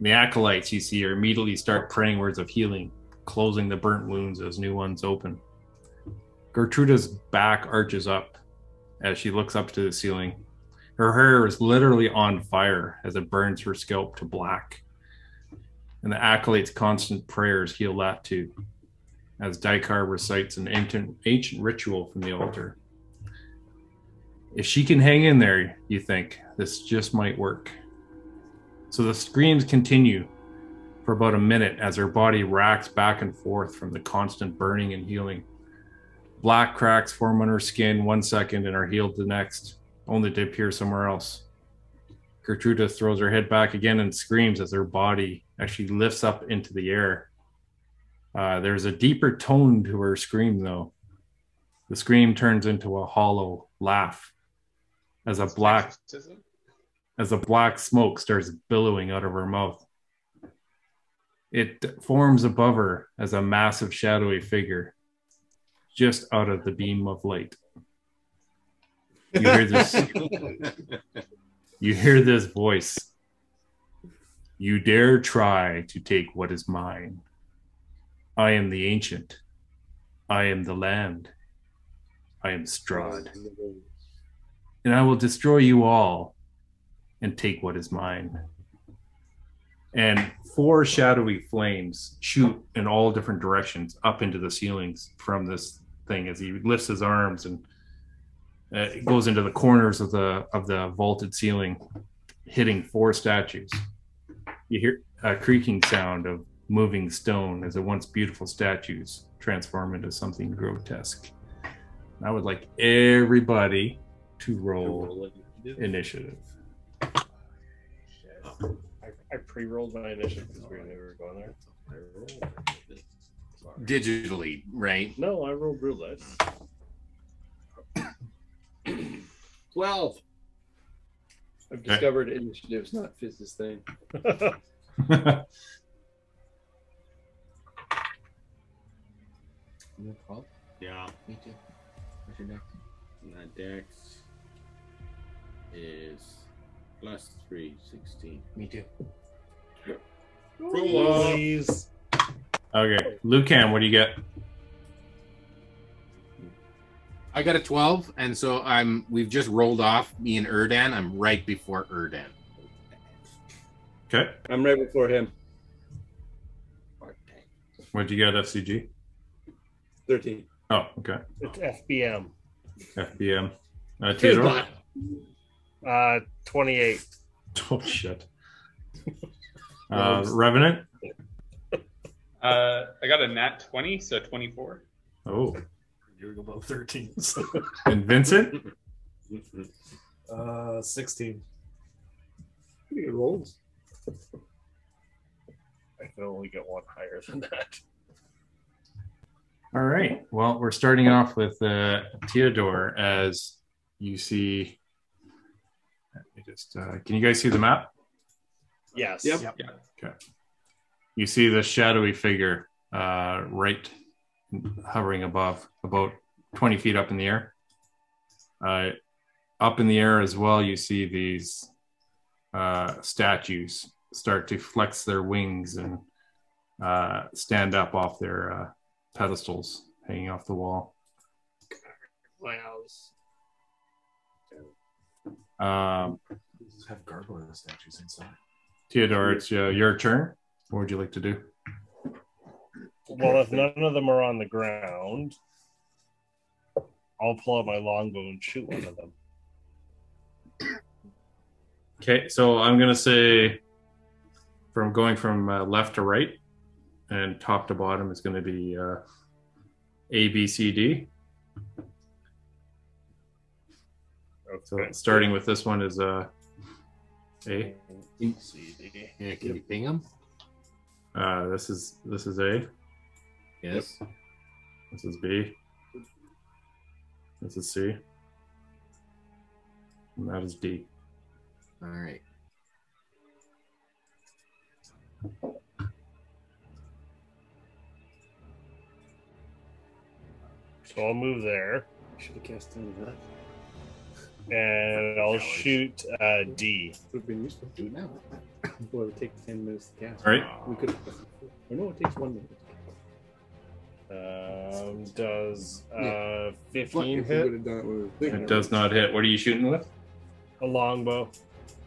The acolytes you see immediately start praying words of healing, closing the burnt wounds as new ones open. Gertruda's back arches up as she looks up to the ceiling. Her hair is literally on fire as it burns her scalp to black. And the acolyte's constant prayers heal that too, as Dykar recites an ancient, ancient ritual from the altar. If she can hang in there, you think, this just might work. So the screams continue for about a minute as her body racks back and forth from the constant burning and healing. Black cracks form on her skin one second and are healed the next, only to appear somewhere else. Gertruda throws her head back again and screams as her body actually lifts up into the air. Uh, there's a deeper tone to her scream, though. The scream turns into a hollow laugh as a black as a black smoke starts billowing out of her mouth. It forms above her as a massive shadowy figure, just out of the beam of light. You hear this. you hear this voice. You dare try to take what is mine. I am the ancient. I am the land. I am Strahd. And I will destroy you all and take what is mine. And four shadowy flames shoot in all different directions up into the ceilings from this thing as he lifts his arms and uh, it goes into the corners of the of the vaulted ceiling, hitting four statues. You hear a creaking sound of moving stone as the once beautiful statues transform into something grotesque. I would like everybody to roll initiative. I, I pre-rolled my initiative because we knew we were going there. digitally, right? No, I rolled roulette. Twelve. I've discovered initiative's not Fizz's thing. You have 12? Yeah. Me too. What's your dex? My dex is plus three, 16. Me too. Please. Okay. Lucan, what do you get? I got a 12, and so I'm. We've just rolled off me and Erdan. I'm right before Erdan. Okay. I'm right before him. What'd you get, FCG? 13. Oh, okay. It's FBM. FBM. Uh, Theodore? Uh, 28. Oh, shit. Uh, Revenant? Uh, I got a nat 20, so 24. Oh. You're above 13. And Vincent? uh, 16. Pretty good rolls. I can only get one higher than that. All right. Well, we're starting off with uh, Theodore as you see. Let me just. Uh, can you guys see the map? Yes. Yep. Okay. You see the shadowy figure uh, right hovering above, about 20 feet up in the air. Uh, up in the air as well, you see these uh, statues start to flex their wings and uh, stand up off their uh, pedestals hanging off the wall. Wow. Um, Have gargoyle statues inside. Theodore, it's uh, your turn. What would you like to do? Well, if none of them are on the ground, I'll pull out my longbow and shoot one of them. Okay, so I'm gonna say from going from uh, left to right and top to bottom is gonna be uh, A B C D. So starting with this one is uh, A. Yeah, can you ping him? Uh, this is this is A. Yes. This is B. This is C. And that is D. All right. So I'll move there. Should have cast down that. and I'll shoot uh, D. Would have been useful. Do it now. Well, it would take 10 minutes to cast. All right. We could. Or no, it takes one minute. Um, does uh, Yeah. fifteen If we would hit have done it, we were It does not hit. What are you shooting with? a longbow?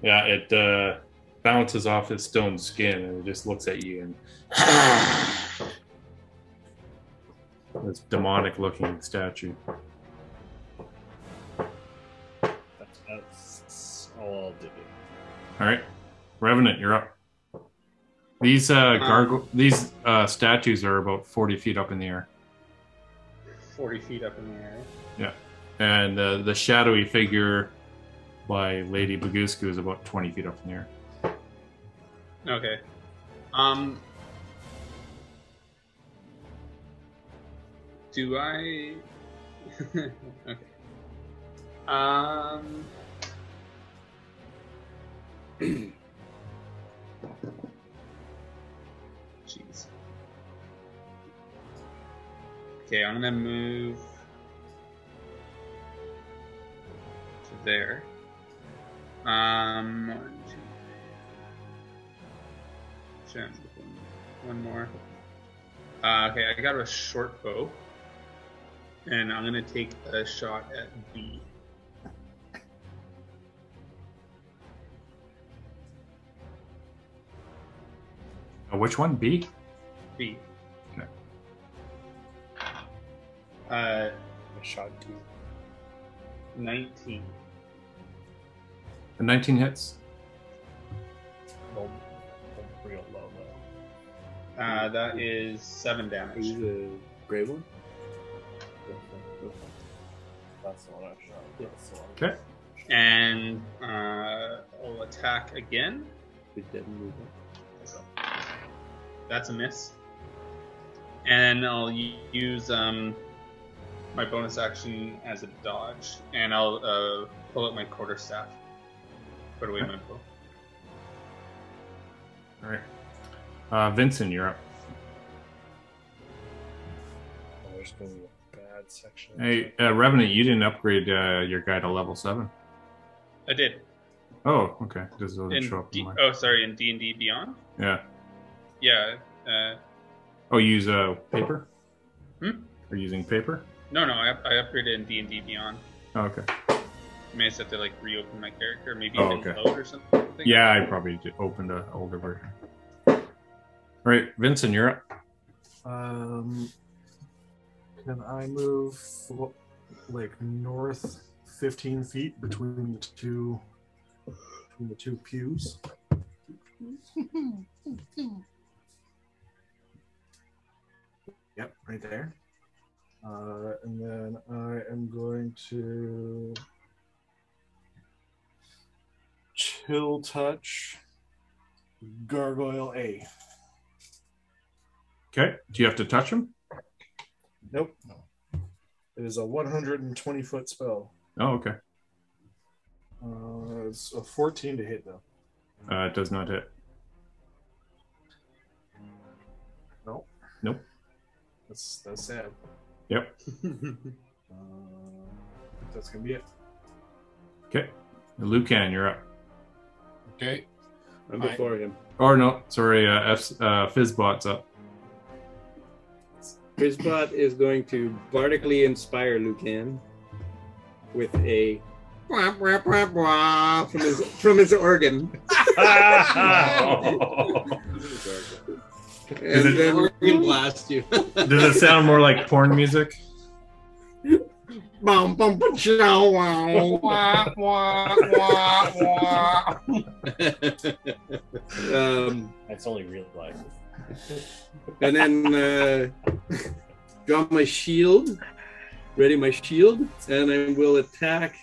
Yeah, it uh, bounces off his stone skin and it just looks at you and this demonic looking statue. That's all I'll do. All right, Revenant, you're up. These uh, garg- these uh, statues are about forty feet up in the air. 40 feet up in the air. Yeah, and uh, the shadowy figure by Lady Bagusku is about twenty feet up in the air. Okay. Um. Do I? okay. Um. Jeez. Okay, I'm gonna move to there. Um, one, two, three. Sure, one- one more. Uh, okay, I got a short bow, and I'm gonna take a shot at B. Uh, which one? B. B. Okay. Uh, I shot D. 19. The nineteen hits. Roll, roll real low though. Uh, that is seven damage. the gray one? That's the one I shot. That's the one. Okay. And uh, I'll attack again. It didn't move up. That's a miss. And I'll u- use um, my bonus action as a dodge, and I'll uh, pull out my quarterstaff. Put away my bow. All right, uh, Vincent, you're up. Oh, there's going to be a bad section. Hey, uh, Revenant, you didn't upgrade uh, your guy to level seven. I did. Oh, okay. This doesn't In show up. D- in my... oh, sorry, in D and D Beyond. Yeah. Yeah. Uh, Oh, you use uh, paper. Hmm? Are you using paper? no, no, I, up- I upgraded in D and D Beyond. Oh, okay. I may just have to like reopen my character, maybe Oh, even okay. load or something. something. Yeah, I probably j- opened an older version. All right, Vincent, you're up. Um, can I move fo- like north 15 feet between the two between the two pews? Yep, right there. Uh, and then I am going to chill touch gargoyle A. Okay. Do you have to touch him? Nope. It is a 120 foot spell. Oh, okay. Uh, it's a 14 to hit though. Uh, it does not hit. Nope. Nope. That's that's sad. Yep. Uh, that's gonna be it. Okay. Lucan, you're up. Okay. I'm Fine. before him. Or no, sorry, uh, F, uh, Fizzbot's up. Grisbot is going to bardically inspire Lucan with a wah, wah, wah, wah from his from his organ. Is and it- then organ blast you. Does it sound more like porn music? Bum, bum, ba, chow, wow, wow. Wah, wah, wah, wah. um, That's only real life. and then uh, draw my shield, ready my shield, and I will attack.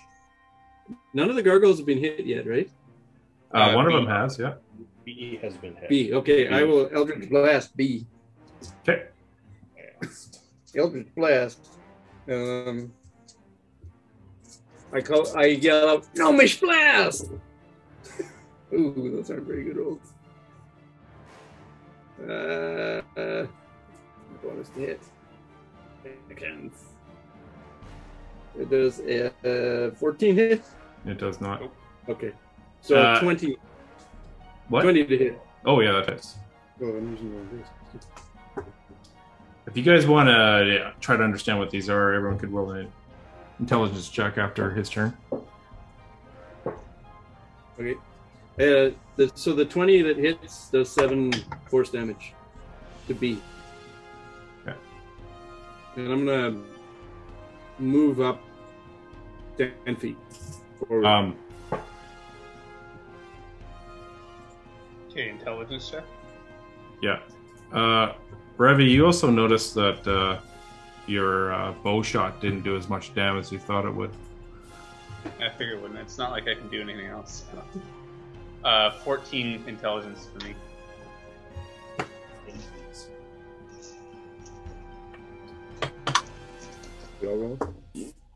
None of the gargoyles have been hit yet, right? Uh, Uh, one of B. them has, yeah. B has been hit. B. Okay, I will Eldritch Blast B. Okay. Eldritch Blast. Um, I call. I yell out, "Gnomish Blast!" Ooh, those aren't very good rolls. Uh, uh, bonus to hit. Again. It does a uh, 14 hit. It does not. Okay, so Uh, 20, What? 20 to hit. Oh, yeah, that is. Oh, I'm using one of these. If you guys want to try to understand what these are, everyone could roll an intelligence check after his turn. Okay. Uh, the, so the 20 that hits does 7 force damage to B. Okay. And I'm going to move up 10 feet. forward. Um, Okay, intelligence check. yeah. Uh, Brevi, you also noticed that uh, your uh, bow shot didn't do as much damage as you thought it would. I figure it wouldn't. It's not like I can do anything else. Uh, 14 intelligence for me.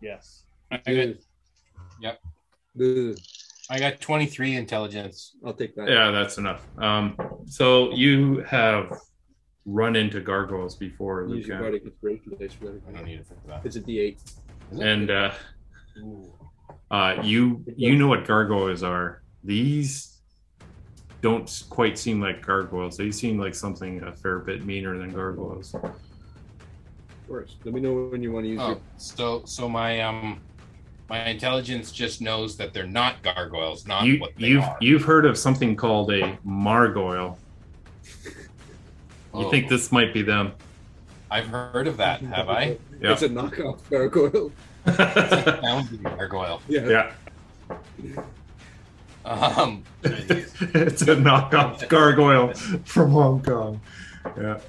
Yes. I got, yep. I got 23 intelligence. I'll take that. Yeah, that's enough. Um, so you have run into gargoyles before, Use your Lucan, bardic inspiration dice for that. I don't need it for that. It's a D8. and uh, uh, you you know what gargoyles are. These don't s- quite seem like gargoyles. They seem like something a fair bit meaner than gargoyles. Of course. Let me know when you want to use Oh, so so my um my intelligence just knows that they're not gargoyles, not You, what they you've are. you've heard of something called a margoyle. You Oh. think this might be them? I've heard of that, have I? your. Yeah. It's a knockoff gargoyle. Sounds like a gargoyle. Yeah. Yeah, Um, it's a knockoff gargoyle from Hong Kong. Yeah.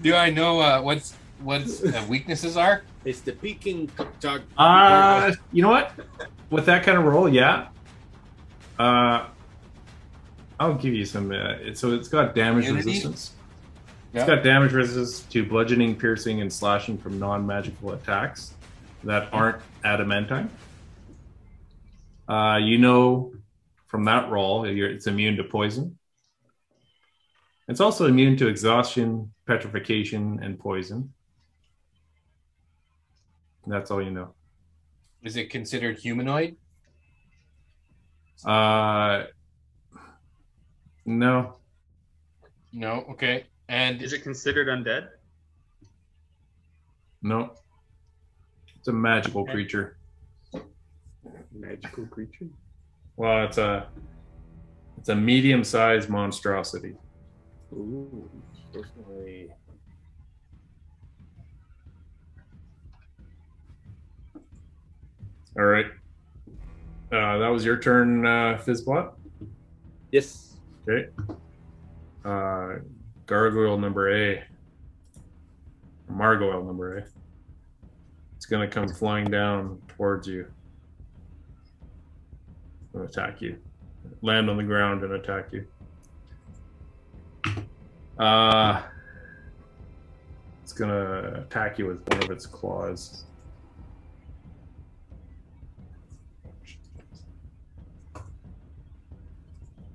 do I know uh, what's what its uh, weaknesses are? It's the Peking dog. Uh, you know what? With that kind of roll, yeah. Uh, I'll give you some. Uh, it- so it's got damage Immunity? resistance. Yeah. It's got damage resistance to bludgeoning, piercing, and slashing from non-magical attacks that aren't adamantine. Uh, you know from that roll, you're, it's immune to poison. It's also immune to exhaustion, petrification, and poison. That's all you know. Is it considered humanoid? Uh, no. No. Okay. And is it considered undead? No. It's a magical creature. Magical creature. Well, it's a it's a medium-sized monstrosity. Ooh. All right. Uh, that was your turn, uh, Fizzbot. Yes. Okay. Uh, gargoyle number A. Margoyle number A. It's gonna come flying down towards you. And attack you. Land on the ground and attack you. Uh, it's gonna attack you with one of its claws.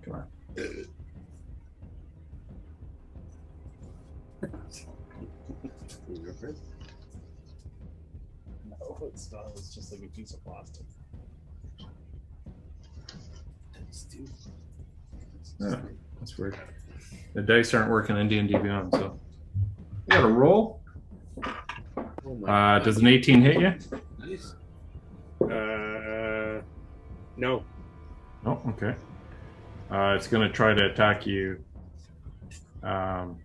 Come on. No, it's not. It's just like a piece of plastic. Yeah, that's weird. The dice aren't working in D and D Beyond, so you got to roll. Uh, does an 18 hit you? Uh, no. Oh, okay. Uh, it's going to try to attack you. Um,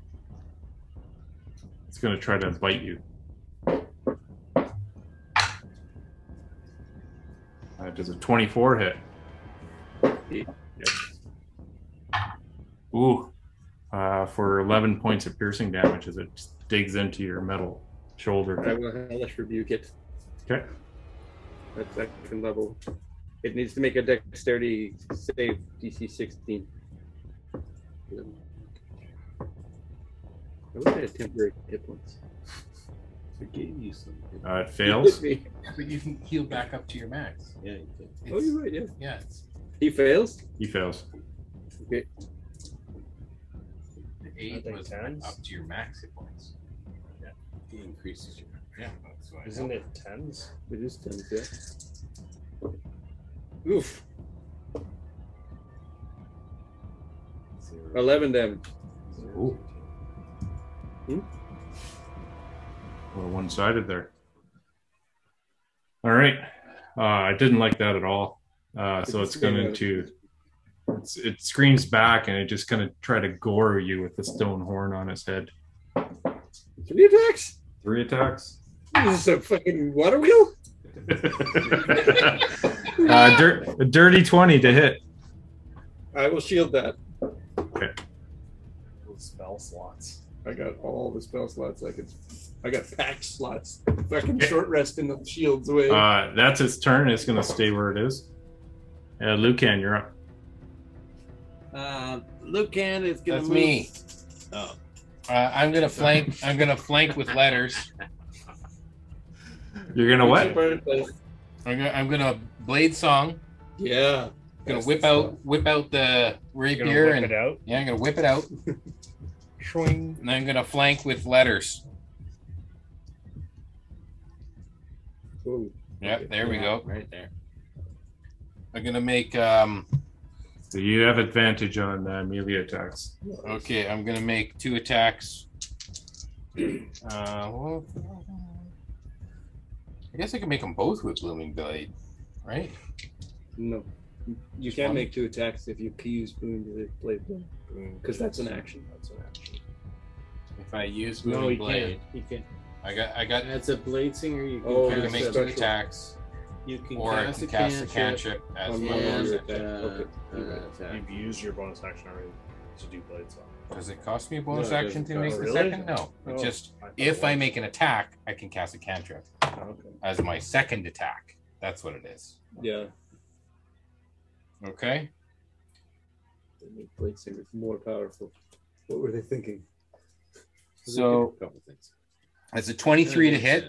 it's going to try to bite you. Uh, does a 24 hit? Yes. Ooh. Uh, for 11 points of piercing damage as it digs into your metal shoulder. I will hellish rebuke it. Okay. At second level. It needs to make a dexterity save DC 16. I wish I had temporary hit points. I gave you something. Uh, it fails. But you can heal back up to your max. Yeah, you did. Oh, you're right, yeah. Yeah. It's He fails? He fails. Okay. the eight Nothing was turns. up to your max hit points. He increases your. Yeah, that's why. Isn't it tens? It is 10, yeah. Oof. 11 damage. Ooh. Hmm? A little one sided there. All right. Uh, I didn't like that at all. Uh, so it's going to. It's, it screams back and it just going to try to gore you with the stone horn on its head. Three attacks? Three attacks. This is a fucking water wheel? Uh, dir- a dirty 20 to hit. I will shield that. Okay. Those spell slots. I got all the spell slots. I could. I got pack slots. Fucking short rest in the shields way. Uh, that's its turn. It's going to stay where it is. Uh, Lucan, you're up. Uh, Lucan is gonna That's move. me. Oh, Uh, I'm gonna flank. I'm gonna flank with letters. You're going to what? I'm gonna, I'm gonna blade song. Yeah. Gonna whip out whip out the Gonna rapier whip and it out. yeah, I'm gonna whip it out. Shwing. And I'm gonna flank with letters. Ooh. Yep, there we yeah, go. Right there. I'm gonna make um So you have advantage on uh, melee attacks. okay, I'm gonna make two attacks. Uh well, I guess I can make them both with blooming blade, right? No. You can't make two attacks if you use Boon to the blade Mm. Because that's an action. That's an action. If I use No, blooming you blade, can't. You can't. I got I got As a blade singer, you can Oh, I cast can that's make a- two special. attacks, you can or I cast can a cast a cantrip. cantrip as On my one bonus and, Yeah. uh, action. Okay. uh, attack. You've used your bonus action already to do blade song. Does it cost me a bonus No, it action doesn't to cost- make oh, the really? second? No. Oh, It just I thought if it I was. make an attack, I can cast a cantrip Okay. as my second attack. That's what it is. Yeah. Okay. They make blade singers more powerful. What were they thinking? So A couple things. that's a 23 to hit.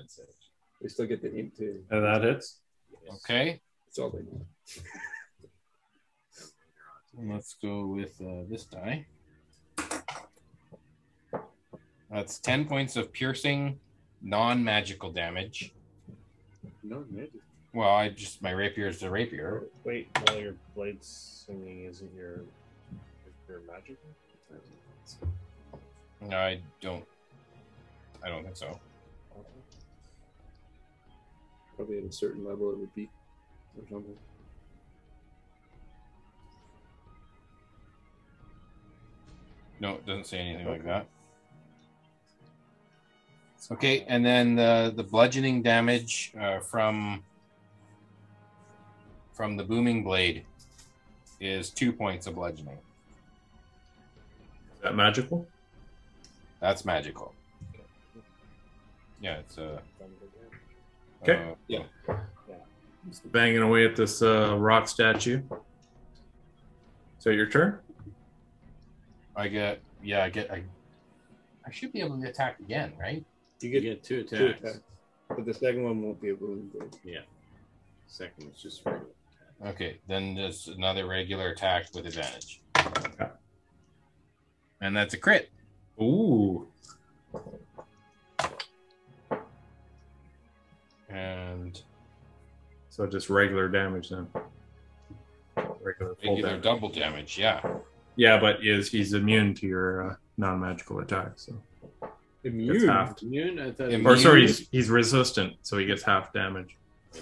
They still get the int too. And that hits. Okay. It's all they need. Let's go with uh, this die. That's 10 points of piercing non magical damage. No, maybe. Well, I just my rapier is a rapier. Wait, while your blade's singing, isn't your your magic? No, I don't. I don't think so. Probably at a certain level it would be. Or something. No, it doesn't say anything like that. Okay, and then the the bludgeoning damage uh, from from the booming blade is two points of bludgeoning. Is that magical? That's magical. Yeah, it's a. Okay. yeah. Just banging away at this uh, rock statue. So your turn. I get. Yeah, I get. I, I should be able to attack again, right? You get, two attacks. Two attacks. But the second one won't be a boon. Yeah. Second is just regular. Okay, then there's another regular attack with advantage. And that's a crit. Ooh. And So just regular damage then. Regular, full regular damage. double damage, yeah. Yeah, but is he's immune to your uh, non-magical attack? So It's Immune. halved. Immune. I thought or sorry, he's, he's resistant, so he gets half damage.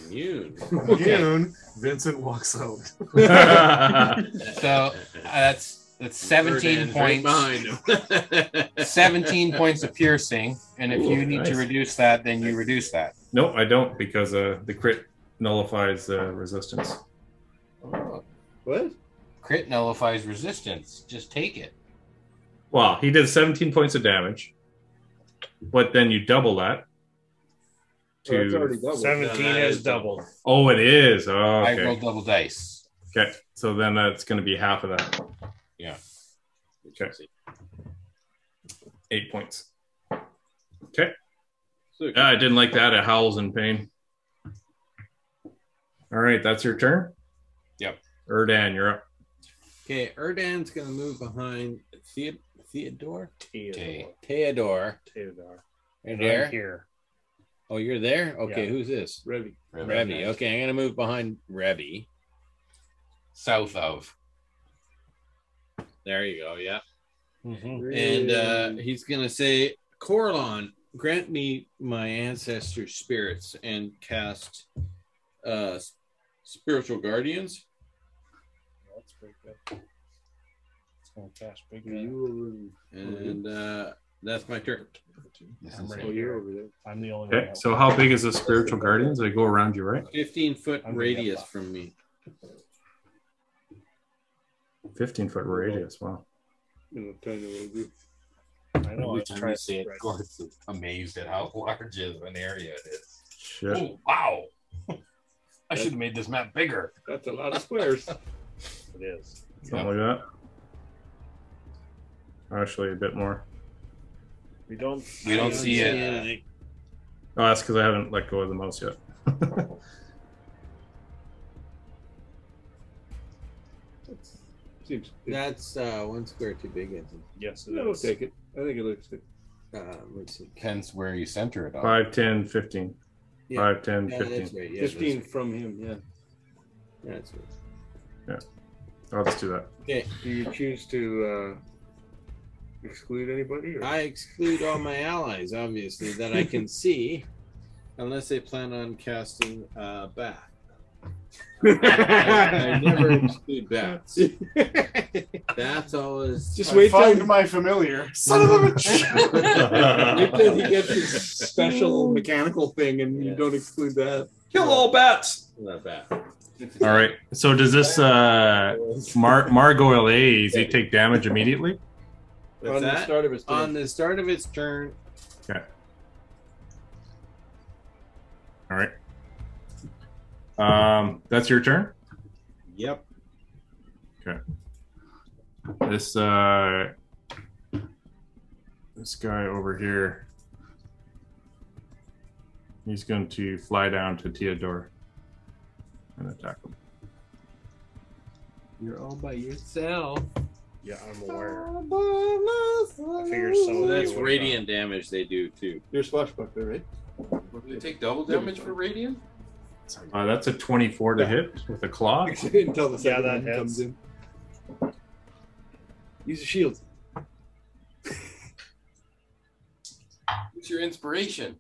Immune. Immune. Vincent walks out. So uh, that's that's seventeen Erdan's right points. seventeen points of piercing, and if Ooh, you need to nice. reduce that, then you reduce that. No, I don't because uh, the crit nullifies uh, resistance. What? Crit nullifies resistance. Just take it. Well, he did 17 points of damage, but then you double that Well, that's to already Oh, doubled. Seventeen That is is doubled. Oh, it is. Oh, I roll okay. double dice. Okay. So then that's going to be half of that. Yeah. Okay. Eight points. Okay. So- Yeah, I didn't like that. It howls in pain. All right. That's your turn. Yep. Erdan, you're up. Okay, Erdan's gonna move behind Thea Theodore. Okay. Theodore. Theodore. You're I'm there. here. Oh, you're there. Okay, Yeah. who's this? Revy. Rev- Revy. Okay, I'm gonna move behind Revy. South of. There you go. Yeah. Mm-hmm. And uh, he's gonna say, Corlon, grant me my ancestor spirits and cast uh, s- spiritual guardians. That's pretty good. It's gonna cast big. You And uh, that's my turn. were I'm over, right oh, you're here. over there. I'm the only one. Okay. out. So, how big is the spiritual guardians? They go around you, right? 15 foot I'm gonna get radius that. from me. 15 foot radius. Wow. In a tiny little group. I know. I Every was time trying you to say it, spread- Gord's amazed at how large of an area it is. Shit. Oh, wow. I should have made this map bigger. That's a lot of squares. It is. Something like that. Actually, a bit more. We don't. We don't see it. anything. Oh, that's because I haven't let go of the mouse yet. Seems. It, That's uh, one square too big, I think. Yes, it I'll is. take it. I think it looks good. Uh, let's see. Depends where you center it on. 5, 10, 15. Yeah. 5, 10, Yeah, 15. that's right. Yeah, that's 15 right. from him, yeah. Yeah, that's right. I'll just do that. Okay, Do you choose to uh, exclude anybody? Or? I exclude all my allies, obviously, that I can see, unless they plan on casting uh, bat. I, I never exclude bats. Bats always Just I wait find- till my familiar. Son of a Wait till he gets his special mechanical thing and you don't exclude that. Kill all bats! Not bat. All right. So, does this uh, Mar- Margoyle A, does he take damage immediately? What's On the that? start of his turn. On the start of its turn, All right. Um, that's your turn. yep. This uh, this guy over here. He's going to fly down to Theodore and attack him. You're all by yourself. Yeah, I'm aware. I figured some So of that's you would radiant damage they do too. You're a swashbuckler, right? Do they take double damage for radiant? Uh, that's a 24 to Yeah. hit with a claw. Until the Yeah, second that one comes hits. in. Use your shield. It's your inspiration.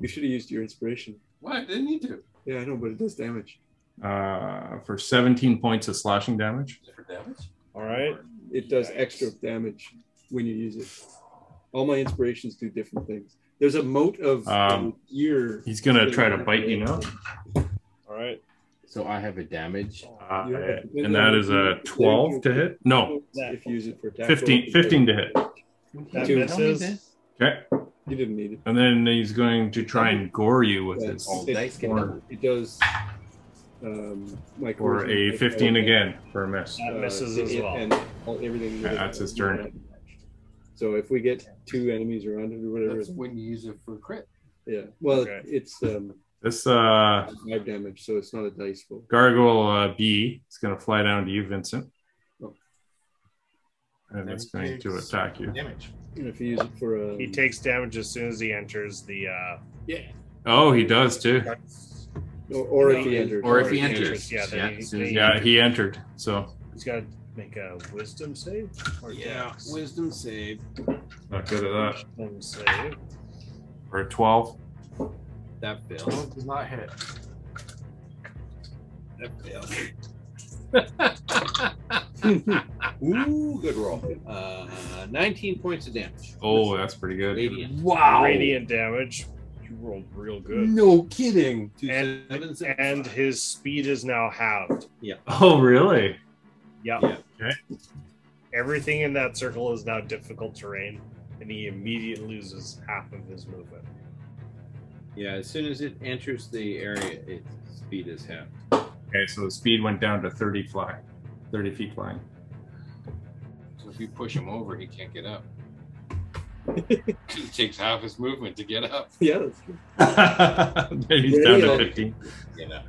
You should have used your inspiration. What? I didn't need to. Yeah, I know, but it does damage. Uh, for 17 points of slashing damage. For damage? All right. It does extra damage when you use it. All my inspirations do different things. There's a moat of Um, gear. He's going to try to bite you now. All right. So I have a damage. Uh, and that is a 12 to hit? No, If you use it for attack 15, 15 to hit. That misses. Okay. You didn't need it. And then he's going to try and gore you with his. It- It does. Um, my Or a charisma- 15 again for a miss. That misses to as Uh, it well. And all, everything. Yeah, that's his turn. So if we get two enemies around it or whatever, That's when you use it for crit. yeah. Well, Okay. it's um, This uh, five damage, so it's not a dice roll. gargoyle uh, bee is going to fly down to you, Vincent. Oh. And it's going to attack you. Damage. And if you use it for um, a, He takes damage as soon as he enters the. Uh, Oh, he does too. or, or if he enters, Or if he enters. Yeah, then he- then he- Yeah, he entered. So he's got to make a wisdom save. Or Yeah, dex? wisdom save. not good at that. Wisdom save. Or a 12. That failed. Does not hit. That failed. Ooh, good roll. Uh, 19 points of damage. Oh, that's pretty good. Radiant. Wow. Radiant damage. You rolled real good. No kidding. Two And, seven, seven, and five. his speed is now halved. Oh, really? Yep. Yeah. Okay. Everything in that circle is now difficult terrain, and he immediately loses half of his movement. Yeah, as soon as it enters the area, its speed is half. Okay, so the speed went down to 30 fly, 30 feet flying. So if you push him over, he can't get up. it takes half his movement to get up. yeah, that's true. then he's down to 15. You know.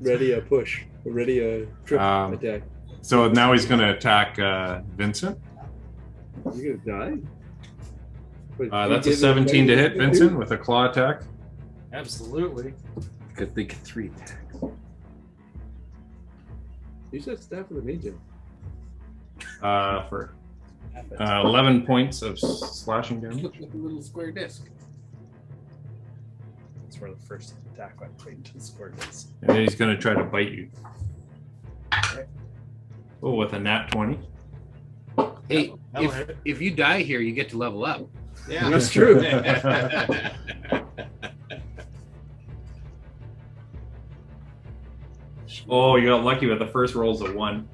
ready a push, ready a trip Um, attack. So now he's going to attack uh, Vincent. You're gonna die. But Uh, you that's a didn't 17 to ready hit Vincent with a claw attack. Absolutely. Because they get three attacks. Use that staff with an agent. uh, for uh, 11 points of slashing damage. Look like a little square disc. That's where the first attack went right into the square is. And then he's going to try to bite you. Oh, with a nat 20. Hey, That'll if, if you die here, you get to level up. Yeah. That's true. Oh, you got lucky with the first roll's a 1.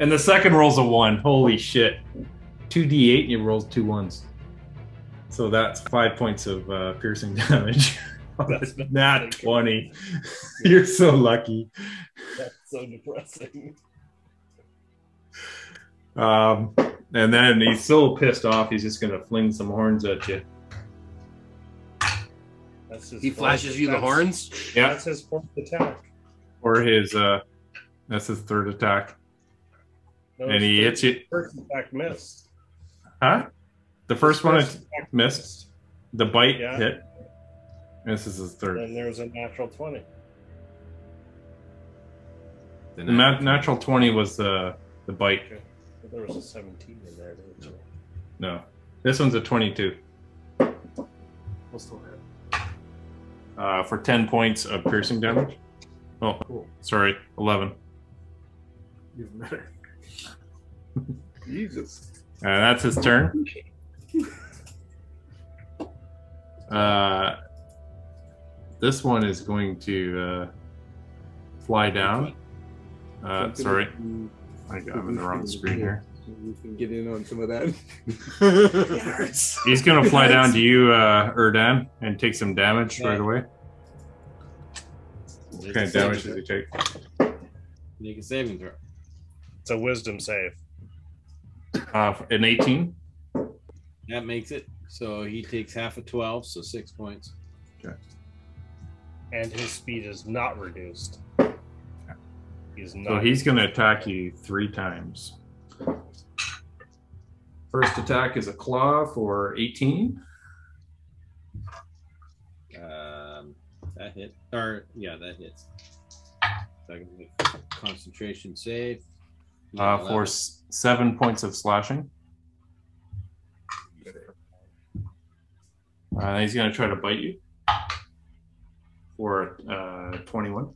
And the second roll's a 1. Holy shit. 2d8 and you rolled two ones. So that's five points of uh, piercing damage. that's nat 20. You're so lucky. That's so depressing. Um, and then he's so pissed off, he's just gonna fling some horns at you. That's his He fourth- flashes you the that's- horns. Yeah, That's his fourth attack. or his uh, that's his third attack, No, and he hits you. First attack missed. Huh? The first one it attack missed. The bite Yeah. hit. And this is his third. Then there was a natural 20. The nat- natural twenty was the the bite. But there was a 17 in there. didn't there? No, this one's a twenty-two We'll still hit. uh, for ten points of piercing damage. Oh, sorry, eleven. Even better. Jesus. And Uh, that's his turn. Uh, this one is going to uh, fly down. Uh, Something sorry, that you- I got, I'm in the wrong screen here. You can get in on some of that. He's going to fly down to you, uh, Erdan, and take some damage right away. What kind of damage does he take? Make a saving throw. It's a wisdom save. Uh, an 18. That makes it. So he takes half of 12, so six points. And his speed is not reduced. He's not. So he's going to attack you three times. First attack is a claw for 18. Um, that That hit. Or yeah, that hits. So I can make concentration save. Uh, for s- seven points of slashing. Uh, he's going to try to bite you for uh, 21.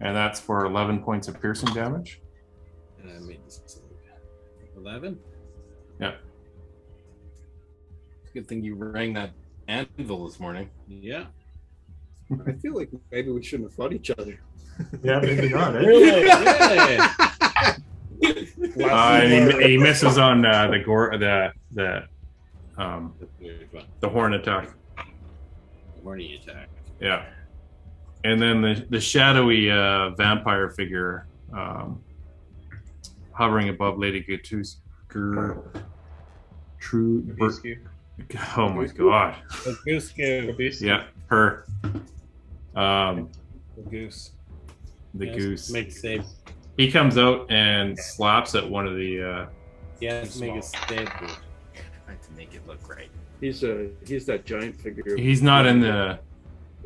And that's for 11 points of piercing damage. And I made this save. Eleven. Yeah. Good thing you rang that anvil this morning. Yeah. I feel like maybe we shouldn't have fought each other. Yeah, maybe not, eh? Really? Yeah. Uh, and he, he misses on uh, the gore, the the um, the horn attack. Horny attack. Yeah, and then the the shadowy uh, vampire figure um, hovering above Lady Gatus. Gr- True. Oh my god. Yeah, her. Um, The goose. the Yes, goose. Make save. He comes out and slaps at one of the. uh, Yeah, make a save. I have to make it look right. He's a he's that giant figure. Uh, he's not in the.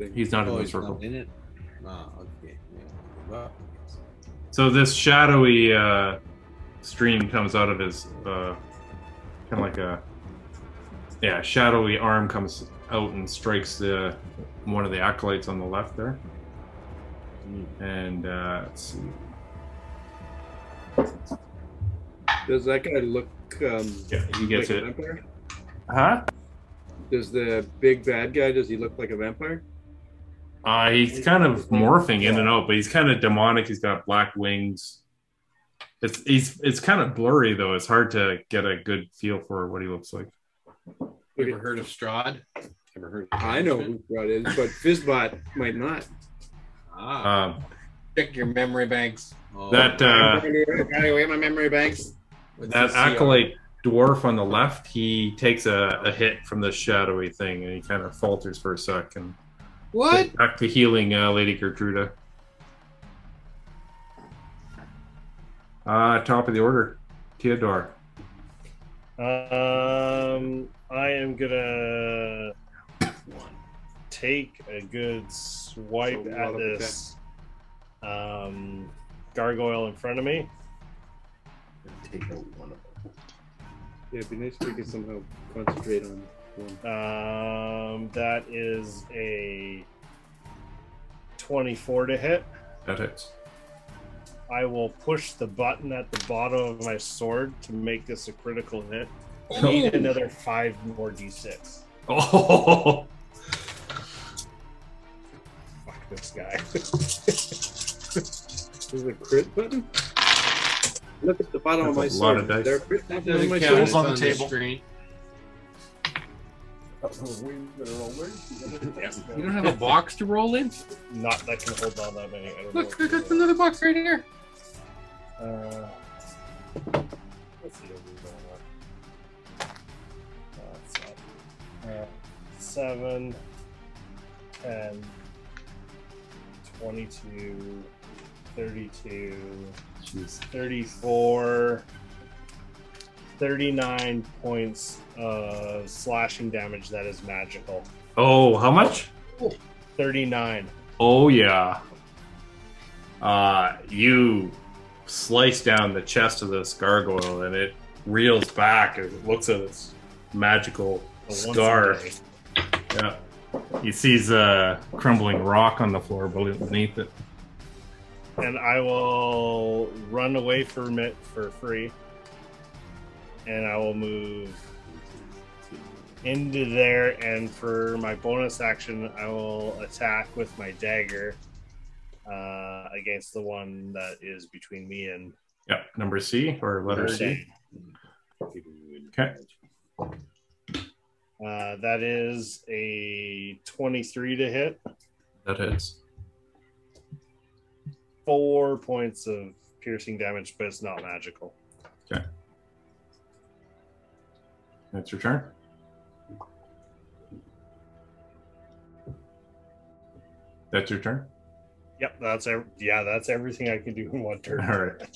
Oh, He's Oh, not in the circle. in it. Ah, okay. Yeah. Well, So this shadowy uh, stream comes out of his uh, kind of like a yeah shadowy arm comes out and strikes the one of the acolytes on the left there, and uh, let's see. Does that guy look? Um, Yeah, he gets like a it. vampire? huh? Does the big bad guy? Does he look like a vampire? Uh, he's kind of morphing in and out, but he's kind of demonic. He's got black wings. It's he's it's kind of blurry though. It's hard to get a good feel for what he looks like. You ever heard of Strahd? Ever heard? Of I know who brought it, but Fizzbot might not. Ah, Um, Check your memory banks. oh, that uh, Anyway, my memory banks. What's that the CR? acolyte dwarf on the left, he takes a, a hit from the shadowy thing, and he kind of falters for a sec and What? back to healing uh, Lady Gertruda. Uh, top of the order, Theodore. Um, I am gonna take a good swipe So a at lot of this um, gargoyle in front of me. Take out one of them. Yeah, it'd be nice if we could somehow concentrate on one. Um, that is a twenty-four to hit. That hits. I will push the button at the bottom of my sword to make this a critical hit. I Oh. need another five more d6. Oh, Fuck this guy. There's a crit button. Look at the bottom of my That's a sword. lot of dice. There are crit buttons doesn't on my count. sword. It's on the table. screen. You don't have a box to roll in? Not that can hold on that many. I don't Look, know. I got another box right here. Uh, let's see. what we roll up. That's up. Uh, seven, 10, 22, 32, 34, 39 points of slashing damage that is magical. oh, how much? 39. Oh yeah. Uh, you slice down the chest of this gargoyle, and it reels back and it looks at its magical A once scar. a day. Yeah. He sees a crumbling rock on the floor beneath it. and I will run away from it for free. And I will move into there, and for my bonus action, I will attack with my dagger uh, against the one that is between me and Yeah, number C or letter C. Okay. Uh, that is a 23 to hit, That hits. four points of piercing damage, but it's not magical. That's your turn. That's your turn. Yep, that's ev- yeah, that's everything I can do in one turn. All right.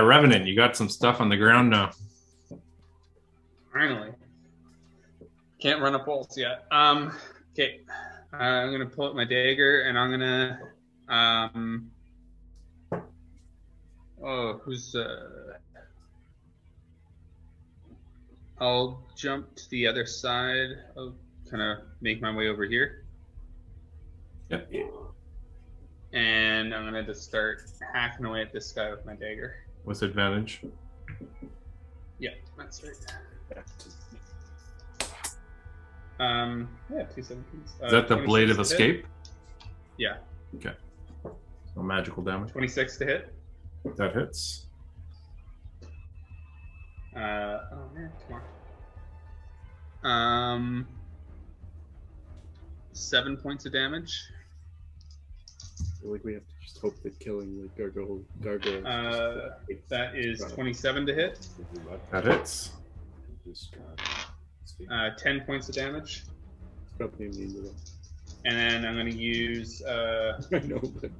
Uh, Revenant, you got some stuff on the ground now. Finally. Can't run a pulse yet. Um, okay, uh, I'm gonna pull up my dagger and I'm gonna. Um, oh, who's? Uh, I'll jump to the other side of kind of make my way over here. Yep. And I'm gonna just start hacking away at this guy with my dagger. with advantage. Yeah, that's right. Um, yeah, two seventeens. Is that the blade of 26 to escape? hit. Yeah, Okay. So magical damage. twenty-six to hit. That hits. Uh, oh man, come on. Um, seven points of damage. I feel like we have to just hope that killing like gargoyle gargoyle. Uh, that is twenty-seven to hit. That hits. Uh, ten points of damage. Probably immune to that. And then I'm going to use uh, I know, but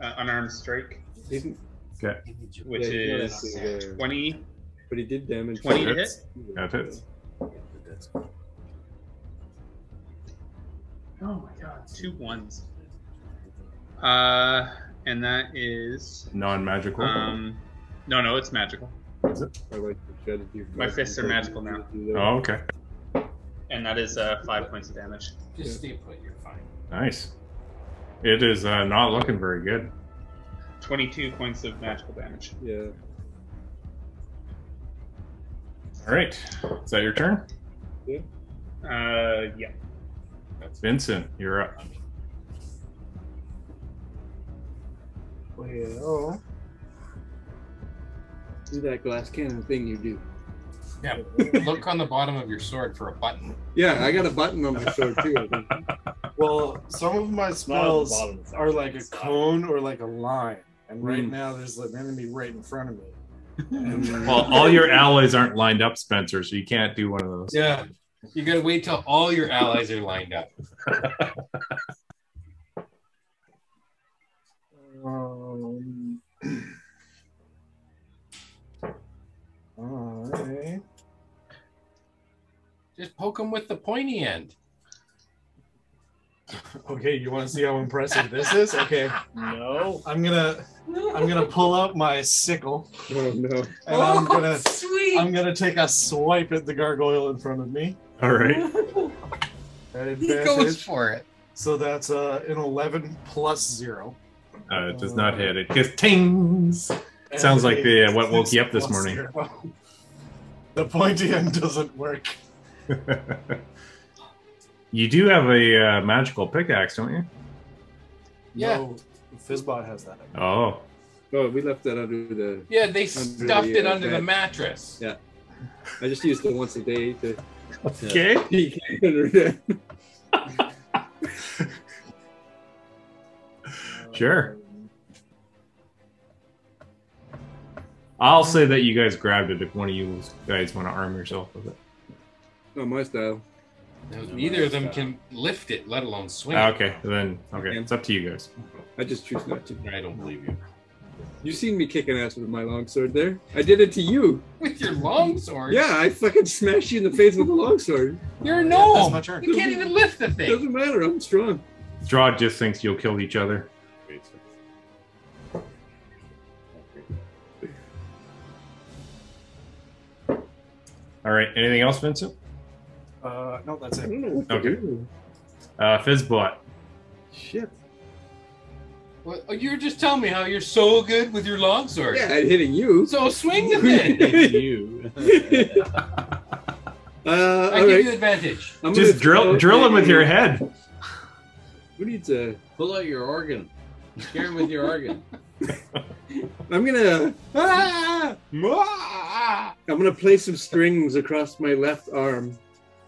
uh, unarmed strike, didn't. Okay. which Yeah, you know is that's the- twenty. uh, But he did damage. 20 to to hit. That hits. Oh my god, two ones. Uh, and that is Non magical. um, no, no, it's magical. Is it? I like the strategy. of My God. fists are magical now, Oh, okay. and that is uh five points of damage. Just stay put. You're fine. Nice. It is uh, not looking very good. Twenty-two points of magical damage. Yeah. All right. Is that your turn? Uh, yeah. Vincent, you're up. Well, do that glass cannon thing you do. Yeah. Look on the bottom of your sword for a button. Yeah, I got a button on my sword too. I think. Well, some of my spells bottom, it's are actually like a inside. cone or like a line, and right Mm. now there's an enemy right in front of me. And- Well, all your allies aren't lined up, Spencer, so you can't do one of those. Yeah. You gotta wait till all your allies are lined up. Um, alright. Just poke them with the pointy end. Okay, you want to see how impressive this is? Okay, No. I'm gonna I'm gonna pull out my sickle Oh no. and Oh, I'm gonna sweet. I'm gonna take a swipe at the gargoyle in front of me. All right. At He advantage. goes for it. So that's uh, an 11 plus zero. Uh, it does not hit. It just tings. Sounds like the, uh, what woke you up this Plus morning. zero. The pointy end doesn't work. you do have a uh, magical pickaxe, don't you? Yeah. No, Fizzbot has that. Oh. No, we left that under the. Yeah, they Under stuffed the, it uh, under the bed. mattress. Yeah. I just used it once a day to. Okay. peek under it. Sure. I'll say that you guys grabbed it if one of you guys want to arm yourself with it. Not my style. Neither of them can lift it, let alone swing. Ah, it. okay. Then, okay. It's up to you guys. I just choose not to. I don't believe you. You seen me kicking ass with my longsword there? I did it to you. With your longsword? Yeah, I fucking smashed you in the face with a longsword. You're a Uh, That's gnome. my turn. You can't even lift the thing. Doesn't matter. I'm strong. Draw just thinks you'll kill each other. All right. Anything else, Vincent? Uh, no, that's I it. don't know what to Okay. do. Uh, Fizzbot. Shit. Well, oh, you were just telling me how you're so good with your longsword. Yeah, I'm hitting you. So swing the thing. you. Uh, I all give right. you advantage. I'm Just gonna drill, throw drill him with a- your head. Who needs a? Pull out your organ. Scare him with your organ. I'm gonna. Ah! Ah! I'm gonna play some strings across my left arm.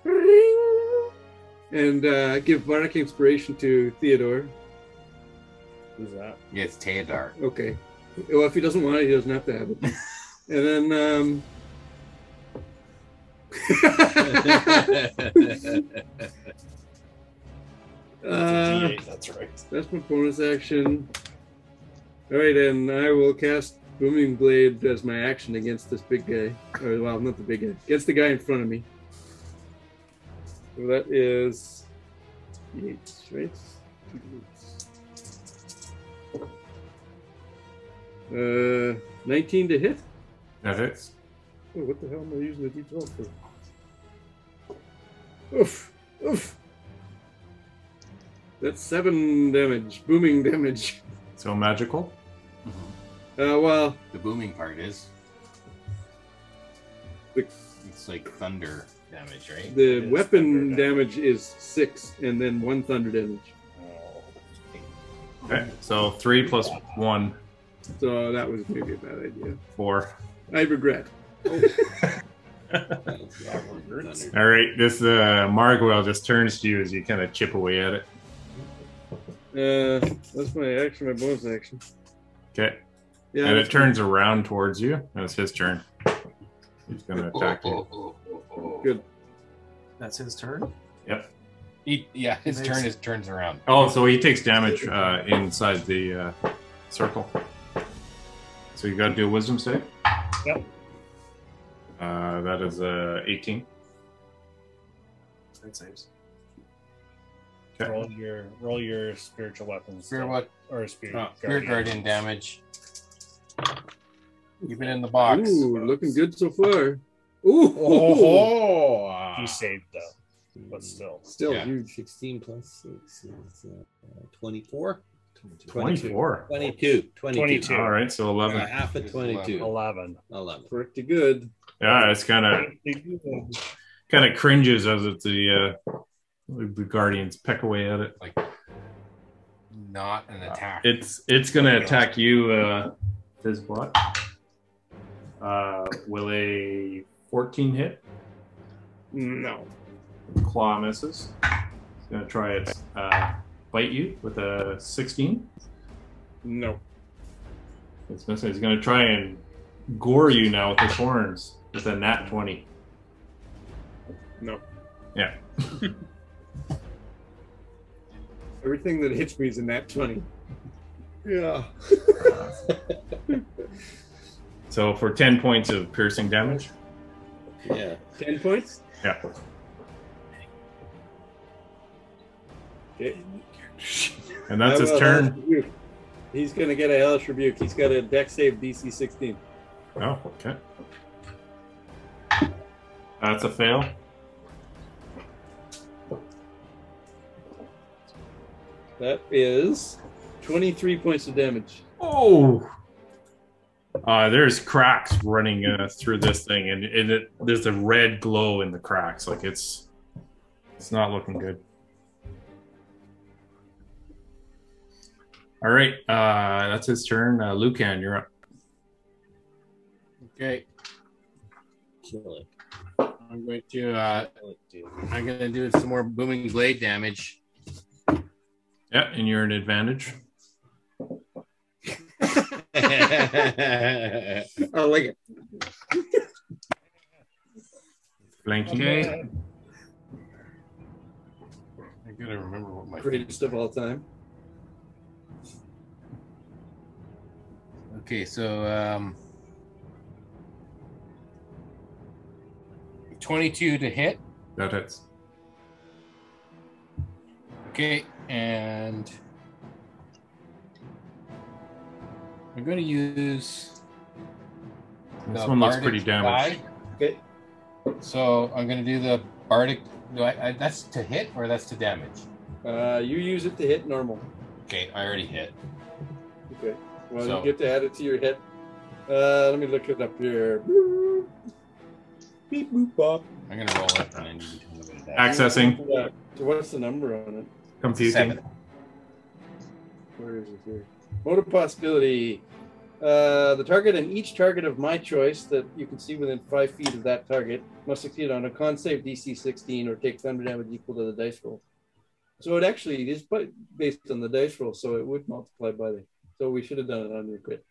Ring! And uh, give bardic inspiration to Theodore. Who's that? It's Tandar. Okay. Well, if he doesn't want it, he doesn't have to have it. and then, um. uh, That's right. that's my bonus action. All right, and I will cast Booming Blade as my action against this big guy. Or, well, not the big guy. Against the guy in front of me. So that is eight, right? Uh, 19 to hit. That hits. Oh, what the hell am I using the D12 for? Oof, oof. That's seven damage, booming damage. So magical. Uh, well, The booming part is. The- it's like thunder damage, right? the It's weapon thunder damage is six, and then one thunder damage. Okay, so three plus one, So that was maybe a bad idea. four. I regret. All right, this uh, Margwell just turns to you as you kind of chip away at it. Uh, that's my action, my bonus action. Okay. Yeah, and it that's turns around towards you. That's his turn. He's going to attack you. Good. That's his turn. Yep. He, yeah, his Makes- turn is turns around. Oh, so he takes damage uh, inside the uh, circle. So you got to do a wisdom save. Yep. Uh, that is uh, 18. That saves. Okay. Roll your roll your spiritual weapons. Spirit damage. what? Or spirit Oh, Spirit Guardian damage. Keep it in the box. Ooh, looking good so far. Ooh, Oh, You saved though, Hmm. but still. still Yeah. huge. 16 plus 6 is uh, 24. 24. 22. 22. 22. All right, so Uh, 11. half of 22. 11. 11. pretty good. Yeah, it's kind of kind of cringes as it the uh, the guardians peck away at it. Not an Ah. attack. It's it's gonna attack you. Uh, this what? Uh, will a fourteen hit? No. Claw misses. It's gonna try it. Uh, bite you with a sixteen. No. It's missing. It's gonna try and gore you now with its horns with a nat twenty. No. Yeah. Everything that hits me is in that 20. Yeah. So for ten points of piercing damage. Yeah. 10 points? Yeah. Okay. And that's I his will turn. hellish rebuke. He's going to get a hellish rebuke. He's got a deck save DC 16. Oh, okay. That's a fail. That is 23 points of damage. Oh. Uh, there's cracks running uh, through this thing, and, and it, there's a red glow in the cracks. Like it's, it's not looking good. All right, uh, that's his turn. Uh, Lucan, you're up. Okay. Kill it. I'm going to uh, I'm going to do some more booming blade damage. Yeah, and you're an advantage. I like it. Blanking. Okay. I gotta remember what my Greatest of all time. okay. So um, twenty-two to hit. That hits. Okay, and I'm going to use This the one looks bardic pretty damaged. die. Okay. So I'm going to do the bardic. Do I, I, that's to hit or that's to damage? Uh, you use it to hit normal. Okay, I already hit. Okay. Well, So- you get to add it to your hit. Uh, let me look it up here. Beep boop bop. I'm going to roll it and I need to look at that. Accessing. Yeah. So what's the number on it? Confusing. Seven. Where is it here? Mode of possibility. Uh, the target and each target of my choice that you can see within five feet of that target must succeed on a con save DC 16 or take thunder damage equal to the dice roll. So it actually is bu- based on the dice roll, so it would multiply by the. So we should have done it on your crit.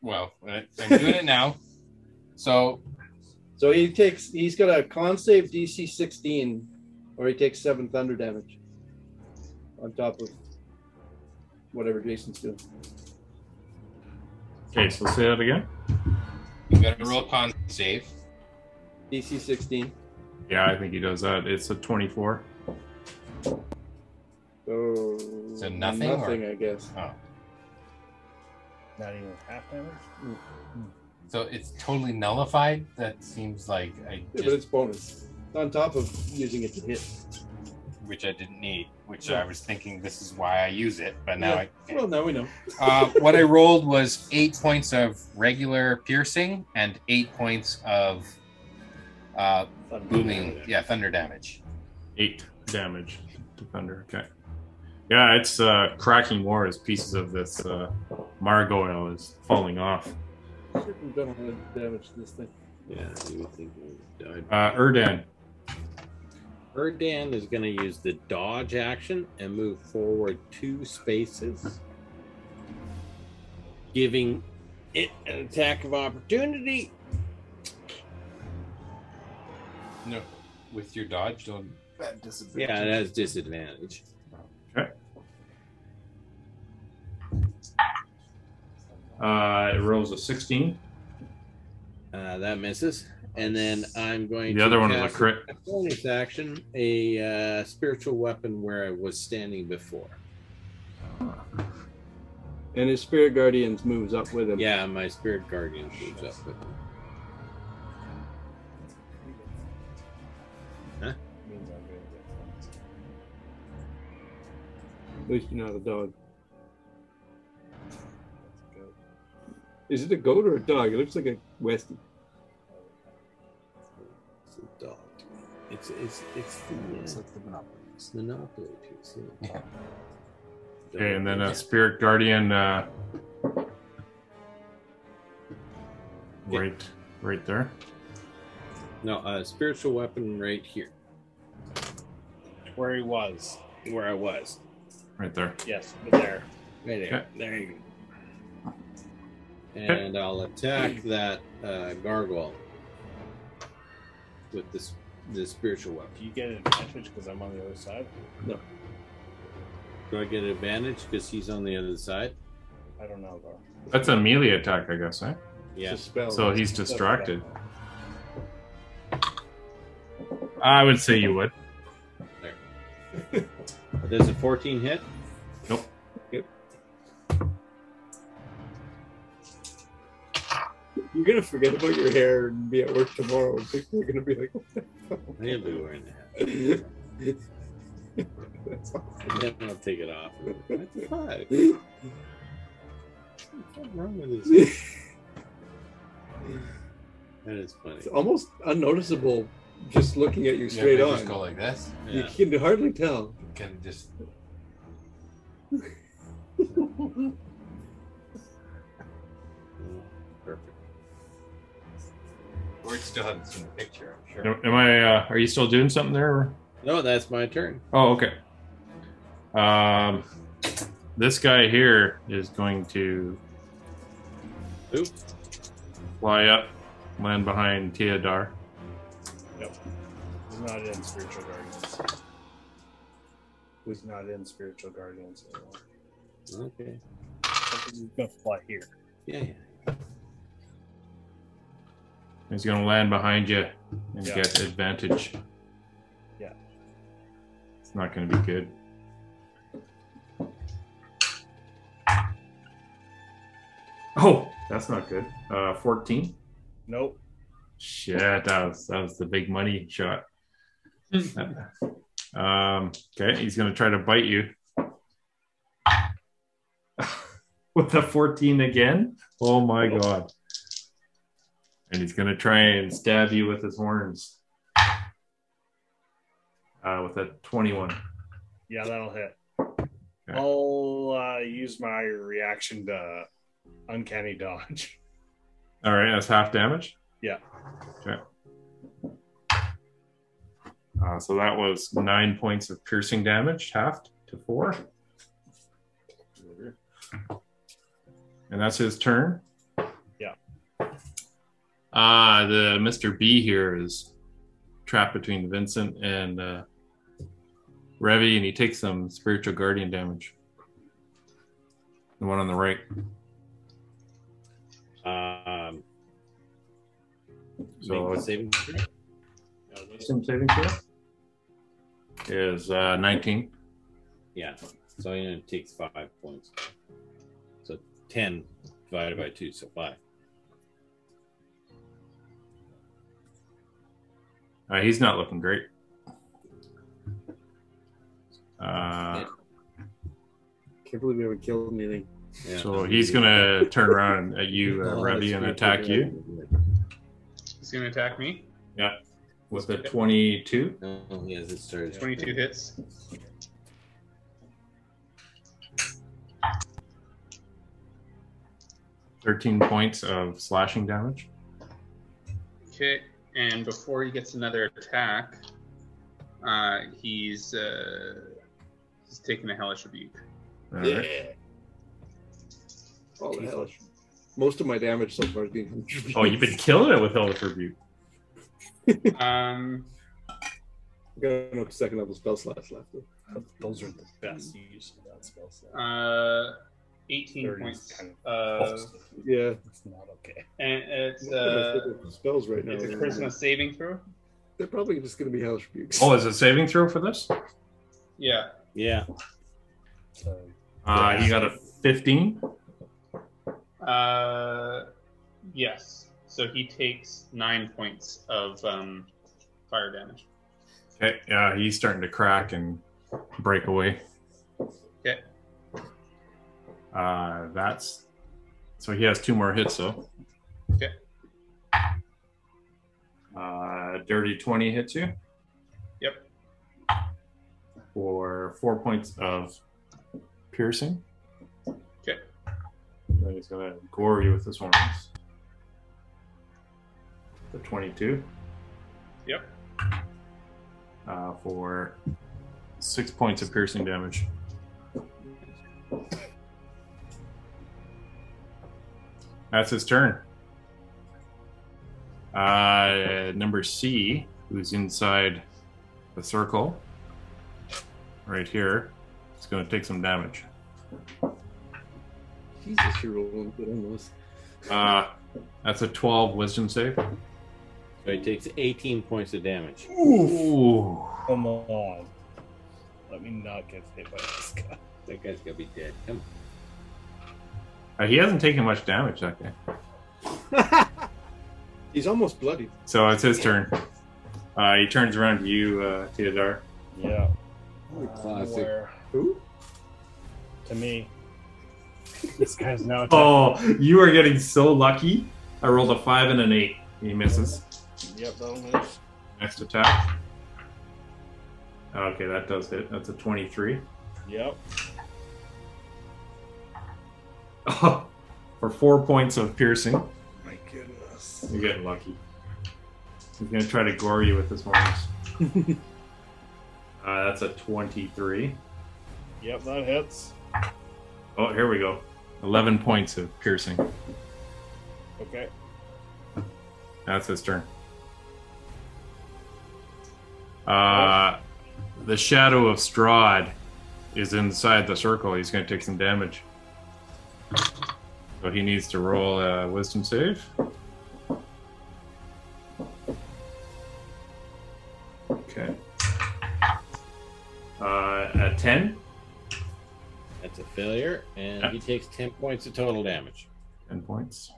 Well, I- I'm doing it now. So So he takes. He's got a con save DC 16, or he takes seven thunder damage. On top of whatever Jason's doing. Okay, so say that again. you got to roll a con save. DC 16. Yeah, I think he does that. It's a 24. So, So nothing or- Nothing, I guess. Oh. Not even half damage. So it's totally nullified. That seems like I Yeah, just, but it's bonus. It's on top of using it to hit. which I didn't need. Which I was thinking this is why I use it, but now I. Yeah. Well, now we know. Uh, what I rolled was eight points of regular piercing and eight points of uh, booming. Yeah, thunder damage. Eight damage to thunder. Okay. Yeah, it's uh, cracking more as pieces of this uh, margoyle is falling off. Shit, we've done a lot of damage to this thing. Yeah, you would think I would die. Uh, Erdan. Erdan is going to use the dodge action and move forward two spaces, giving it an attack of opportunity. No, with your dodge, don't. Yeah, it has disadvantage. Uh, it rolls a 16. Uh, that misses. And then I'm going The other one was a cast crit. Bonus action, a uh, spiritual weapon where I was standing before. And his spirit guardians moves up with him. Yeah, my spirit guardian moves up with me. Means I'm gonna get At least you're not a dog. Is it a goat or a dog? It looks like a Westie. It's a dog. It's it's it's the, It's uh, like the Monopoly. it's the monopoly piece. Yeah. Okay, and then uh, a spirit guardian. Uh, right, right there. No, uh, spiritual weapon right here, Where he was. where I was. Right there. Yes, but there. Right there. There you go. And I'll attack that uh, gargoyle with this the spiritual weapon. Do you get an advantage because I'm on the other side? Do I get an advantage because he's on the other side? I don't know, Gar. That's a melee attack, I guess, eh? Yeah. So he's distracted. I would say you would. There's a 14 hit. Nope. You're gonna forget about your hair and be at work tomorrow. and People are gonna be like, what the fuck? He'll be wearing that. That's awesome. Then I'll take it off. That's a five. What's wrong with this? it's That is funny. almost unnoticeable just looking at you straight yeah, they on. Just go like this. Yeah. You can hardly tell. Can just Perfect. Or it still hasn't seen the picture. I'm sure. Am am I? Uh, are you still doing something there? or- No, that's my turn. Oh, okay. Um, this guy here is going to Oop. fly up, land behind Teodar. Nope. He's not in spiritual guardians. He's not in spiritual guardians anymore. Okay. He's gonna fly here. Yeah. yeah. He's going to land behind you and Yeah. get advantage. Yeah. It's not going to be good. Oh, that's not good. Uh, 14. Nope. Shit, that was that was the big money shot. um, okay, he's gonna try to bite you with a fourteen again. Oh my god! And he's gonna try and stab you with his horns uh, with a twenty-one. Yeah, that'll hit. Okay. I'll uh, use my reaction to uncanny dodge. All right, that's half damage. Yeah. Okay. Uh, so that was nine points of piercing damage, halved to four. And that's his turn. Yeah. Uh, the Mr. B here is trapped between Vincent and uh, Revy, and he takes some spiritual guardian damage. The one on the right. Um, So make the it's saving throw. No, Wisdom saving throw is uh, 19. Yeah. So you know, it takes five points. So 10 divided by two, so five. Uh, he's not looking great. Uh, Can't believe we haven't killed anything. So he's going to turn around at you, Oh, uh, Revy, and attack you. He's gonna attack me. Yeah. With a 22. Oh, he hasn't started. 22 hits. Thirteen points of slashing damage. Okay, and before he gets another attack, uh, he's uh, he's taking a hellish rebuke. All Oh, the hell. Most of my damage so far has been. Oh, you've been killing it with Hellish Rebuke. Um, I got no second level spell slots left. Those are the best use of that spell set. Uh, 18 Thirty is points. kind uh, Yeah. It's not okay. and it's Most of my uh, favorite spells right now. it's a yeah. charisma saving throw. They're probably just going to be hellish rebukes. Oh, is it saving throw for this? Yeah. Yeah. Uh, he got a 15. Uh, yes. So he takes nine points of um, fire damage. Okay, yeah, he's starting to crack and break away. Okay. Uh, that's so he has two more hits though. Okay. Uh, dirty twenty hits you. Yep. For four points of piercing. Okay. Then he's gonna gore you with this one. The twenty-two Yep. uh, for six points of piercing damage. That's his turn. Uh, number C, who's inside the circle, right here, is going to take some damage. Jesus, you're rolling good on those. Uh, that's a 12 wisdom save. So he takes 18 points of damage. Ooh. Come on. Let me not get hit by this guy. That guy's gonna be dead. Come on. Uh, he hasn't taken much damage, that guy. He's almost bloody. So it's his turn. Uh, he turns around to you, uh, Teodar. Yeah. classic. Who? Uh, To me. This guy's now. Oh, you are getting so lucky. I rolled a five and an eight. He misses. Yep, that'll miss. Next attack. Okay, that does hit. That's a 23. Yep. For four points of piercing. My goodness. You're getting lucky. He's going to try to gore you with his horns. uh, that's a 23. Yep, that hits. Oh, here we go. 11 points of piercing. Okay. That's his turn. Uh, the shadow of Strahd is inside the circle. He's going to take some damage. So he needs to roll a wisdom save. Okay. Uh, a 10 That's a failure, and he takes 10 points of total damage. 10 points.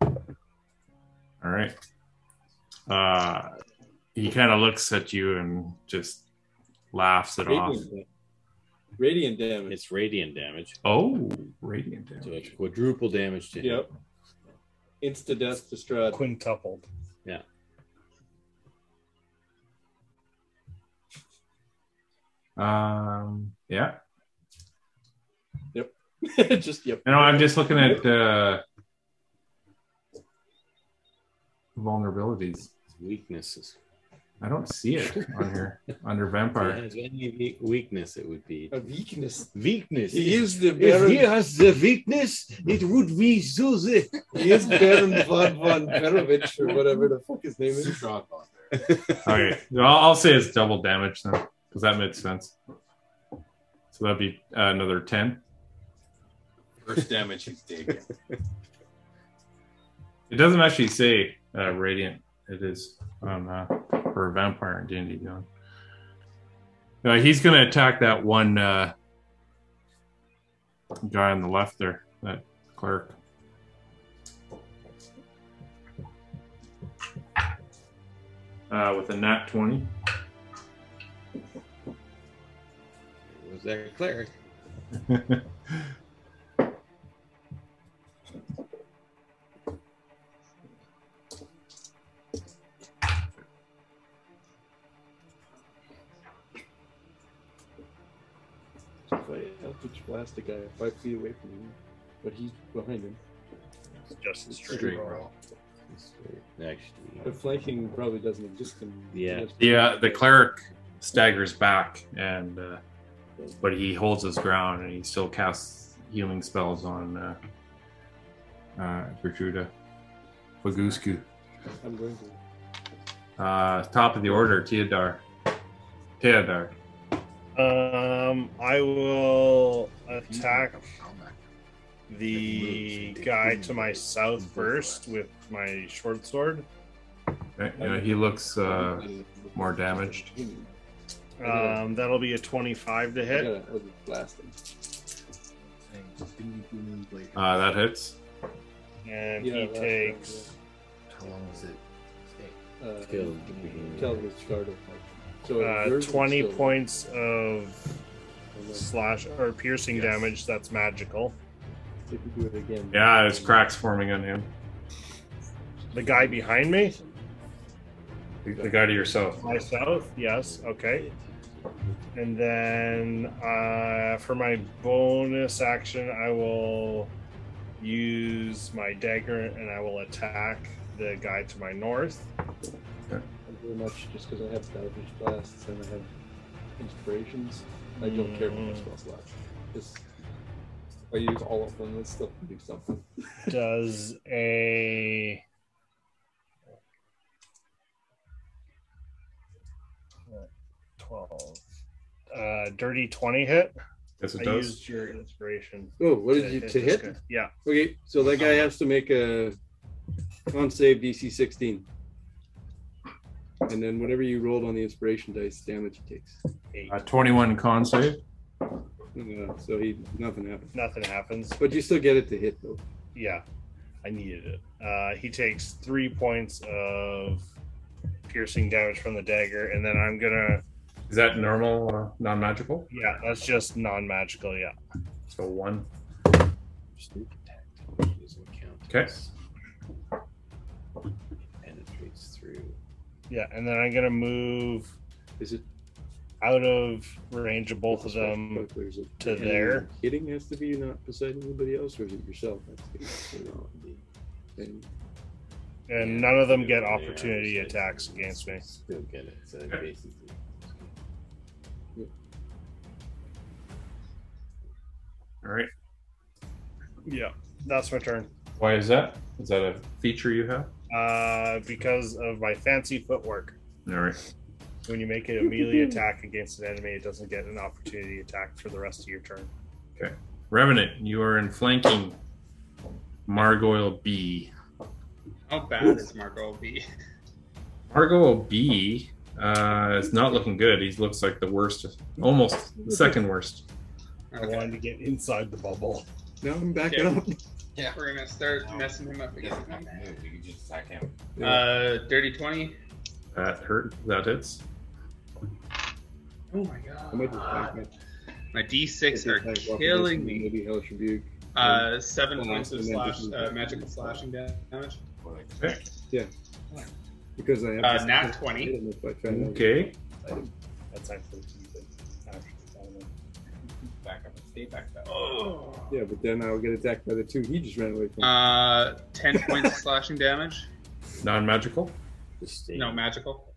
All right. Uh, he kind of looks at you and just laughs it off. Radiant, Radiant damage. It's radiant damage. Oh, radiant So damage. it's quadruple damage to him. Yep. Insta death to Strahd. Quintupled. Yeah. Um, yeah. Just yep. You know, I'm just looking at uh, vulnerabilities. Weaknesses. I don't see it on here under If he vampire. has any we- weakness, it would be A weakness. weakness. He is the If Baron. he has the weakness, it would be Susie. He is Baron von von Perovich or whatever the fuck his name is. okay. Well, I'll say it's double damage then, because that makes sense. So that'd be uh, another 10. First damage he's taken. It doesn't actually say uh, radiant. it is on uh, for a vampire in D&D Beyond. Uh, he's going to attack that one uh, guy on the left there, that clerk. Uh, with a nat 20. Was that cleric? Eldritch Blast the guy five feet away from him, but he's behind him. It's just a straight, Straight roll. roll. Next. The flanking probably doesn't exist in Yeah. The, uh, the cleric staggers back, and uh, but he holds his ground and he still casts healing spells on uh, uh, Gertruda Fagusku. I'm going to. Uh, top of the order, Teodar. Teodar. Um, I will attack the guy to my south first with my short sword. Right, you know, he looks uh, more damaged. Um, that'll be a 25 to hit. Uh, that hits. And Yeah, he last round, takes. How long does it Uh, Kill. Tell him to start a fight. So Uh, Oh, yours is 20 still- points of slash or piercing damage that's magical. If you do it again. Yeah, there's cracks forming on him. The guy behind me, The, the guy to yourself. my south, yes, okay. And then uh, for my bonus action, I will use my dagger and I will attack the guy to my north. Not very much just because I have Eldritch Blasts and I have Inspirations. I don't care for my spell slots. Just, if I use all of them, let's still do something. Does a twelve uh, dirty twenty hit? Yes, it I does. used your inspiration. Oh, what did you to this hit? guy. Yeah. Okay, so that guy has to make a con save DC 16. And then whatever you rolled on the inspiration dice, damage he takes. Uh, 21 con save. Uh, so he nothing happens. Nothing happens. But you still get it to hit though. Yeah, I needed it. Uh, he takes three points of piercing damage from the dagger, and then I'm gonna. Is that normal, uh, non magical? Yeah, that's just non-magical. Yeah. So one. Doesn't Okay. count. Penetrates through. Yeah, and then I'm gonna move. Is it out of range of both of them to And there? Hitting has to be not beside anybody else, or is it yourself? That's the thing. And none of them get opportunity attacks against me. Still get it. So basically. All right. Yeah, that's my turn. Why is that? Is that a feature you have? Uh, because of my fancy footwork. All right. When you make an melee attack against an enemy, it doesn't get an opportunity attack for the rest of your turn. Okay. Revenant, you are in flanking Margoyle B. How bad is Margot B? Margoyle B uh, is not looking good. He looks like the worst, almost the second worst. I wanted to get inside the bubble. Now I'm backing Yeah. up. Yeah. We're gonna start messing him up again. You can just attack him. Uh, dirty twenty. That hurt. That hits. Oh my might just back god. up. My D6 are Walk away killing from me. Maybe Hellish Rebuke. Uh, seven And points of then slash just- uh, magical slashing damage. Okay. Yeah. Because I have Uh, this- nat 20. I don't know if I try that. Okay. That's actually decent. Actually, Back up and stay back up. Oh. Yeah, but then I'll get attacked by the two he just ran away from. Uh, ten points of slashing damage. Non magical. No magical.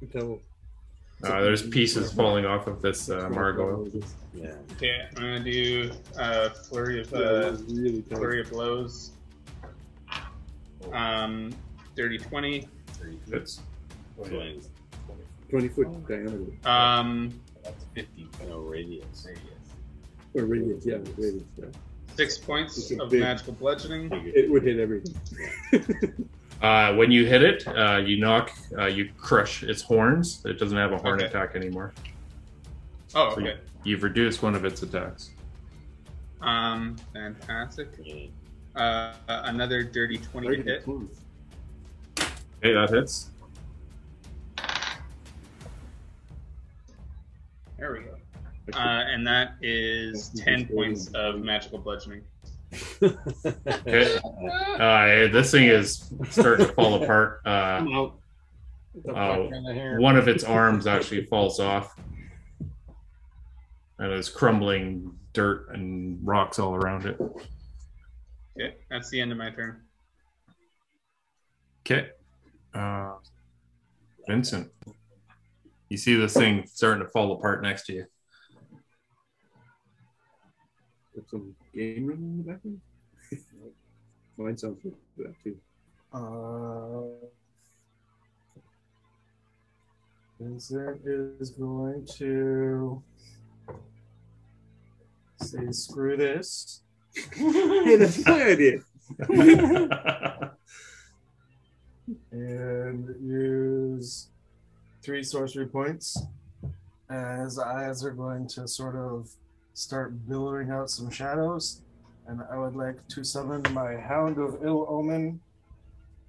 Until Uh, there's pieces falling off of this uh, Margoyle. Yeah. Okay, I'm gonna do uh, flurry of Yeah, Oh. uh, that was really tight. flurry of blows. Um, dirty twenty. Hits. twenty foot diameter. Um, That's 50. No radius. Radius. Or radius, yeah, radius, yeah. six points It's a of big- magical bludgeoning. It would hit everything. Uh, when you hit it, uh, you knock, uh, you crush its horns. It doesn't have a horn attack anymore. Oh, So okay. You've reduced one of its attacks. Um, fantastic. Uh, another dirty twenty to hit. Okay, that hits. There we go. Uh, and that is ten points of magical bludgeoning. Okay. Ah. Uh, this thing is starting to fall apart. Uh, Oh. uh, one of its arms actually falls off, and there's crumbling dirt and rocks all around it. Okay, that's the end of my turn. Okay. Uh, Vincent, you see this thing starting to fall apart next to you. Got some game room in the background? Mine's sounds for that too. Uh, Vincent is going to say, screw this. hey, that's my idea. and use three sorcery points as eyes are going to sort of start billowing out some shadows. And I would like to summon my Hound of Ill Omen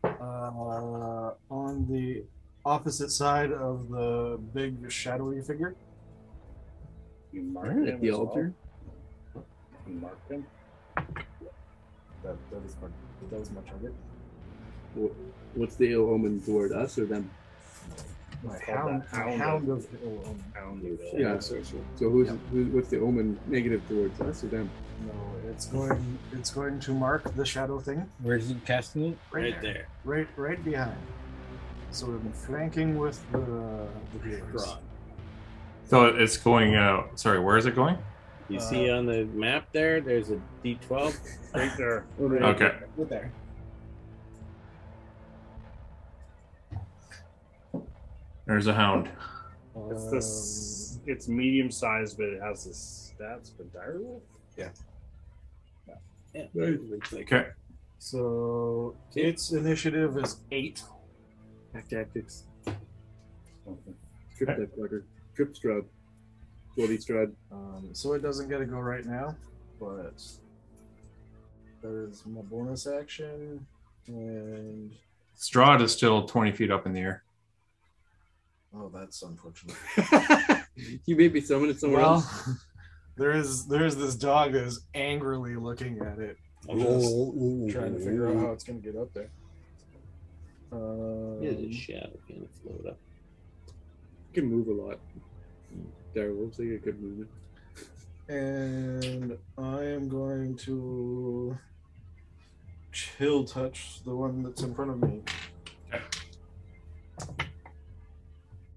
uh, on the opposite side of the big shadowy figure. You At him the as well? altar? Mark him. That, that, is my, that is my target. Wh- What's the ill omen toward us or them? My Called hound, that my Hound hound of Ill Omen. Yeah, so, so who's who, what's the omen negative towards us or them? No, it's going. It's going to mark the shadow thing. Where is it casting it? Right there. Right, right behind. So we've been flanking with the the healers. So it's going. Uh, sorry, where is it going? Uh, You see on the map there, there's a D12 right there. Okay. Right there. There's a hound. It's this. It's medium sized, but it has this stats for dire wolf. Yeah. Yeah. Okay. So its initiative is eight. Back tactics. Trip that fucker. Trip Strud. Bloody Strud. Um, so it doesn't get to go right now, but that is my bonus action, and Strahd is still 20 feet up in the air. oh, that's unfortunate. you may be summoning somewhere Well, else. There is there is this dog that is angrily looking at it, Oh, just trying to figure out how it's gonna get up there. Um, Yeah, this shadow can float up. It can move a lot. Direwolves, they get good movement. And I am going to chill touch the one that's in front of me.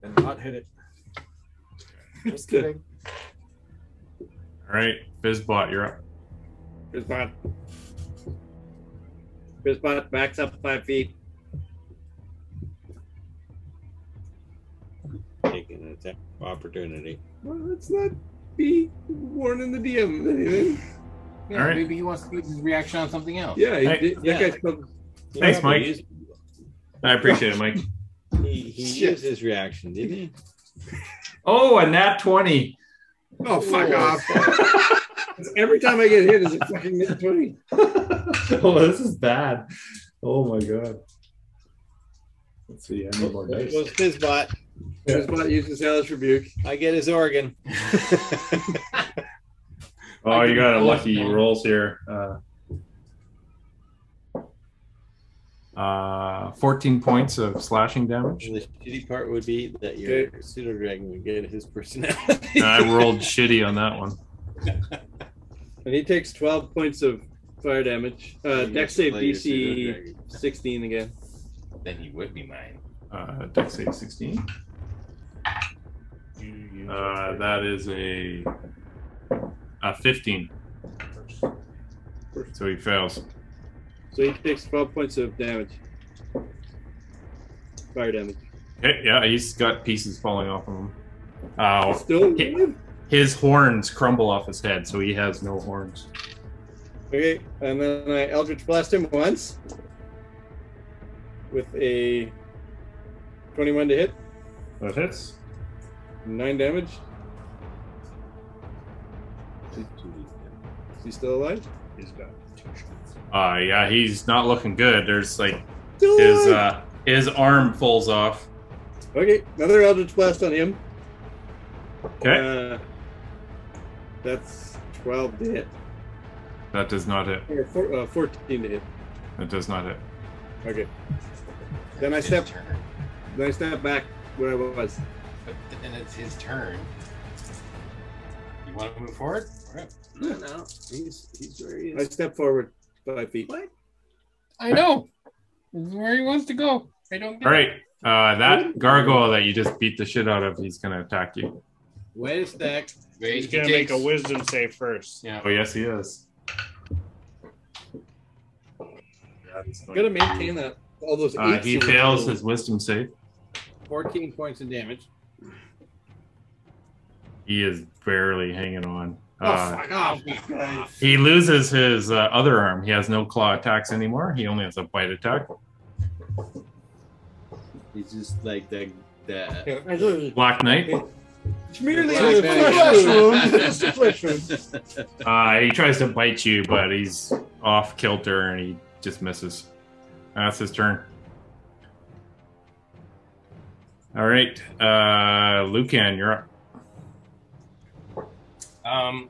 And not hit it. Just kidding. All right, Fizzbot, you're up. Fizzbot. Fizzbot backs up five feet. Taking an attack opportunity. Well, let's not be warning the DM of anything. Yeah, All right. Maybe he wants to use his reaction on something else. Yeah, he Hey. did, that guy's probably. Thanks, Mike. I appreciate it, Mike. He, he used his reaction, didn't he? Oh, a nat 20. Oh, fuck off. Every time I get hit, is a fucking nat 20. oh, this is bad. Oh my god. Let's see. I need more There dice. goes Fizzbot. Fizzbot uses Hellish Rebuke. I get his organ. Oh, you got a lucky rolls here. Uh, uh, 14 points of slashing damage. The shitty part would be that your pseudo dragon would get his personality. And I rolled shitty on that one. And he takes 12 points of fire damage. You Uh, get dex to save play your pseudo DC 16 again. Then he would be mine. Uh, dex save 16. Uh, that is a, a 15. So he fails. So he takes 12 points of damage. Fire damage. Hey, yeah, he's got pieces falling off of him. Oh, Still hi- his horns crumble off his head, so he has no horns. Okay, and then I Eldritch Blast him once. with a 21 to hit. That hits. Nine damage. Is he still alive? He's got two shots. Uh, yeah, he's not looking good. There's like his uh, his arm falls off. Okay, another Eldritch Blast on him. Okay. Uh, that's 12 to hit. That does not hit. Or four, uh, 14 to hit. That does not hit. Okay. Then I step. Then I step back where I was. But then it's his turn. You want to move forward? All right. No, no. He's, he's where he I is. step forward five feet. I know. Where he wants to go. I don't get All right. Uh, that gargoyle that you just beat the shit out of, he's gonna attack you. Wait a sec. He's gonna make a wisdom save first. Yeah. Oh yes, he is. Gotta maintain that. All those. Uh, eights he in the fails middle. his wisdom save. 14 points of damage. He is barely hanging on. Oh, Uh, fuck Ah, off, you guys. he loses his uh, other arm. He has no claw attacks anymore. He only has a bite attack. He's just like that. that Black Knight. It's merely Black Knight. a flesh wound. Just a flesh wound. Uh, he tries to bite you, but he's off kilter and he just misses. That's his turn. All right, uh, Lucan, you're up. Um,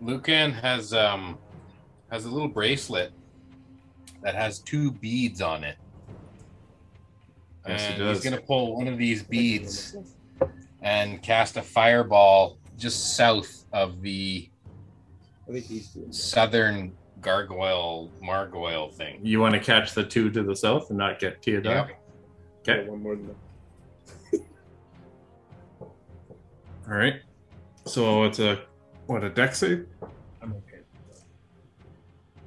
Lucan has um has a little bracelet that has two beads on it. Yes, it and does. he's gonna pull one of these beads and cast a fireball just south of the I think he's doing southern gargoyle margoyle thing. You want to catch the two to the south and not get Teodoc? Okay. one more than that. All right. So it's a what a dex save?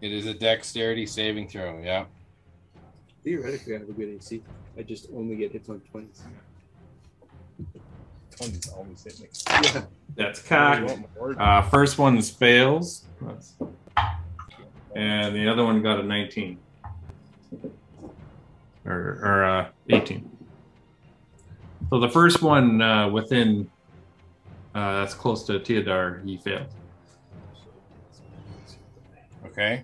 It is a dexterity saving throw. Yeah. Theoretically, I have a good AC. I just only get hits on 20s. Tony's always hitting me. Yeah. That's cocked. Uh, first one's fails, That's- and the other one got a 19 or, or uh, 18. So the first one uh, within uh, that's close to Teodar, he failed. Okay.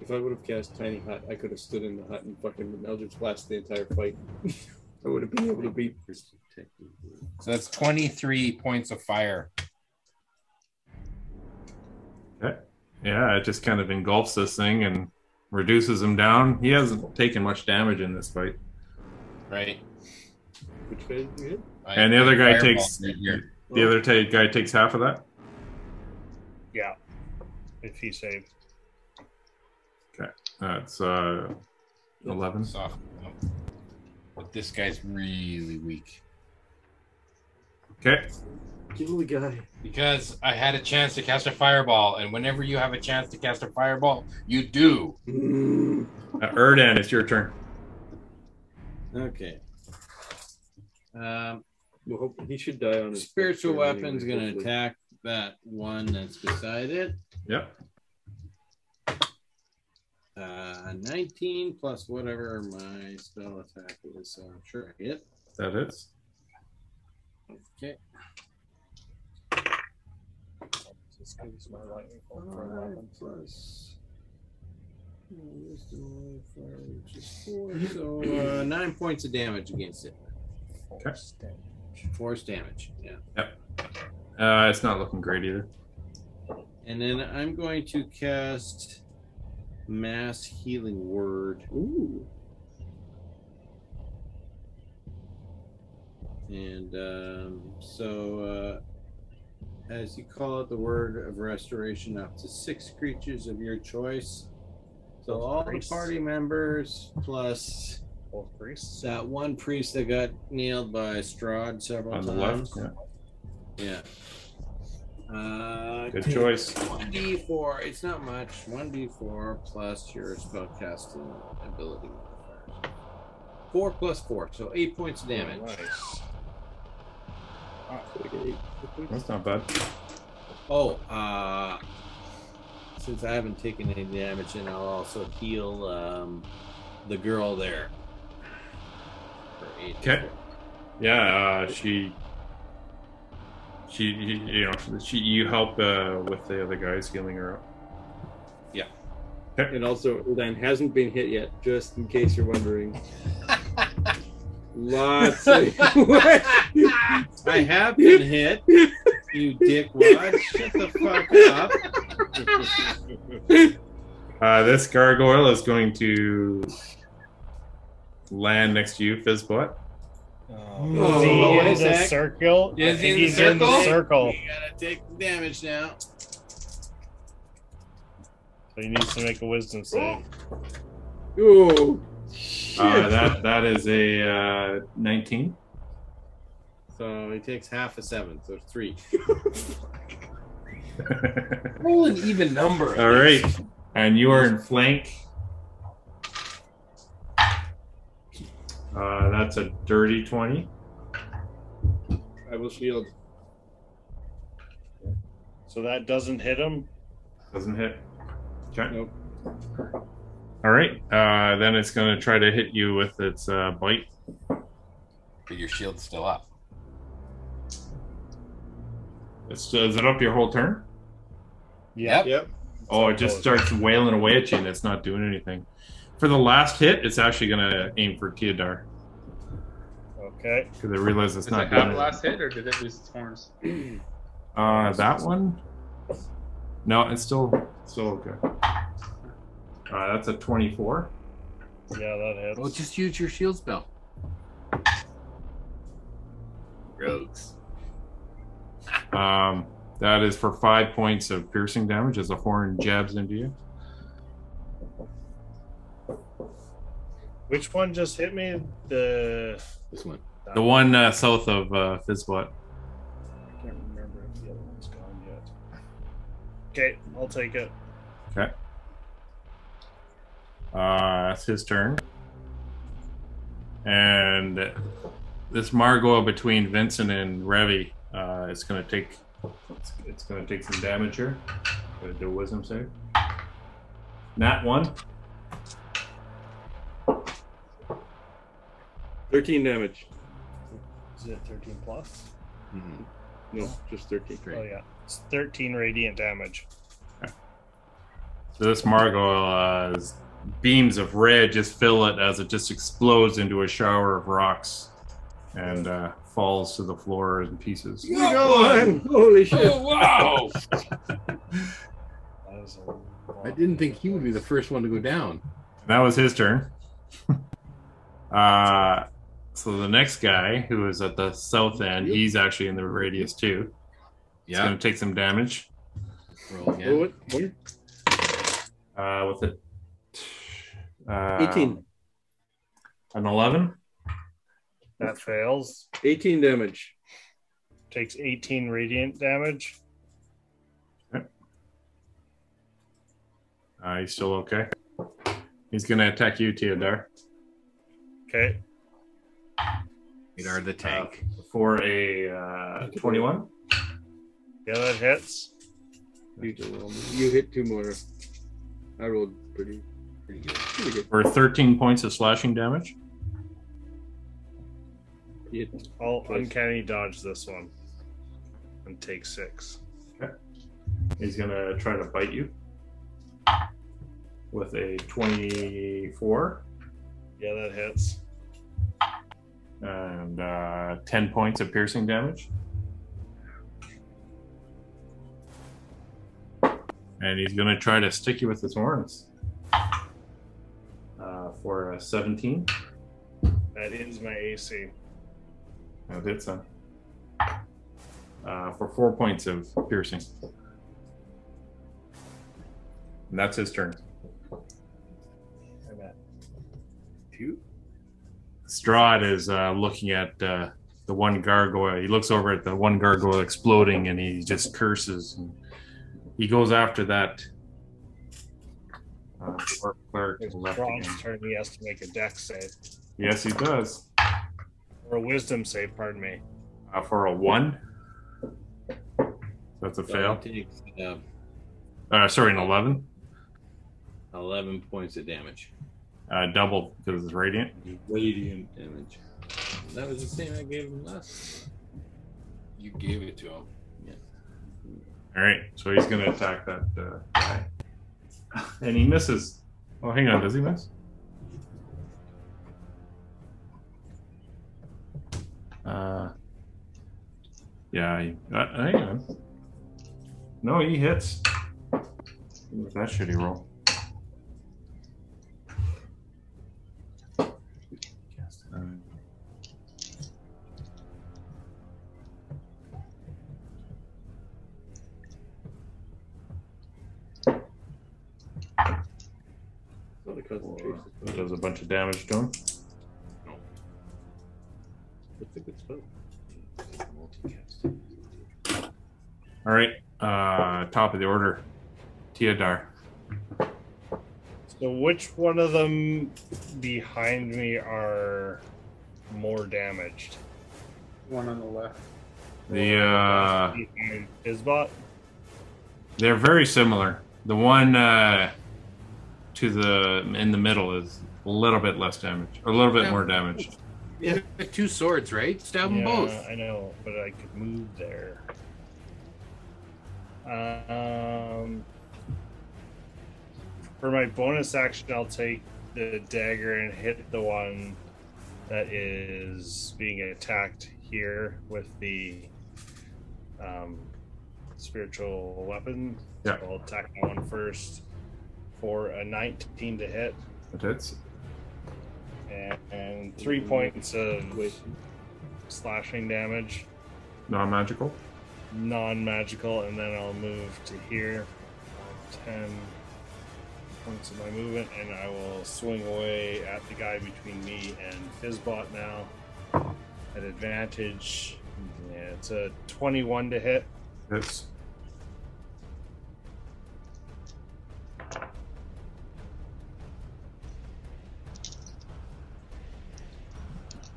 If I would have cast Tiny Hut, I could have stood in the hut and fucking Eldritch Blast the entire fight. I would have been able to beat. So that's twenty three points of fire. Yeah, it just kind of engulfs this thing and reduces him down. He hasn't taken much damage in this fight. Right. Which way did you hit? And the other guy Fireball takes right here. the other ta- guy takes half of that. Yeah. If he saved. That's uh, 11. Soft. But this guy's really weak. Okay. Kill the guy. Because I had a chance to cast a fireball, and whenever you have a chance to cast a fireball, you do. Uh, Erdan, it's your turn. Okay. Um, Well, hope- he should die on his. spiritual first turn weapon's anyway, gonna hopefully. attack that one that's beside it. Yep. Uh, 19 plus whatever my spell attack is, so I'm sure I hit. That hits. Okay. This gives my lightning bolt for a Five weapon. plus. uh, wisdom of five, which is four, So uh, nine points of damage against it. Force damage. Force damage. Yeah. Uh, it's not looking great either. And then I'm going to cast Mass Healing Word. Ooh. And um, so, uh, as you call it, the word of restoration up to six creatures of your choice. So, all the Priests. party members plus Both priests. that one priest that got nailed by Strahd several On the left. times. Yeah. Yeah. Uh, Good take choice. 1d4. It's not much. 1d4 plus your spellcasting ability. modifier. 4 plus 4, so 8 points of damage. Nice. That's not bad. Oh, uh, since I haven't taken any damage, and I'll also heal um, the girl there. For eight. Okay. Yeah, uh, she. She, you you know, she, you help uh, with the other guys healing her up. Yeah. And also, Erdan hasn't been hit yet, just in case you're wondering. Lots of. I have been hit. You dickwad. Shut the fuck Uh, this gargoyle is going to land next to you, Fizzbot. Uh, up. Is he Oh, in is the that- circle? I Is he think in the he's in the circle. You gotta take the damage now. So he needs to make a wisdom save. Ooh. Uh, that that is a uh, 19. So he takes half a seven, so three. Roll an even number. All right, and you are in flank. Uh, that's a dirty 20. I will shield. So that doesn't hit him. Doesn't hit. Okay. All right, uh, then it's going to try to hit you with its uh, bite. But your shield's still up. It's, uh, is it up your whole turn? Yep. Yep. Oh, it just starts wailing away at you and it's not doing anything. For the last hit, it's actually going to aim for Teodar Okay. because it realizes it's Does not it have doing it. last hit or did it lose its horns? Uh, that one? No, it's still still okay. Uh, that's a 24. Yeah, that hits. Well, Oh, just use your shield spell. Rogues. Um, that is for five points of piercing damage as the horn jabs into you. Which one just hit me? The this one. The one uh, south of uh, Fizzbot. I can't remember if the other one's gone yet. Okay, I'll take it. Okay. Uh, that's his turn. And this Margot between Vincent and Revy uh, is going to take it's, it's going to take some damage here. Going to do a wisdom save. Nat one. 13 damage. Is it 13 plus? Hmm. No, just 13. Oh, yeah. It's 13 radiant damage. So this Margot uh, is- beams of red just fill it as it just explodes into a shower of rocks and uh, falls to the floor in pieces. Holy shit. Oh, wow. That is a I didn't think he would be the first one to go down. That was his turn. uh, so the next guy who is at the south end, he's actually in the radius too. He's Yeah. going to take some damage. Roll Oh, what- what? Uh, with it. Uh, 18. An 11? That fails. 18 damage. Takes 18 radiant damage. Uh, he's still okay. He's going to attack you, Teodar. Okay. Teodar the tank. for a uh, 21. Yeah, that hits. You, you hit two more. I rolled pretty, pretty good. Pretty good. For 13 points of slashing damage. It, I'll uncanny dodge this one and take six. He's going to try to bite you with a 24 Yeah, that hits. and uh, 10 points of piercing damage. And he's going to try to stick you with his horns uh, for a 17. That is my AC. That hits him. Uh, for four points of piercing. And that's his turn. I'm at two. Strahd is uh, looking at uh, the one gargoyle. He looks over at the one gargoyle exploding and he just curses. And he goes after that. Uh, dwarf cleric to the left Bronze again. turn. He has to make a dex save Yes, he does. or a wisdom save. Pardon me. Uh, for a one. That's a fail. Takes, uh, Uh, sorry, an 11. 11 points of damage. Uh, doubled because it's radiant. Radiant damage. That was the same I gave him last. You gave it to him. All right, so he's going to attack that uh, guy. And he misses. Oh, hang on, does he miss? Uh, yeah, he, uh, hang on. No, he hits. With that shitty roll. Um, That does a bunch of damage to him. All right, uh, top of the order, Teodar. So which one of them behind me are more damaged? One on the left. The uh, Behind Isbot? they're very similar. The one uh, to the in the middle is a little bit less damage, or a little bit more damage. Yeah, two swords, right? Stab them Yeah, both. I know, but I could move there. Um, for my bonus action, I'll take the dagger and hit the one that is being attacked here with the um, spiritual weapon. Yeah. So I'll attack that one first for a 19 to hit It hits. and, and three points of slashing damage Non-magical. non-magical and then i'll move to here 10 points of my movement and i will swing away at the guy between me and fizzbot now at advantage yeah, it's a 21 to hit Hits.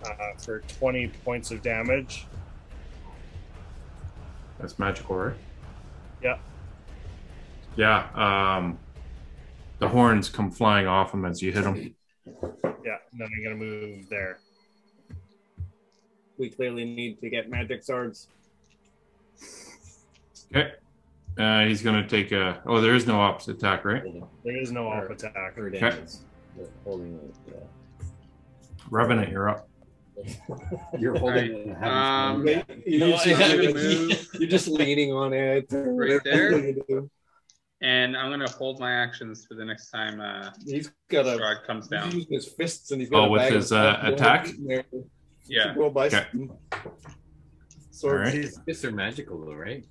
uh, for 20 points of damage That's magical, right? yeah Yeah. Um, the horns come flying off him as you hit him. yeah then i'm gonna move there We clearly need to get magic swords. Okay. Uh, he's going to take a. Oh, there is no opposite attack, right? there is no off attack Okay. Revenant, you're up. You're holding it and haven't Uh, Um, you no, just, I'm gonna you're, move. just leaning on it. Right there. there. And I'm gonna hold my actions for the next time uh He's got a- Strahd comes down. He's using his fists and he's got Oh, a with bag his of uh, attack? Yeah. Roll by Okay. swords. All right. His fists are magical, though, right?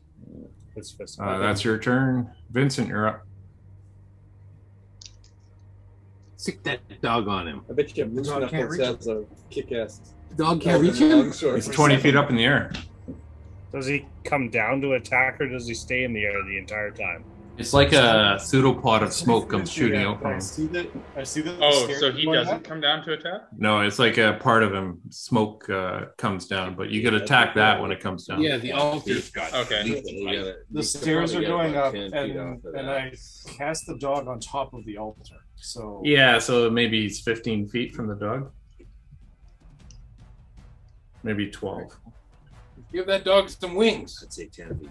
His fists Uh, that's your turn. Vincent, you're up. Sick that dog on him. I bet you Moose Dog can't Knuckles reach has a kick-ass. Dog can't elven reach him? longsword. He's 20 feet up in the air. does he come down to attack or does he stay in the air the entire time It's like a pseudopod of smoke comes shooting out from I him. see that. I see that. Oh, stairs so he going doesn't up. come down to attack? No, it's like a part of him. Smoke uh, comes down, but you could attack that when it comes down. Yeah, the altar's got. Okay. The stairs are going up, and and I cast the dog on top of the altar. So Yeah, so maybe he's 15 feet from the dog. Maybe 12. Give that dog some wings. I'd say 10 feet.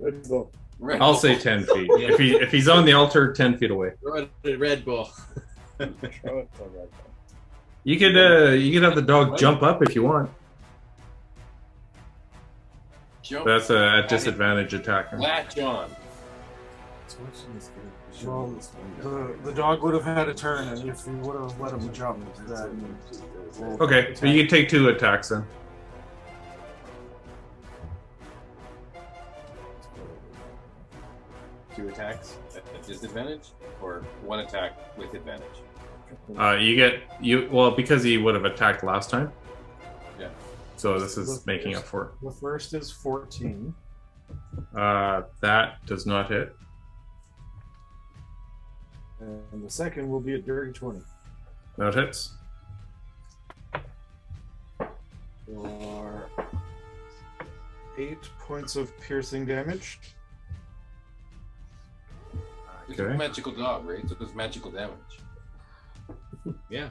Red Bull. Right. I'll say 10 feet. If he if he's on the altar, 10 feet away. Throw it at Red Bull. Throw it to Red Bull. You could uh, you could have the dog jump up if you want. Jump. That's a, a disadvantage attack. Latch on. Well, the, the dog would have had a turn, and if we would have let him jump, then we'll Okay, so you can take two attacks then. Two attacks at at disadvantage, or one attack with advantage. Uh, you get you well because he would have attacked last time. Yeah. So this is making up for The first is fourteen. it. Uh, that does not hit. And the second will be a dirty 20. That hits. For eight points of piercing damage. It's magical dog, right? So it's magical damage. Yeah.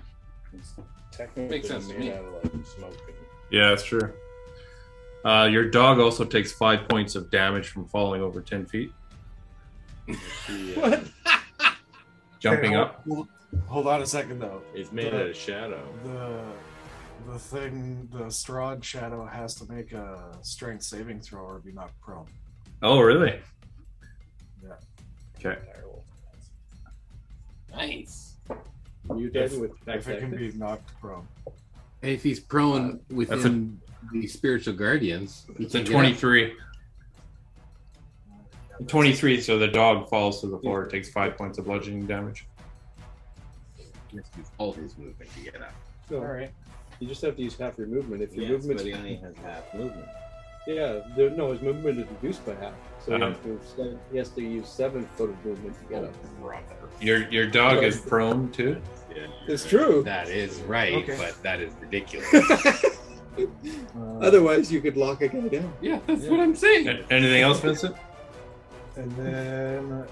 Technically Makes sense to made me. out of like smoke. Yeah, that's true. Uh, your dog also takes five points of damage from falling over 10 feet. What? Jumping up. Hold, hold on a second though. It's made The- out of shadow. The the thing the Strahd shadow has to make a strength saving throw or be knocked prone. Oh, really? Yeah. Okay. Nice. You If, done with that if it can be tactic? knocked prone. Hey, if he's prone that's within the spiritual guardians, he It's a can get up. 23. 23, so the dog falls to the floor, takes five points of bludgeoning damage. Yes, he's always moving to get up. All right. You just have to use half your movement. If your Yes, movement, but he only has half movement. yeah, there, no, his movement is reduced by half, so he, Um. has to, move seven- he has to use seven foot of movement to get up. Your your dog is prone too. Yeah. It's true. That is right, Okay. but that is ridiculous. Uh, Otherwise, you could lock a guy down. yeah, that's what I'm saying. Anything else, Vincent? And then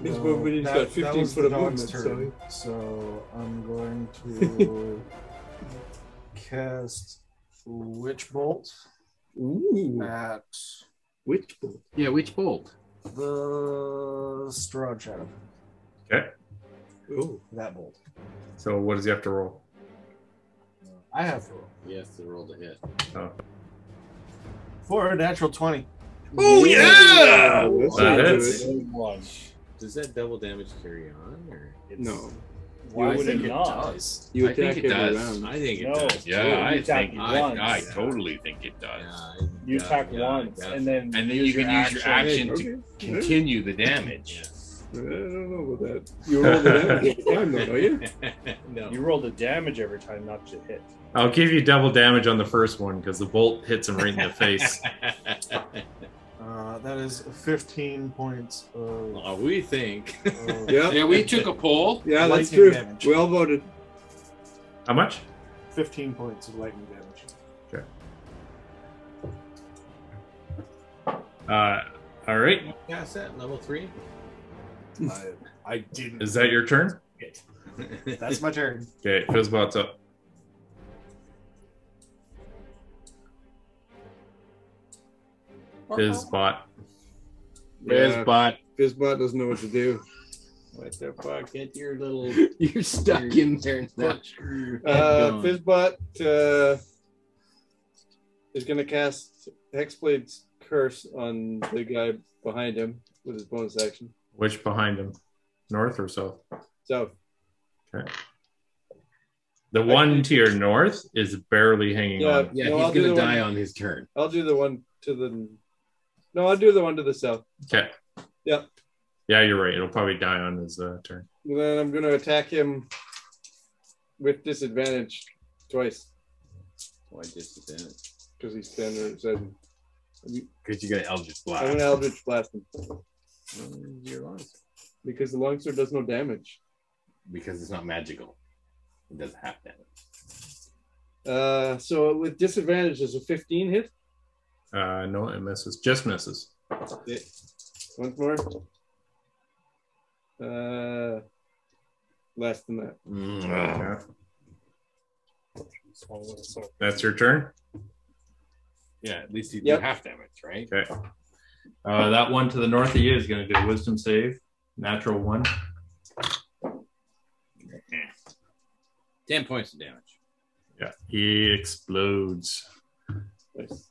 His movement, he's that- got 15 that was foot the of dog's movement, turn. So I'm going to cast Witch Bolt at Witch Bolt. Yeah, which bolt? the Strahd Shadow. Okay. Ooh, that bolt. So what does he have to roll? I have to roll. Yes, the roll to hit. Oh, for a natural twenty. Oh, yeah! That hits. Does that double damage carry on? Or No. Why I would think it not? does. You I think attack it every does. round. I think it No, does. Yeah, you I attack think- I- once. I totally think it does. You attack once, and then and then use you can your use your action action. Okay. to continue the damage. I don't know about that. You roll the damage every time, though, don't you? no. You roll the damage every time, not to hit. I'll give you double damage on the first one because the bolt hits him right in the face. Uh, that is fifteen points of. Oh, we think. of- Yeah, we took a poll. Yeah, that's Lightning true. damage. We all voted. How much? fifteen points of lightning damage. Uh, all right. Cast that level three. I, I didn't. Is that your turn? It. That's my turn. Okay, Fizzbot's up. Fizzbot. Fizzbot. Fizzbot doesn't know what to do. What the fuck? Get your little. You're stuck in there now. Uh, Head Fizzbot uh, is going to cast Hexblade's Curse on the guy behind him with his bonus action. Which behind him? North or south? So Okay. The one to your north is barely hanging yeah, on. Yeah, no, he's I'll do gonna the die one, on his turn. I'll do the one to the. No, I'll do the one to the south. Okay. Yeah. Yeah, you're right. It'll probably die on his uh, turn. And then I'm going to attack him with disadvantage twice Why disadvantage? because he's standing beside him. Because you got Eldritch I'm going to Blast. Eldritch Blast him Your longsword. because the longsword does no damage. Because it's not magical. It doesn't have damage. Uh, so with disadvantage, is a 15 hit Uh, no, it misses. Just misses. once more. Uh, less than that. Okay. That's your turn. Yeah, at least you Yep. do half damage, right? Okay. Uh, that one to the north of you is going to do a wisdom save. Natural one. Ten points of damage. Yeah. He explodes Nice.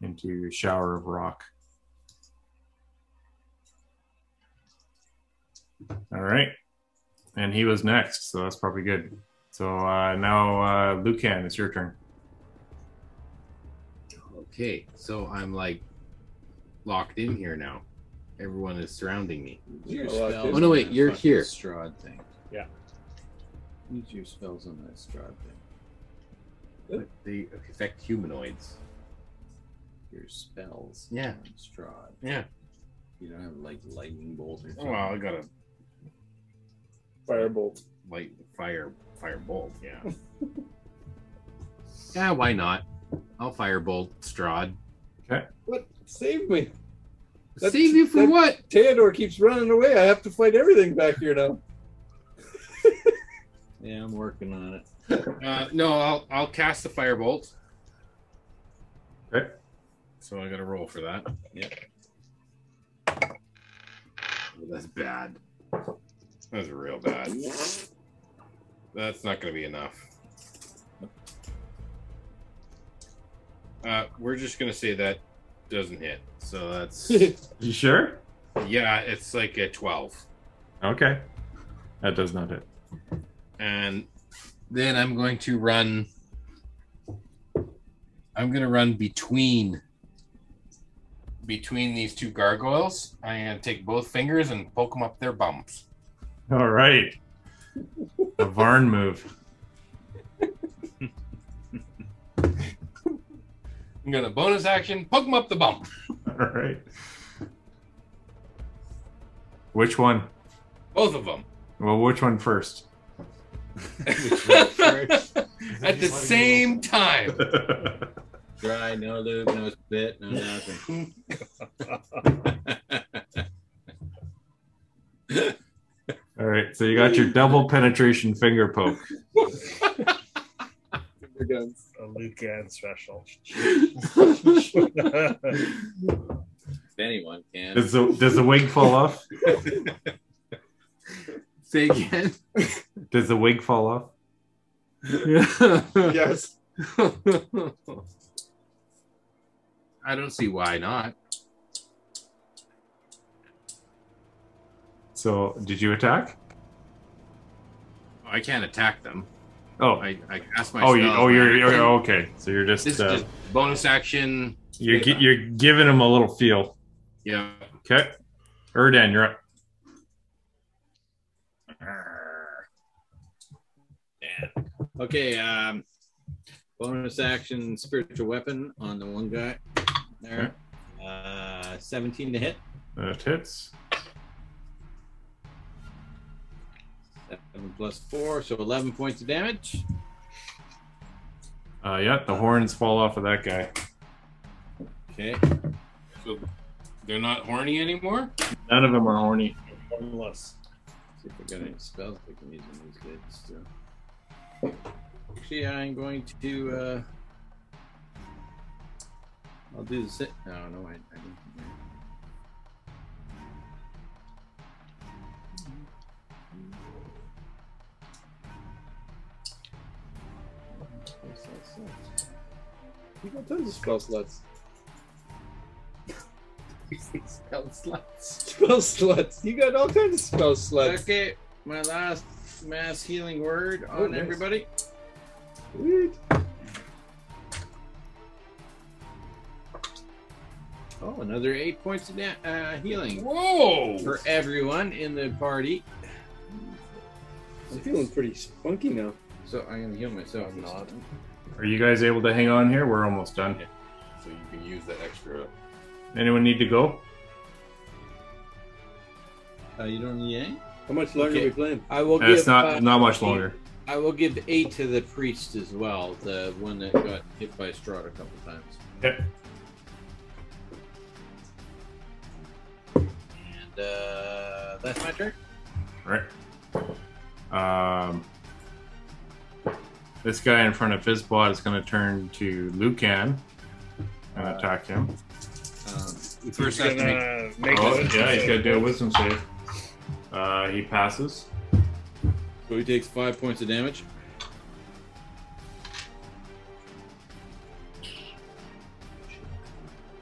into a shower of rock. All right. And he was next, so that's probably good. So uh, now, uh, Lucan, it's your turn. Okay, so I'm like locked in here now. Everyone is surrounding me. Your spells Oh no, wait, on you're that here. fucking Strahd thing. Yeah. Use your spells on that Strahd thing. They affect humanoids. Your spells. Yeah. on Strahd. Yeah. You don't have like lightning bolt or something. Well, I got a Firebolt. light fire firebolt. Yeah. yeah, why not? I'll firebolt Strahd. Okay. What? Save me. Save you from what? Theodore keeps running away. I have to fight everything back here now. Yeah, I'm working on it. Uh, no, I'll I'll cast the firebolt. Okay. So I got to roll for that. Yep. that's bad. That's real bad. That's not going to be enough. Uh, we're just going to say that doesn't hit. So that's You sure? yeah, it's like a twelve. Okay. That does not hit. And then I'm going to run. I'm going to run between between these two gargoyles. I'm going to take both fingers and poke them up their bumps. All right. A Varn move. I'm going to bonus action poke them up the bump. All right. Which one? Both of them Well, which one first? at the same time. Dry, no lube, no spit, no nothing. All right. So you got your double penetration finger poke. guns. A Lucan special. if anyone can. Does the does the wig fall off? Say again. Does the wig fall off? yes. I don't see why not. So did you attack? I can't attack them. Oh, I, I cast my oh, you, spells. oh, you're, you're okay. So you're just, This uh, is just bonus action. you're gi- you're giving him a little feel. Yeah. Okay, Erdan, you're up. Okay, um, bonus action spiritual weapon on the one guy. There. Uh, 17 to hit. That hits. 7 plus 4, so 11 points of damage. Uh, yeah, the horns fall off of that guy. Okay. So they're not horny anymore. None of them are horny. One less. See if we got any spells we can use in these days. So. Actually, I'm going to. Uh, I'll do the sit. No, no, I, I don't. You got tons of spell slots. Spell sluts. Spell slots. You got all kinds of spell slots. Okay, my last mass healing word on Oh, nice. everybody. Sweet. Oh, another eight points of da- uh, healing Whoa! for everyone in the party. I'm feeling pretty spunky now. So I'm gonna heal myself. Not. Are you guys able to hang on here? We're almost done. So you can use that extra. Anyone need to go? Uh, you don't need any. How much longer Okay. are we playing? I will It's give. not uh, not much longer. I will give eight to the priest as well, the one that got hit by Strahd a couple times. Okay. And uh, that's my turn. Right. Um, this guy in front of Fizzbot is going to turn to Lucan and attack him. Um, First, I have to make. Gonna make oh, a wisdom yeah, he's save. got to do a wisdom save. Uh, he passes. so he takes five points of damage.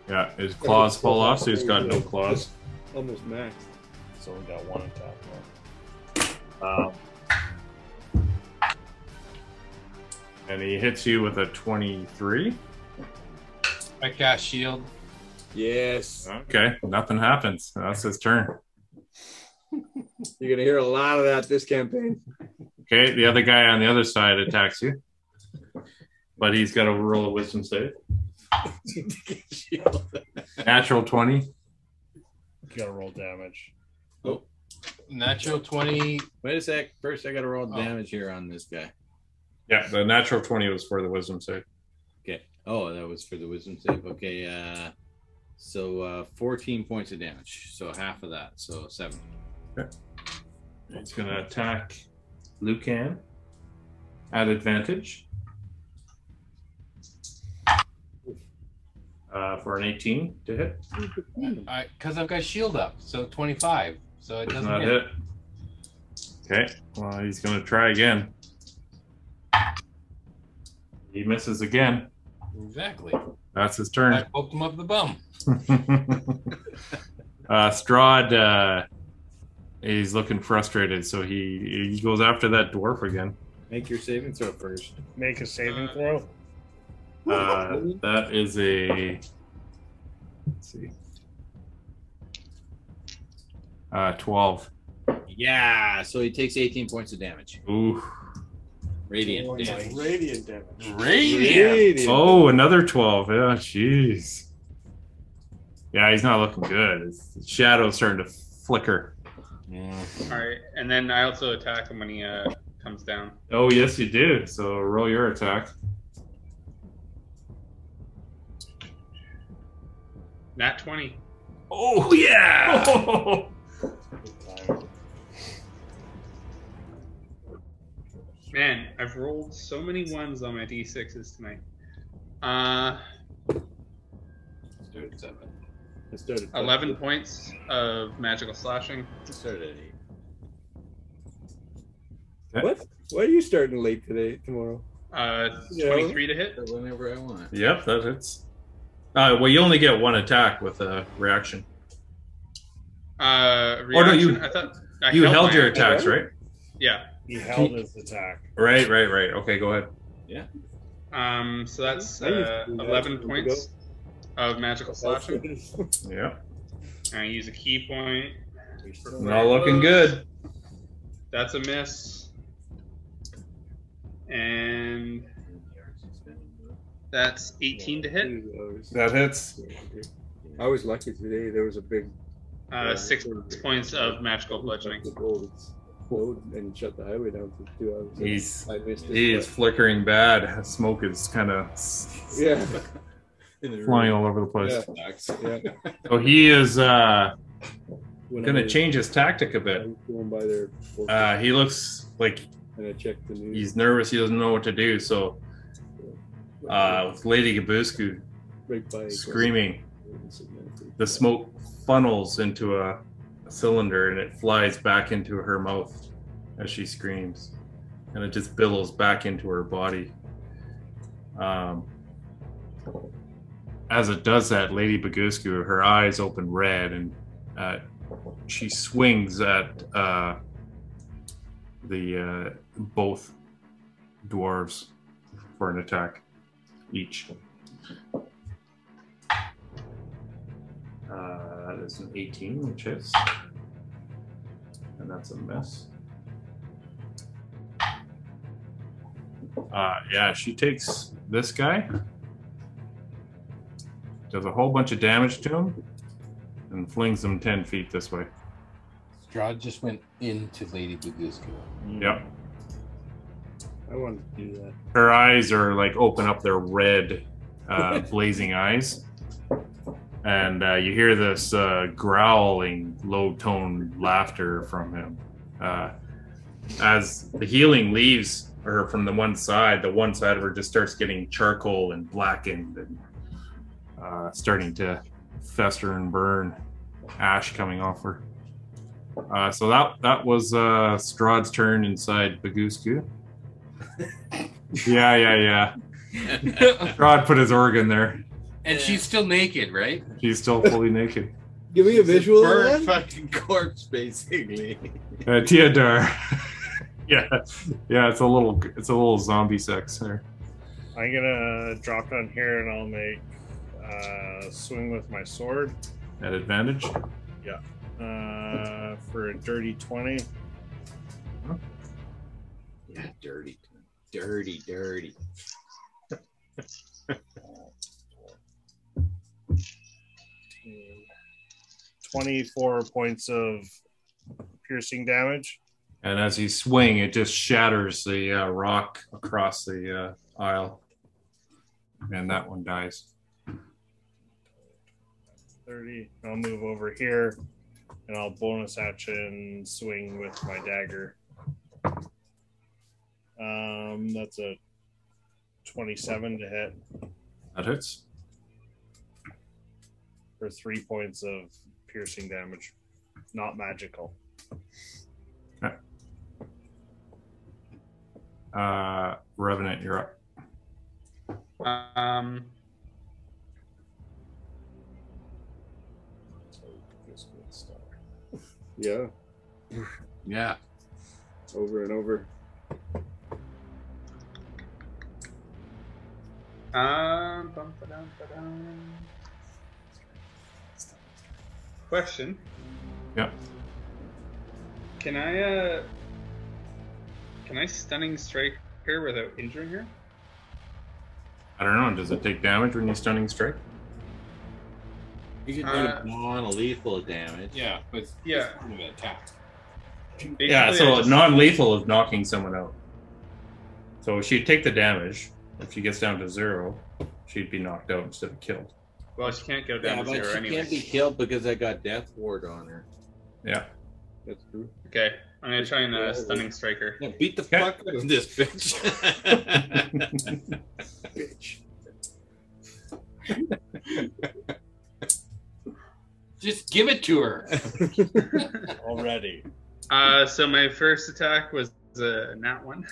Yeah, his claws fall off, so he's got no claws. Almost max. So we got one attack left. Um, And he hits you with a 23. I cast shield. Yes. Okay, nothing happens. That's his turn. You're gonna hear a lot of that this campaign. Okay, the other guy on the other side attacks you. But he's got to roll a wisdom save. Natural 20. you gotta roll damage. Natural 20. Wait a sec. First, I got to roll Oh. damage here on this guy. Yeah, the natural 20 was for the wisdom save. Okay. Oh, that was for the wisdom save. Okay. Uh, So uh, 14 points of damage. So half of that. So seven. It's going to attack Lucan at advantage uh, for an 18 to hit. Because I've got shield up, so 25. So it Does doesn't not hit. hit. Okay. Well, he's going to try again. He misses again. Exactly. That's his turn. I poked him up the bum. Uh, Strahd, uh, he's looking frustrated, so he he goes after that dwarf again. Make your saving throw first. Make a saving throw. Uh, that is a. Let's see. Uh, 12. Yeah. So he takes 18 points of damage. Ooh. Radiant. Oh, it's damage. radiant damage. Radiant. Oh, another 12. Yeah, jeez. Yeah, he's not looking good. His shadow's starting to flicker. All right, and then I also attack him when he uh, comes down. Oh, yes, you do. So roll your attack. Nat twenty. Oh yeah! Man, I've rolled so many ones on my d6s tonight. Uh, I started. eleven points of magical slashing. What? Why are you starting late today? Tomorrow? Uh, Yeah. twenty-three to Oh, hit. Whenever I want. Yep, that hits. Uh, well, you only get one attack with a reaction. Uh, Oh, no, you- reaction, I thought I you held my your action. attacks, right? Yeah. He held his attack. Right, right, right. Okay, go ahead. Um, so that's I used to uh, do that eleven years ago. points of magical slashing. Yeah. And I use a key point. Not looking good. That's a miss. And that's 18 to hit. That hits. I was lucky today. There was a big Uh, six points of magical bludgeoning. road and shut the highway down for two hours. He's I missed it. he is flickering bad. Smoke is kind of Yeah. flying all over the place. Yeah. So he is uh, When going I to was- change his tactic a I bit. was going by there. Uh, he looks like and I checked the news. he's nervous. He doesn't know what to do. So, uh, with Lady Gabusku right by screaming, the smoke funnels into a, a cylinder and it flies back into her mouth as she screams and it just billows back into her body um, as it does that lady bagusku her eyes open red and uh, she swings at uh, the uh, both dwarves for an attack each Uh, that is an 18, which hits. And that's a miss. Uh, yeah, she takes this guy, does a whole bunch of damage to him, and flings him 10 feet this way. Strahd just went into Lady Bugusku. Yep. I wanted to do that. Her eyes are like open up their red, uh, blazing eyes. And uh, you hear this uh, growling, low toned laughter from him. Uh, as the healing leaves her from the one side, the one side of her just starts getting charcoal and blackened and uh, starting to fester and burn, ash coming off her. Uh, so that that was uh, Strahd's turn inside Bagusku. yeah, yeah, yeah. Rod put his org in there. And she's still naked, right? He's still fully naked. Give me a visual. of Burn that? fucking corpse, basically. Uh, Teodar. yeah, yeah. It's a little. It's a little zombie sex there. I'm gonna drop down here and I'll make uh, swing with my sword. At advantage. Yeah. Uh, for a dirty twenty. yeah, dirty. Dirty, dirty. Twenty-four points of piercing damage. And as you swing, it just shatters the uh, rock across the uh, aisle, and that one dies. 30. I'll move over here and I'll bonus action swing with my dagger. Um, that's a 27 to hit That hurts. for three points of piercing damage. Not magical. Uh, Revenant, you're up. Um. Yeah. Yeah. Over and over. Um, bum, ba-dum, ba-dum. Question. Yeah. Can I uh can I stunning strike her without injuring her? I don't know. Does it take damage when you stunning strike? You can Uh, do non-lethal damage. Yeah, but Yeah. it's kind of an attack. yeah, Basically, I so just- non-lethal is knocking someone out. So she'd take the damage. If she gets down to zero, she'd be knocked out instead of killed. Well, she can't go down Yeah, to but zero she anyway. can't be killed because I got death ward on her. Yeah. That's true. Okay, I'm gonna try and uh, stunning strike her. Yeah, beat the fuck out of this bitch. bitch. Just give it to her. Already. Uh, so my first attack was a nat one.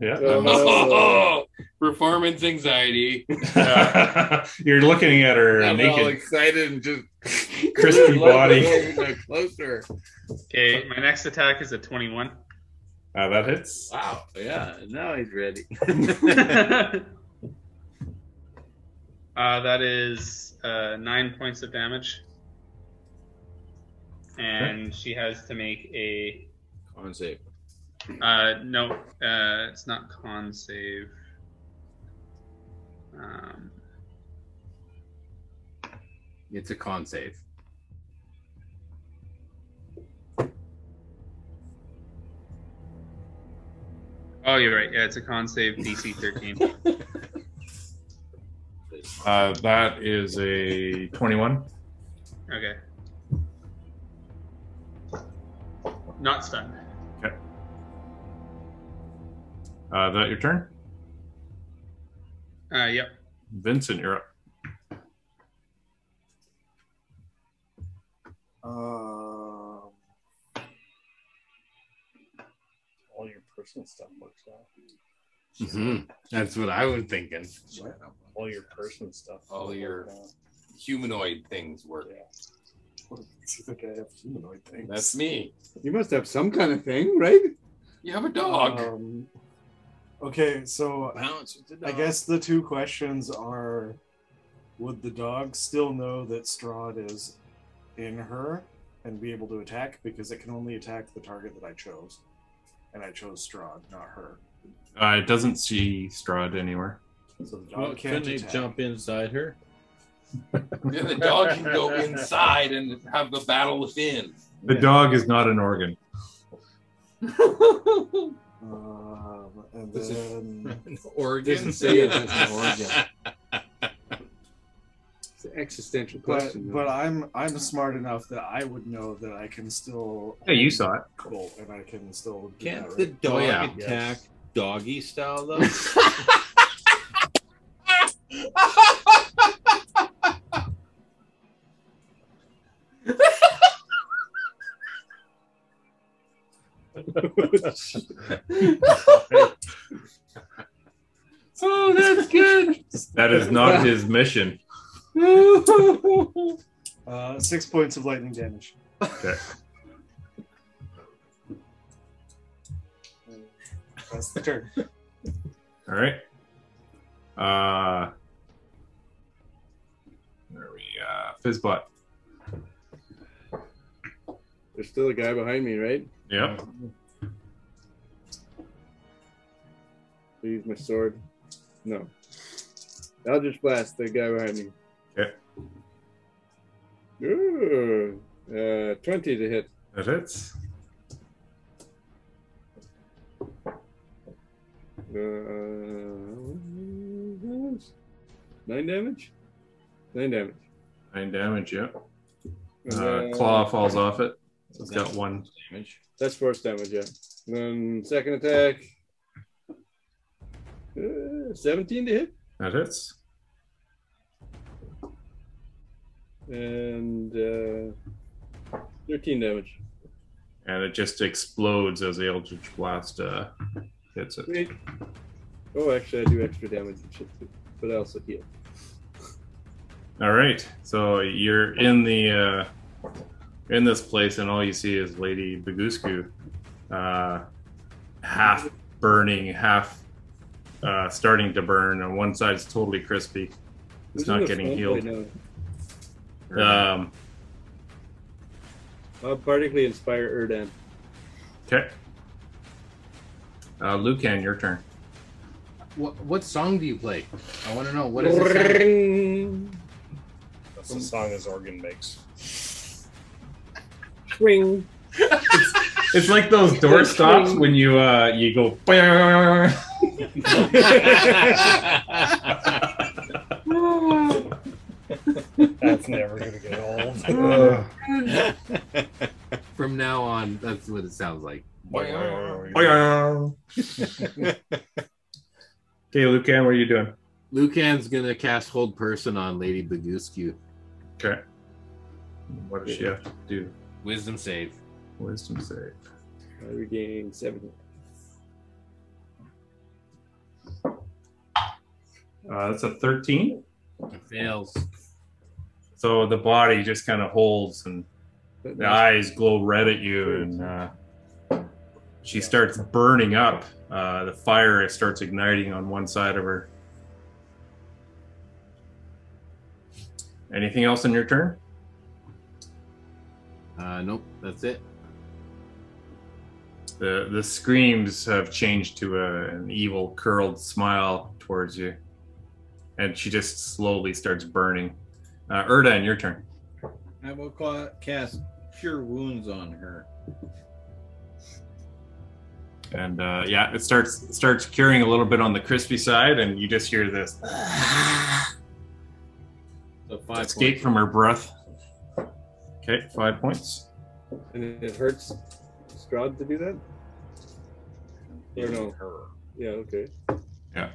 Yeah. Oh, performance anxiety. You're looking at her I'm all naked. excited and just Crispy body. Closer. Okay, my next attack is a 21. Ah, that hits. Wow. Yeah. Now he's ready. Uh, that is uh, nine points of damage. And she has to make a. Con save. Uh, no, uh, it's not con save. Um, It's a con save. oh, you're right. Yeah, it's a con save DC 13. Uh, that is a 21. okay. Not stunned. Uh, that your turn? Uh, yep. Vincent, you're up. Um, All your personal stuff works out. Mm-hmm. That's what I was thinking. All your personal stuff. All works your out. humanoid things work. I think I have humanoid things. That's me. You must have some kind of thing, right? Oh. You have a dog. Um, okay, so Bounce with the I dog. guess the two questions are would the dog still know that Strahd is in her and be able to attack? Because it can only attack the target that I chose. And I chose Strahd, not her. Uh, it doesn't see Strahd anywhere. So the dog Well, can't couldn't it attack. jump inside her? Yeah, the dog can go inside and have the battle within. The dog is not an organ. Um, and Does it- then Oregon. Doesn't say it has an organ. It's an existential but, question. but I'm I'm smart enough that I would know that I can still Yeah, you saw it. bolt and I can still do Can't that, the right? dog Oh, yeah. attack Yes. doggy style though? Oh, that's good. That is not his mission. Uh, six points of lightning damage. Okay. That's the turn. All right. Uh, there we uh, Fizzbot. There's still a guy behind me, right? Yep. I use my sword. No. I'll just blast the guy behind me. Okay. Ooh, uh, 20 to hit. That hits. Uh, nine damage? Nine damage. Nine damage, yep. And Uh, then- claw falls off it. So it's got one. damage. That's first damage, yeah. And then second attack. Uh, 17 to hit. That hits. And uh, 13 damage. And it just explodes as the Eldritch Blast uh, hits it. Wait. Oh, actually, I do extra damage and shit, too, but I also heal. All right, so you're in the uh, in this place, and all you see is Lady Bagusku, uh, half burning, half uh, starting to burn. On one side, it's totally crispy; it's Who's not in the getting front healed. right now? Um, I'll particularly inspire Erdan. okay, uh, Lucan, your turn. What, what song do you play? I want to know what is it. sound? That's the song his organ makes. Ring. It's like those door stops when you uh, you go. That's never gonna get old. From now on, that's what it sounds like. Okay, Lucan, what are you doing? Lucan's gonna cast Hold Person on Lady Baguscu. Okay. What does she have to do? Wisdom save. Wisdom save. I regain 7 Uh, that's a thirteen. Fails. So the body just kind of holds, and the eyes glow red at you, and uh, she starts burning up. Uh, the fire starts igniting on one side of her. Anything else in your turn? Uh, nope, that's it. The the screams have changed to a, an evil curled smile towards you, and she just slowly starts burning. Uh, Erdan, your turn. I will cla- cast Cure Wounds on her. and uh, yeah, it starts it starts curing a little bit on the crispy side, and you just hear this So five escape from her breath. Okay, five points. And it hurts Strahd to do that? Or no? Her. Yeah, okay. Yeah.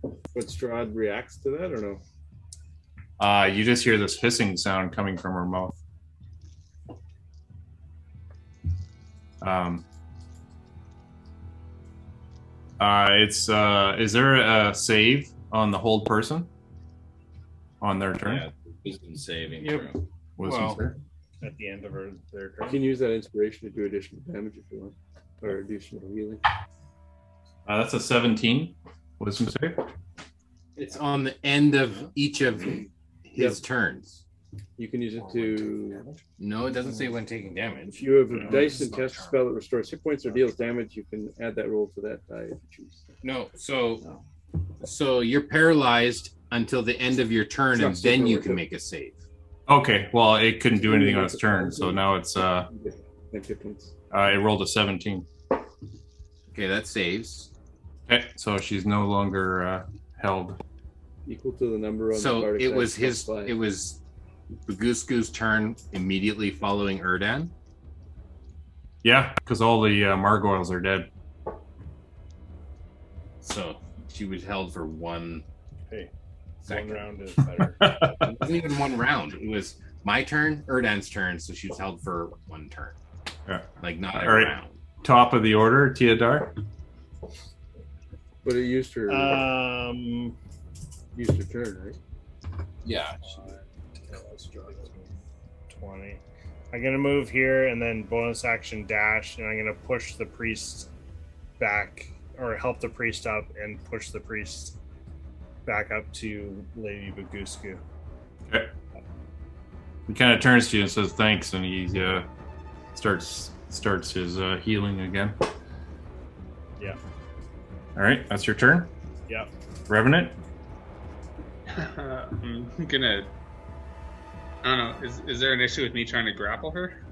But Strahd reacts to that or no? Uh, you just hear this hissing sound coming from her mouth. Um, uh, it's uh, is there a save on the hold person on their turn? Yeah, wisdom saving Yep. throw. Wisdom Well, save. At the end of her, their You turn. can use that inspiration to do additional damage if you want, or additional healing. Uh, that's a seventeen. Wisdom save. It's on the end of each of his turns. You can use it to. No, it doesn't say when taking damage. If you have a dice and cast a spell that restores hit points or deals damage, you can add that roll to that die if you choose. No, so so you're paralyzed until the end of your turn, and then you can make a save. Okay, well, it couldn't do anything on its turn, so now it's uh, Like hit points. uh it rolled a 17. Okay, that saves. Okay, so she's no longer uh, held. Equal to the number on the So bardic it die was plus his. five. It was Bagusku's turn immediately following Erdan. Yeah, because all the uh, margoyles are dead. So she was held for one Hey, second. one round is better. It wasn't even one round. It was my turn, Erdan's turn. So she was held for one turn, Yeah. like not All a right. round. Top of the order, Teodar. But it used her Um, used her turn, right? Yeah. twenty. I'm gonna move here and then bonus action dash, and I'm gonna push the priest back or help the priest up and push the priest back up to Lady Bagusku. Okay. He kind of turns to you and says thanks, and he uh, starts starts his uh, healing again. Yeah. All right, that's your turn, Yeah. Revenant. Uh, I'm gonna. I don't know. Is, is there an issue with me trying to grapple her?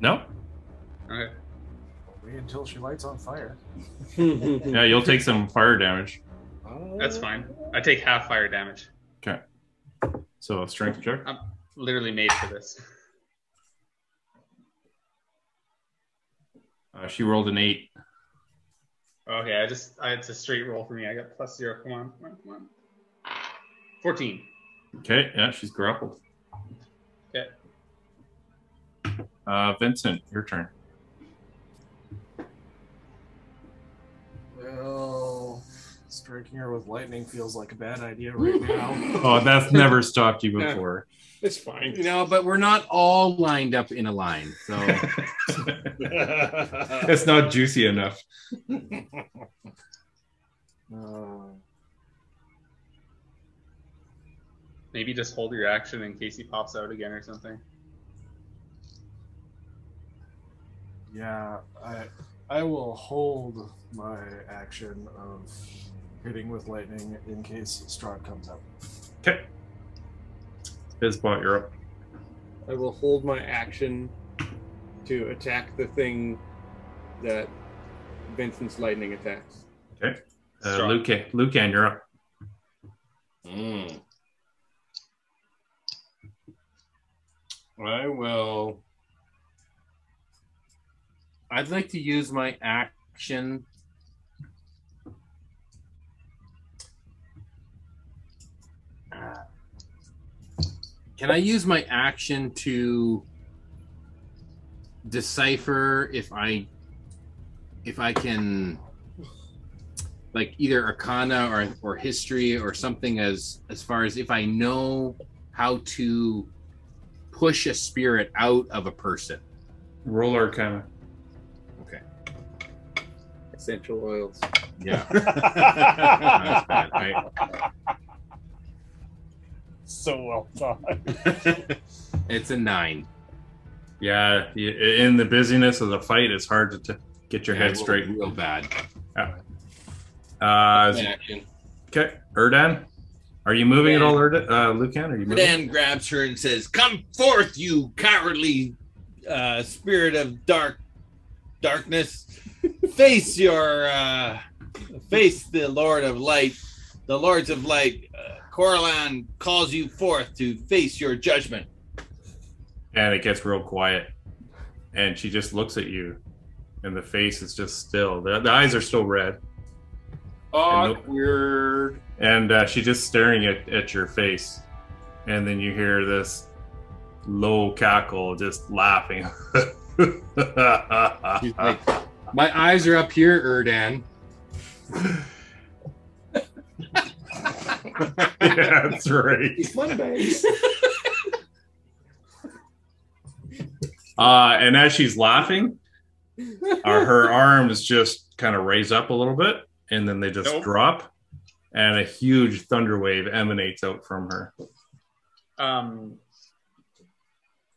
No, Okay. Wait until she lights on fire. yeah, you'll take some fire damage. That's fine. I take half fire damage. Okay. So a strength check. I'm literally made for this. Uh, she rolled an eight. Okay, I just I, it's a straight roll for me. I got plus zero. Come on, come on, come on. Fourteen. Okay, yeah, she's grappled. Okay. Uh, Vincent, your turn. Well, striking her with lightning feels like a bad idea right now. Oh, that's never stopped you before. It's fine. No, but we're not all lined up in a line. So It's not juicy enough. Uh, Maybe just hold your action in case he pops out again or something. Yeah, I I will hold my action of hitting with lightning in case Strahd comes up. Fizzbot, you're up. I will hold my action to attack the thing that Vincent's lightning attacks. Okay. Uh, Lucan, Lucan, you're up. Mm. I will. I'd like to use my action. can I use my action to decipher if I if I can like either arcana or or history or something as as far as if I know how to push a spirit out of a person. Roll Arcana. Okay. Essential oils. Yeah. That's bad, right? So well done. It's a nine. Yeah, y- in the busyness of the fight, it's hard to t- get your Yeah, head real- straight. Real bad. Yeah. Uh, My action. okay, Erdan, are you moving at all, Erdan? Uh, Lucan, are you moving? Dan grabs her and says, Come forth, you cowardly uh, spirit of dark darkness. face your uh, face the lord of light the lords of light uh, Corlan calls you forth to face your judgment and it gets real quiet and she just looks at you and the face is just still the, the eyes are still red Awkward. and uh, she's just staring at, at your face and then you hear this low cackle just laughing My eyes are up here, Erdan. yeah, that's right Mondays. uh, and as she's laughing uh, her arms just kind of raise up a little bit and then they just Nope. drop and a huge thunder wave emanates out from her Um,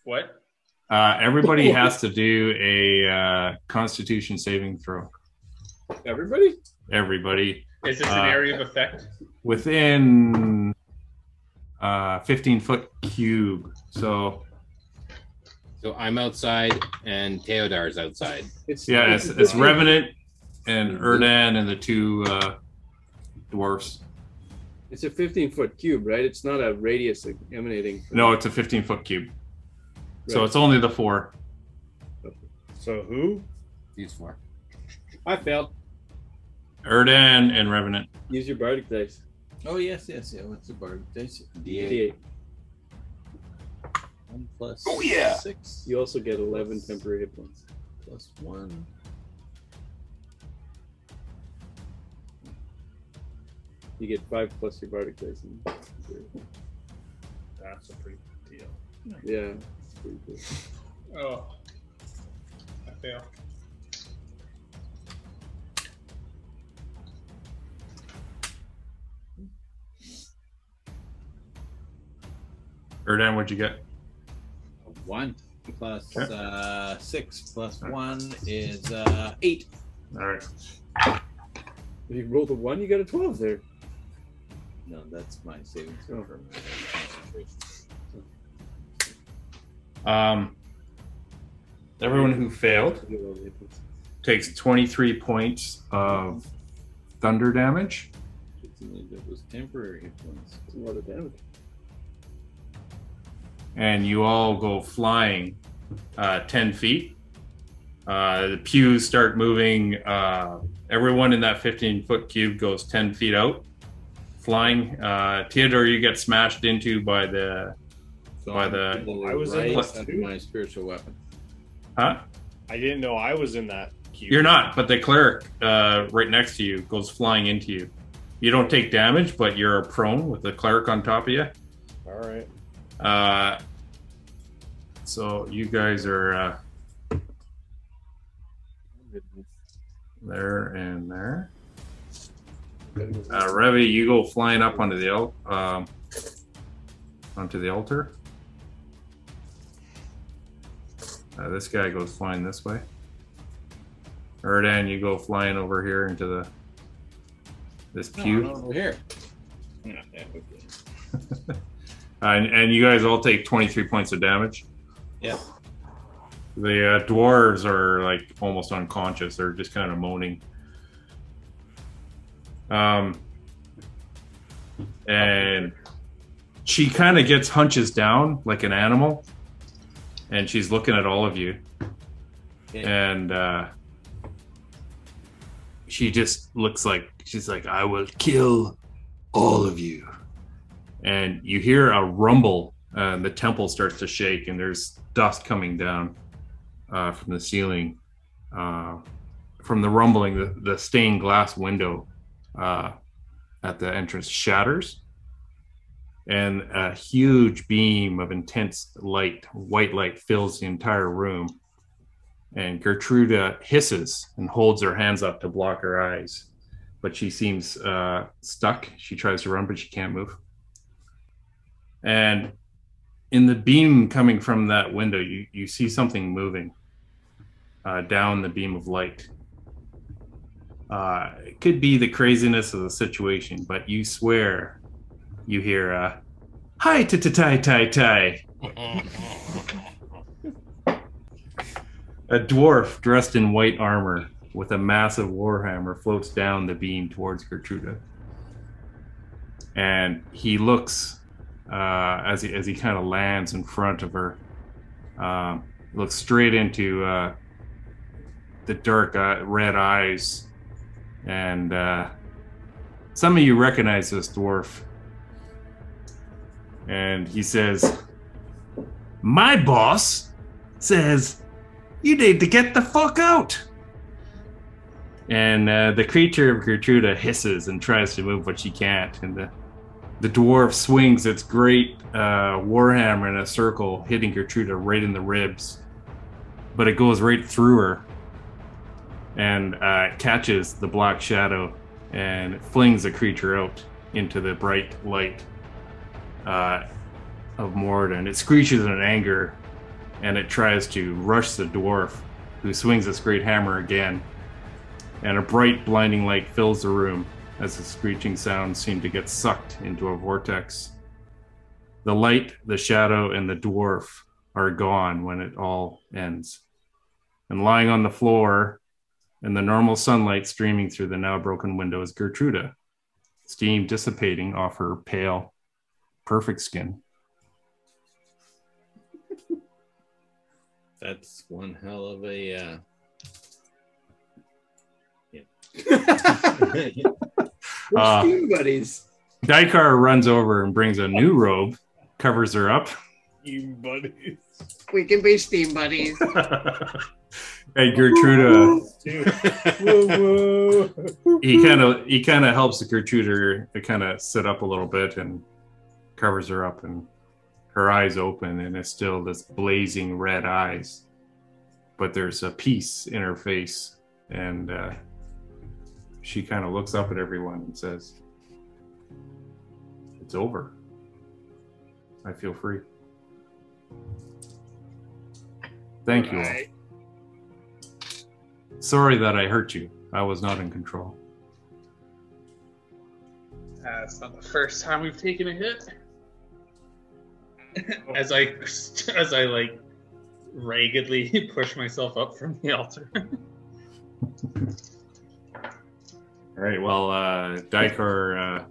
what? Uh, everybody has to do a uh, Constitution saving throw. Everybody? Everybody Is this Uh, an area of effect? within uh, 15 foot cube. So so i'm outside and teodar's outside It's yeah, it's, it's Revenant and Erdan and the two uh, dwarfs. It's a 15 foot cube, right? It's not a radius emanating. from- No, it's a 15 foot cube. So Right. it's only the four. So who? these four I failed. Erdan and Revenant. Use your bardic dice. oh yes yes yeah what's the bar That's D8. one plus Oh, yeah. six You also get 11 temporary hit points. plus one You get five plus your bardic dice. That's a pretty good deal. Yeah. it's pretty good. Oh, I fail. Erdan, what'd you get? one plus, uh six plus one is uh eight All right. If you roll the one, you got a 12 there. Oh. no that's my saving throw for my concentration. Um, everyone who failed You get 11 hit points. takes 23 points of thunder damage. It's only- that was temporary hit points It's a lot of damage. and you all go flying uh, 10 feet. Uh, the pews start moving. Uh, everyone in that 15 foot cube goes 10 feet out, flying. Uh, Theodore, you get smashed into by the. by the. I was in Pla- this too. my spiritual weapon. Huh? I didn't know I was in that queue. You're not, but the cleric uh, right next to you goes flying into you. You don't take damage, but you're prone with the cleric on top of you. All right. Uh, so you guys are uh, there and there. Uh, Revy, you go flying up onto the al- um, onto the altar. Uh, this guy goes flying this way. Erdan, you go flying over here into the this No, pew. I'm over here. Uh, and, and you guys all take 23 points of damage. Yeah. The uh, dwarves are like almost unconscious. They're just kind of moaning. Um, and she kind of gets hunches down like an animal, and she's looking at all of you. And uh, she just looks like she's like, "I will kill all of you." And you hear a rumble, uh, and the temple starts to shake, and there's dust coming down uh, from the ceiling. Uh, from the rumbling, the, the stained glass window uh, at the entrance shatters, and a huge beam of intense light, white light, fills the entire room. And Gertruda hisses and holds her hands up to block her eyes, but she seems uh, stuck. She tries to run, but she can't move. And in the beam coming from that window, you, you see something moving uh, down the beam of light. Uh, it could be the craziness of the situation, but you swear you hear, uh, hi, ti ti ti ti ti. A dwarf dressed in white armor with a massive warhammer floats down the beam towards Gertruda. And he looks uh, as he, as he kind of lands in front of her, um, looks straight into uh, the dark uh, red eyes. And uh, some of you recognize this dwarf. And he says, My boss says, You need to get the fuck out. And uh, the creature of Gertruda hisses and tries to move, but she can't. And the, the dwarf swings its great uh, warhammer in a circle, hitting Gertruda right in the ribs. But it goes right through her and uh, catches the black shadow and flings the creature out into the bright light uh, of Moradin. It screeches in anger and it tries to rush the dwarf, who swings its great hammer again and a bright blinding light fills the room as the screeching sounds seem to get sucked into a vortex. The light, the shadow, and the dwarf are gone when it all ends. And lying on the floor in the normal sunlight streaming through the now broken window is Gertruda, steam dissipating off her pale, perfect skin. That's one hell of a. Uh... Yeah. We're Uh, steam buddies. Dykar runs over and brings a new robe, covers her up. You buddies. We can be steam buddies. And Gertruda woo woo. he kind of he kind of helps the Gertruder to kind of sit up a little bit and covers her up and her eyes open and it's still this blazing red eyes but there's a peace in her face and uh, she kind of looks up at everyone and says it's over i feel free thank you all. Right. sorry that i hurt you i was not in control Uh, it's not the first time we've taken a hit. as I, as I like, raggedly push myself up from the altar. All right. Well, uh, Dykar uh,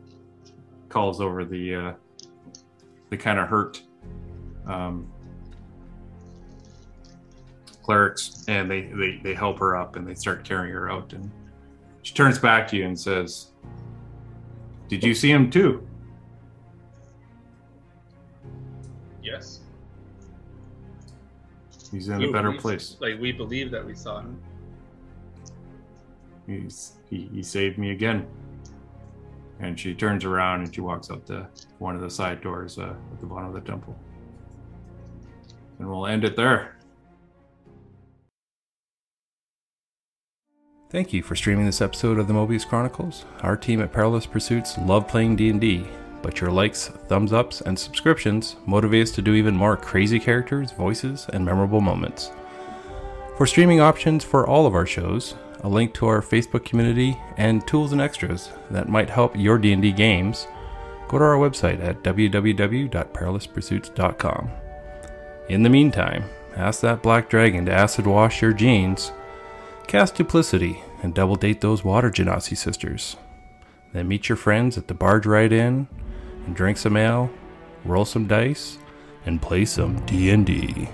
calls over the uh, the kind of hurt um, clerics, and they, they they help her up and they start carrying her out. And she turns back to you and says, "Did you see him too?" Yes. He's in We- a better we- place. Like we believe that we saw him. He's, he he saved me again. And she turns around and she walks out the one of the side doors uh, at the bottom of the temple. And we'll end it there. Thank you for streaming this episode of the Mobius Chronicles. Our team at Perilous Pursuits love playing D&D, but your likes, thumbs ups, and subscriptions motivate us to do even more crazy characters, voices, and memorable moments. For streaming options for all of our shows, a link to our Facebook community, and tools and extras that might help your D&D games, go to our website at www.perilouspursuits.com. In the meantime, ask that black dragon to acid wash your jeans Cast duplicity and double date those water genasi sisters. Then meet your friends at the barge ride inn and drink some ale, roll some dice, and play some D&D.